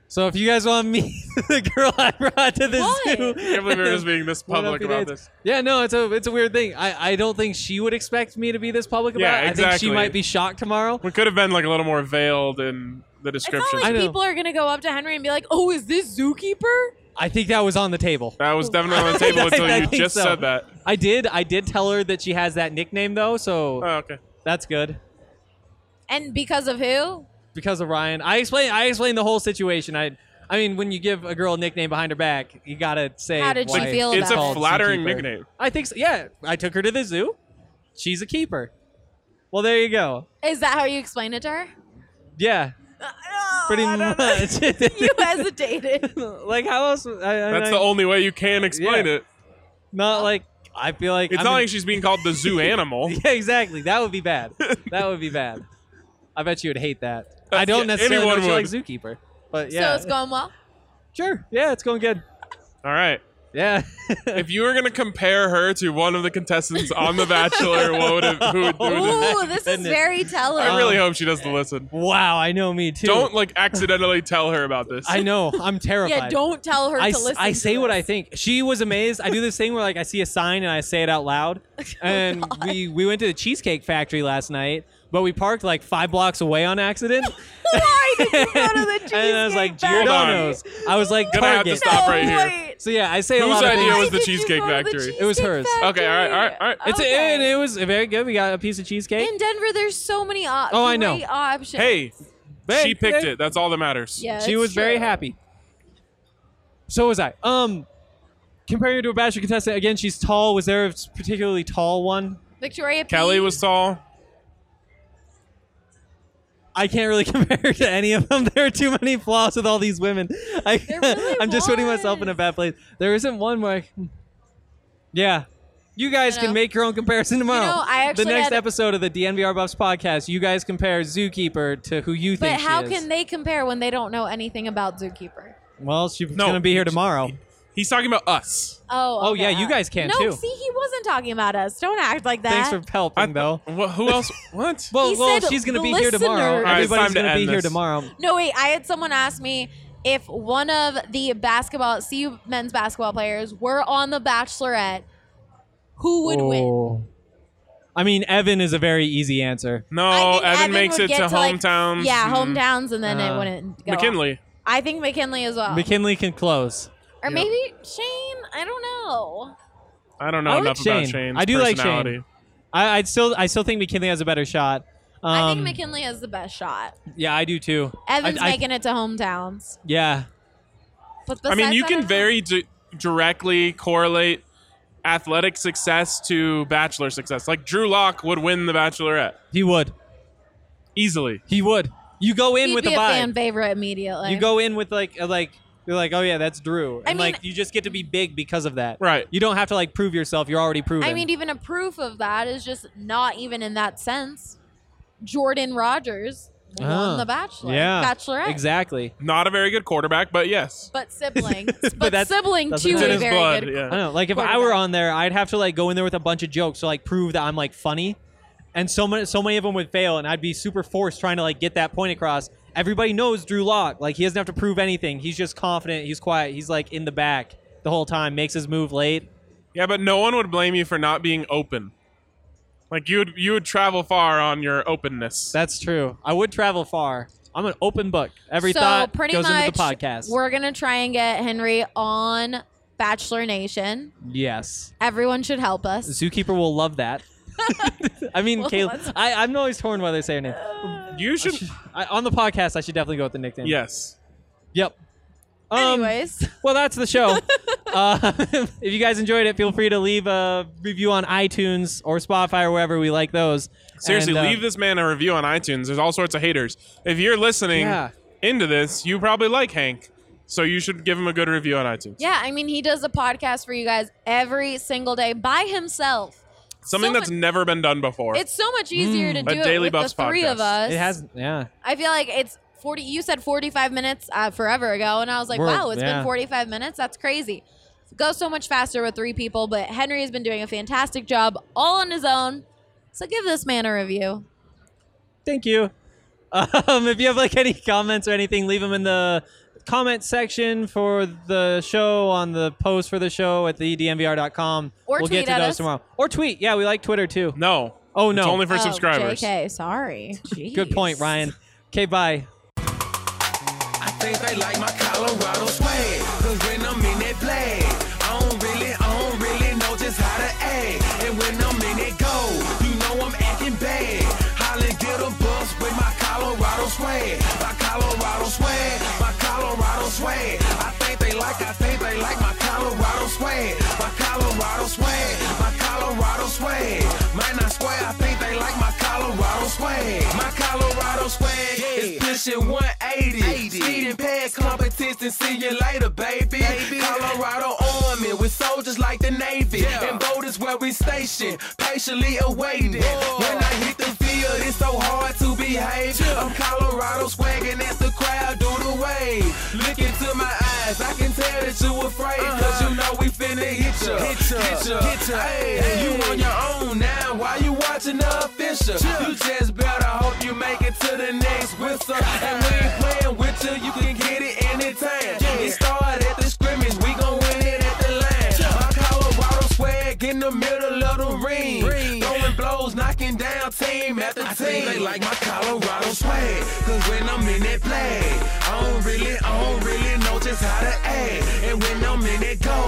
[SPEAKER 6] So if you guys want me, <laughs> the girl I brought to the
[SPEAKER 7] What?
[SPEAKER 6] zoo,
[SPEAKER 8] <laughs> I can't believe we're just being
[SPEAKER 6] <laughs>
[SPEAKER 8] this
[SPEAKER 6] What up,
[SPEAKER 8] public
[SPEAKER 6] you
[SPEAKER 8] about
[SPEAKER 6] dudes?
[SPEAKER 8] this.
[SPEAKER 6] Yeah, no, it's a it's a weird thing. I, I don't think she would expect me to be this public about
[SPEAKER 8] Yeah,
[SPEAKER 6] it. I think she
[SPEAKER 8] exactly.
[SPEAKER 6] might be shocked tomorrow.
[SPEAKER 8] We could have been like a little more veiled in the
[SPEAKER 7] It's not
[SPEAKER 8] description.
[SPEAKER 7] like
[SPEAKER 6] I know.
[SPEAKER 7] people are gonna go up to Henry and be like, "Oh, is this Zookeeper?"
[SPEAKER 6] I think that was on the table.
[SPEAKER 8] <laughs> that was definitely on the
[SPEAKER 6] <laughs>
[SPEAKER 8] table
[SPEAKER 6] I
[SPEAKER 8] until you
[SPEAKER 6] think
[SPEAKER 8] just
[SPEAKER 6] so.
[SPEAKER 8] said that.
[SPEAKER 6] I did I did tell her that she has that nickname though, so
[SPEAKER 8] Oh, okay.
[SPEAKER 6] that's good.
[SPEAKER 7] And because of who?
[SPEAKER 6] Because of Ryan. I explained I explained the whole situation. I I mean, when you give a girl a nickname behind her back, you gotta say
[SPEAKER 7] How did she
[SPEAKER 6] why
[SPEAKER 7] feel
[SPEAKER 8] It's
[SPEAKER 7] about
[SPEAKER 8] a
[SPEAKER 6] called
[SPEAKER 8] flattering
[SPEAKER 6] zookeeper.
[SPEAKER 8] nickname.
[SPEAKER 6] I think so. Yeah, I took her to the zoo. She's a keeper. Well, there you go.
[SPEAKER 7] Is that how you explain it to her?
[SPEAKER 6] Yeah,
[SPEAKER 7] Uh, Oh,
[SPEAKER 6] pretty much.
[SPEAKER 7] <laughs>
[SPEAKER 6] <laughs>
[SPEAKER 7] you hesitated.
[SPEAKER 6] like how else? I, I,
[SPEAKER 8] That's
[SPEAKER 6] I-
[SPEAKER 8] the only way you can explain
[SPEAKER 6] Yeah.
[SPEAKER 8] it.
[SPEAKER 6] Not like I feel like
[SPEAKER 8] It's
[SPEAKER 6] I'm
[SPEAKER 8] not
[SPEAKER 6] in-
[SPEAKER 8] like she's being called the zoo
[SPEAKER 6] <laughs>
[SPEAKER 8] animal.
[SPEAKER 6] yeah, exactly. That would be
[SPEAKER 8] <laughs>
[SPEAKER 6] bad. that would be bad. I bet you would hate that. I don't
[SPEAKER 8] yeah,
[SPEAKER 6] necessarily know
[SPEAKER 8] anyone
[SPEAKER 6] if you like zookeeper, but yeah,
[SPEAKER 7] So it's going
[SPEAKER 6] <laughs>
[SPEAKER 7] well.
[SPEAKER 6] sure. Yeah, it's going good.
[SPEAKER 8] All right.
[SPEAKER 6] Yeah, <laughs>
[SPEAKER 8] If you were gonna compare her to one of the contestants on The Bachelor, what would it, who would, who would it-
[SPEAKER 7] Ooh, this is
[SPEAKER 6] Goodness.
[SPEAKER 7] very telling.
[SPEAKER 8] I really hope she doesn't listen.
[SPEAKER 6] wow. I know me too.
[SPEAKER 8] Don't like accidentally tell her about this.
[SPEAKER 6] I know. I'm terrified.
[SPEAKER 7] <laughs> yeah, don't tell her
[SPEAKER 6] I,
[SPEAKER 7] to
[SPEAKER 6] s-
[SPEAKER 7] listen.
[SPEAKER 6] I
[SPEAKER 7] to
[SPEAKER 6] say what
[SPEAKER 7] this.
[SPEAKER 6] I think. She was amazed. I do this thing where like I see a sign and I say it
[SPEAKER 7] <laughs>
[SPEAKER 6] out loud.
[SPEAKER 7] Oh,
[SPEAKER 6] And we we went to the Cheesecake Factory last night, but we parked like five blocks away
[SPEAKER 7] <laughs>
[SPEAKER 6] on accident.
[SPEAKER 7] Why did you go to the cheesecake?
[SPEAKER 6] <laughs> and I was like
[SPEAKER 7] Factory?
[SPEAKER 8] Hold on.
[SPEAKER 6] Giordano's. I was like
[SPEAKER 8] Gonna have to
[SPEAKER 6] Target.
[SPEAKER 8] stop right here.
[SPEAKER 7] wait.
[SPEAKER 6] So yeah, I say a
[SPEAKER 8] Whose
[SPEAKER 6] lot of
[SPEAKER 8] idea
[SPEAKER 6] things.
[SPEAKER 8] was the
[SPEAKER 7] did you
[SPEAKER 8] Cheesecake
[SPEAKER 7] go to the
[SPEAKER 8] Factory?
[SPEAKER 6] It was
[SPEAKER 7] Cheesecake
[SPEAKER 6] hers.
[SPEAKER 8] Okay, all right, all right, all right.
[SPEAKER 6] It's
[SPEAKER 7] Okay.
[SPEAKER 6] and it was very good. We got a piece of cheesecake.
[SPEAKER 7] In Denver, there's so many op-
[SPEAKER 6] Oh, I know.
[SPEAKER 7] great options.
[SPEAKER 8] hey,
[SPEAKER 6] Hey,
[SPEAKER 8] she picked
[SPEAKER 6] hey.
[SPEAKER 8] it. That's all that matters.
[SPEAKER 7] yeah,
[SPEAKER 6] she
[SPEAKER 7] it's
[SPEAKER 6] was very
[SPEAKER 7] true.
[SPEAKER 6] happy. So was I. Um, comparing her to a bachelor contestant again, she's tall. Was there a particularly tall one?
[SPEAKER 7] Victoria P.
[SPEAKER 8] Kelly was tall.
[SPEAKER 6] I can't really <laughs> compare her to any of them. <laughs> There are too many flaws with all these women. <laughs> I,
[SPEAKER 7] There really
[SPEAKER 6] <laughs> I'm just putting myself in a
[SPEAKER 7] was.
[SPEAKER 6] bad place. There isn't one where, I can- yeah. You guys
[SPEAKER 7] You know.
[SPEAKER 6] can make your own comparison tomorrow.
[SPEAKER 7] know, I actually
[SPEAKER 6] the next
[SPEAKER 7] had-
[SPEAKER 6] episode of the DNVR Buffs podcast, you guys compare Zookeeper to who you
[SPEAKER 7] But
[SPEAKER 6] think. she
[SPEAKER 7] how
[SPEAKER 6] is.
[SPEAKER 7] can they compare when they don't know anything about Zookeeper?
[SPEAKER 6] Well, she's
[SPEAKER 8] No.
[SPEAKER 6] gonna be here tomorrow.
[SPEAKER 8] He's talking about us.
[SPEAKER 7] Oh,
[SPEAKER 6] Oh,
[SPEAKER 7] okay.
[SPEAKER 6] yeah, you guys can,
[SPEAKER 7] no,
[SPEAKER 6] too.
[SPEAKER 7] see, he wasn't talking about us. Don't act like that.
[SPEAKER 6] Thanks for helping, though.
[SPEAKER 8] Wha- who else? What?
[SPEAKER 6] <laughs> Well,
[SPEAKER 7] He
[SPEAKER 6] well,
[SPEAKER 7] said
[SPEAKER 6] she's gonna
[SPEAKER 7] the
[SPEAKER 6] be here tomorrow.
[SPEAKER 7] listeners- All
[SPEAKER 8] right, it's
[SPEAKER 6] Everybody's
[SPEAKER 8] time to
[SPEAKER 6] gonna be
[SPEAKER 8] end
[SPEAKER 6] here
[SPEAKER 8] this.
[SPEAKER 6] tomorrow.
[SPEAKER 7] No, wait. I had someone ask me if one of the basketball CU men's basketball players were on the Bachelorette, who would win?
[SPEAKER 6] Oh. I mean, Evan is a very easy answer.
[SPEAKER 8] no,
[SPEAKER 7] I think
[SPEAKER 8] Evan, makes
[SPEAKER 7] would
[SPEAKER 8] it
[SPEAKER 7] get
[SPEAKER 8] to
[SPEAKER 7] like-
[SPEAKER 8] hometowns.
[SPEAKER 7] yeah,
[SPEAKER 8] and
[SPEAKER 7] hometowns, and then it
[SPEAKER 6] Uh,
[SPEAKER 7] wouldn't go.
[SPEAKER 8] McKinley.
[SPEAKER 7] I think McKinley as well,
[SPEAKER 6] McKinley can close.
[SPEAKER 7] or maybe Shane. I don't know.
[SPEAKER 8] I don't know
[SPEAKER 6] I like
[SPEAKER 8] enough
[SPEAKER 6] Shane.
[SPEAKER 8] about Shane's
[SPEAKER 6] I do like Shane.
[SPEAKER 8] personality.
[SPEAKER 6] I, I'd still, I still think McKinley has a better shot. Um,
[SPEAKER 7] I think McKinley has the best shot.
[SPEAKER 6] Yeah, I do too.
[SPEAKER 7] Evan's
[SPEAKER 6] I- I-
[SPEAKER 7] making it to hometowns.
[SPEAKER 6] Yeah,
[SPEAKER 7] But
[SPEAKER 8] I mean,
[SPEAKER 7] besides
[SPEAKER 8] you
[SPEAKER 7] that,
[SPEAKER 8] can
[SPEAKER 7] don't know.
[SPEAKER 8] very d- directly correlate athletic success to bachelor success. Like Drew Locke would win the Bachelorette
[SPEAKER 6] he would.
[SPEAKER 8] easily.
[SPEAKER 6] He would. You go in
[SPEAKER 7] He'd
[SPEAKER 6] with
[SPEAKER 7] be
[SPEAKER 6] the
[SPEAKER 7] a
[SPEAKER 6] vibe.
[SPEAKER 7] fan favorite immediately.
[SPEAKER 6] you go in with like, uh, like you're like, oh yeah, that's Drew.
[SPEAKER 7] mean-
[SPEAKER 6] And like, you just get to be big because of that.
[SPEAKER 8] Right.
[SPEAKER 6] You don't have to like prove yourself. You're already proven.
[SPEAKER 7] I mean, even a proof of that is just not even in that sense. Jordan Rogers
[SPEAKER 6] Ah,
[SPEAKER 7] won The Bachelor,
[SPEAKER 6] yeah,
[SPEAKER 7] Bachelorette,
[SPEAKER 6] exactly.
[SPEAKER 8] Not a very good quarterback, but yes.
[SPEAKER 7] But sibling,
[SPEAKER 6] <laughs>
[SPEAKER 7] but,
[SPEAKER 6] that's-
[SPEAKER 7] sibling
[SPEAKER 6] that's
[SPEAKER 7] to
[SPEAKER 6] what
[SPEAKER 8] It's in
[SPEAKER 7] a
[SPEAKER 8] his
[SPEAKER 7] very
[SPEAKER 8] blood.
[SPEAKER 7] good.
[SPEAKER 6] I
[SPEAKER 8] Yeah.
[SPEAKER 6] don't know. Like if I were on there, I'd have to like go in there with a bunch of jokes to like prove that I'm like funny, and so many so many of them would fail, and I'd be super forced trying to like get that point across. Everybody knows Drew Lock. Like he doesn't have to prove anything. He's just confident. He's quiet. He's like in the back the whole time. Makes his move late.
[SPEAKER 8] Yeah, but no one would blame you for not being open. Like you would you would travel far on your openness.
[SPEAKER 6] That's true. I would travel far. I'm an open book. Every
[SPEAKER 7] so
[SPEAKER 6] thought
[SPEAKER 7] pretty
[SPEAKER 6] goes
[SPEAKER 7] much,
[SPEAKER 6] into the podcast.
[SPEAKER 7] we're gonna try and get Henry on Bachelor Nation.
[SPEAKER 6] Yes,
[SPEAKER 7] Everyone should help us.
[SPEAKER 6] zookeeper will
[SPEAKER 7] <laughs>
[SPEAKER 6] love that. I mean,
[SPEAKER 7] Well,
[SPEAKER 6] Caleb.
[SPEAKER 7] that's-
[SPEAKER 6] I, I'm always torn whether to say her name.
[SPEAKER 8] you should
[SPEAKER 6] I, on the podcast, I should definitely go with the nickname.
[SPEAKER 8] Yes.
[SPEAKER 6] Yep. Um,
[SPEAKER 7] Anyways,
[SPEAKER 6] Well, that's
[SPEAKER 7] <laughs>
[SPEAKER 6] the show. uh, <laughs> if you guys enjoyed it, feel free to leave a review on iTunes or Spotify or wherever we like those.
[SPEAKER 8] Seriously,
[SPEAKER 6] And, uh,
[SPEAKER 8] leave this man a review on iTunes. There's all sorts of haters. If you're listening
[SPEAKER 6] Yeah.
[SPEAKER 8] into this, you probably like Hank. So you should give him a good review on iTunes.
[SPEAKER 7] yeah, I mean, he does a podcast for you guys every single day by himself.
[SPEAKER 8] Something
[SPEAKER 7] so
[SPEAKER 8] that's
[SPEAKER 7] much-
[SPEAKER 8] never been done before.
[SPEAKER 7] It's so much easier to
[SPEAKER 8] A
[SPEAKER 7] do
[SPEAKER 8] Daily
[SPEAKER 7] it with
[SPEAKER 8] Buffs
[SPEAKER 7] the three of
[SPEAKER 8] podcast.
[SPEAKER 7] us.
[SPEAKER 6] Hmm. It has, yeah.
[SPEAKER 7] I feel like it's 40. You said 45 minutes uh, forever ago, and I was like,
[SPEAKER 6] We're-
[SPEAKER 7] wow, it's
[SPEAKER 6] yeah.
[SPEAKER 7] been 45 minutes. That's crazy. Goes so much faster with three people, but Henry has been doing a fantastic job all on his own. So give this man a review.
[SPEAKER 6] Thank you. <laughs> Um, if you have like any comments or anything, leave them in the comment section for the show on the post for the E show at thedmvr.com.
[SPEAKER 7] Or
[SPEAKER 6] we'll
[SPEAKER 7] tweet
[SPEAKER 6] get to
[SPEAKER 7] at
[SPEAKER 6] those
[SPEAKER 7] us.
[SPEAKER 6] tomorrow. Or tweet. Yeah, we like Twitter too.
[SPEAKER 8] No.
[SPEAKER 6] Oh,
[SPEAKER 8] It's
[SPEAKER 6] no.
[SPEAKER 8] only for
[SPEAKER 7] Oh,
[SPEAKER 8] subscribers.
[SPEAKER 7] JK, sorry.
[SPEAKER 6] Good point,
[SPEAKER 7] Jeez.
[SPEAKER 6] Ryan. Okay, bye.
[SPEAKER 5] I think they like my Colorado swag. Cause when I'm in that black, I don't really, I don't really know just how to act. And when I'm in that go, you know I'm acting bad. Holly get a bus with my Colorado swag. My Colorado swag, my Colorado swag. I think they like, I think they like my Colorado swag. My Colorado swag, my Colorado swag. Might not swear, I think they like my Colorado swag. My Colorado swag is pushing 180. Speeding past competition, see you later, baby. Colorado Army with soldiers like the Navy. And voters where we stationed, patiently awaiting. When I hit the field, it's so hard to behave. I'm Colorado swagging as the crowd do the wave. Look into my eyes, I can tell that you afraid. Cause you know we finna hit ya. Uh-huh. Hit ya, hit ya, hit ya. Hey, you on your own now. Why you watching the official? You just better hope you make it to the next whistle. And we ain't playing with you, you can get it anytime. It started at the scrimmage, we gon' win it at the line. My Colorado swag in the middle of the ring. Throwing blows, knocking down team after team. they like my Colorado swag. Cause when I'm in that play, I don't really, I don't really know just how to act. And when I'm in that go,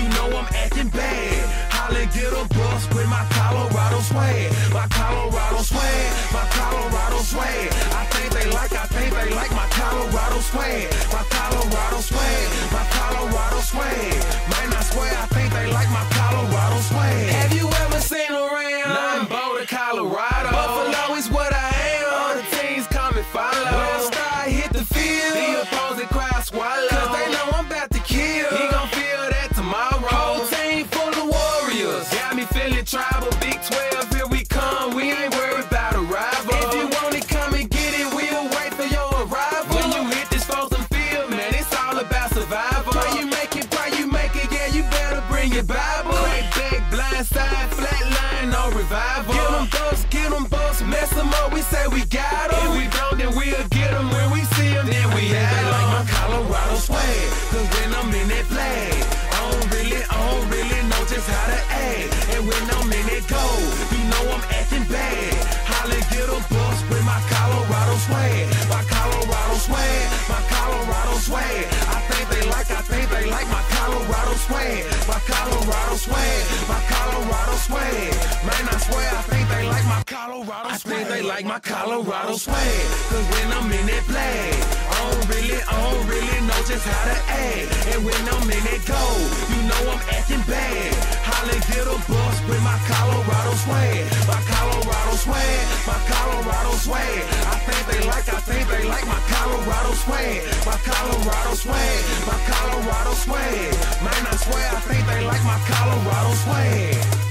[SPEAKER 5] you know I'm acting bad. Holla, get a bus with my Colorado swag. My Colorado swag, my Colorado swag. I think they like, I think they like my Colorado swag. My Colorado swag, my Colorado swag. Man, I swear, I think they like my Colorado swag. Have you ever seen around? None but Colorado. Buffalo is what I am. All the teams come and follow. When I start, hit the field. The opposing crowd swallow. Cause they know I'm about to kill. He gon' feel that tomorrow. Whole team full of warriors. Got me feeling tribal. Big 12, here we come. We ain't worried about a rival. If you want it, come and get it. We'll wait for your arrival. When you hit this frozen field, man, it's all about survival. Pray you make it, pray you make it. Yeah, you better bring your Bible. Right back, blind side, flat line, no revival. Get them bucks, get them bucks. Mess them up, we say we got them. If we don't, then we'll get them. When we see them, then we had them. like my Colorado swag. Cause when I'm in that flag, I don't really, I don't really know just how to act. And when I'm in that go, you know I'm acting bad. Holla, get a bus with my Colorado swag. My Colorado swag, my Colorado swag. I think they like, I think they like my Colorado swag. My Colorado swag, my Colorado swag. Man, I swear, I think they like my Colorado swag. I think they like my Colorado swag. Cause when I'm in that flag, I don't really, I don't really know just how to act. And when I'm in that go, you know I'm acting bad. Holla, get a bus with my Colorado swag. My Colorado swag, my Colorado swag. I think they like, I think they like my Colorado swag. My Colorado swag, my Colorado swag. Man, I swear, I think they like my Colorado swag.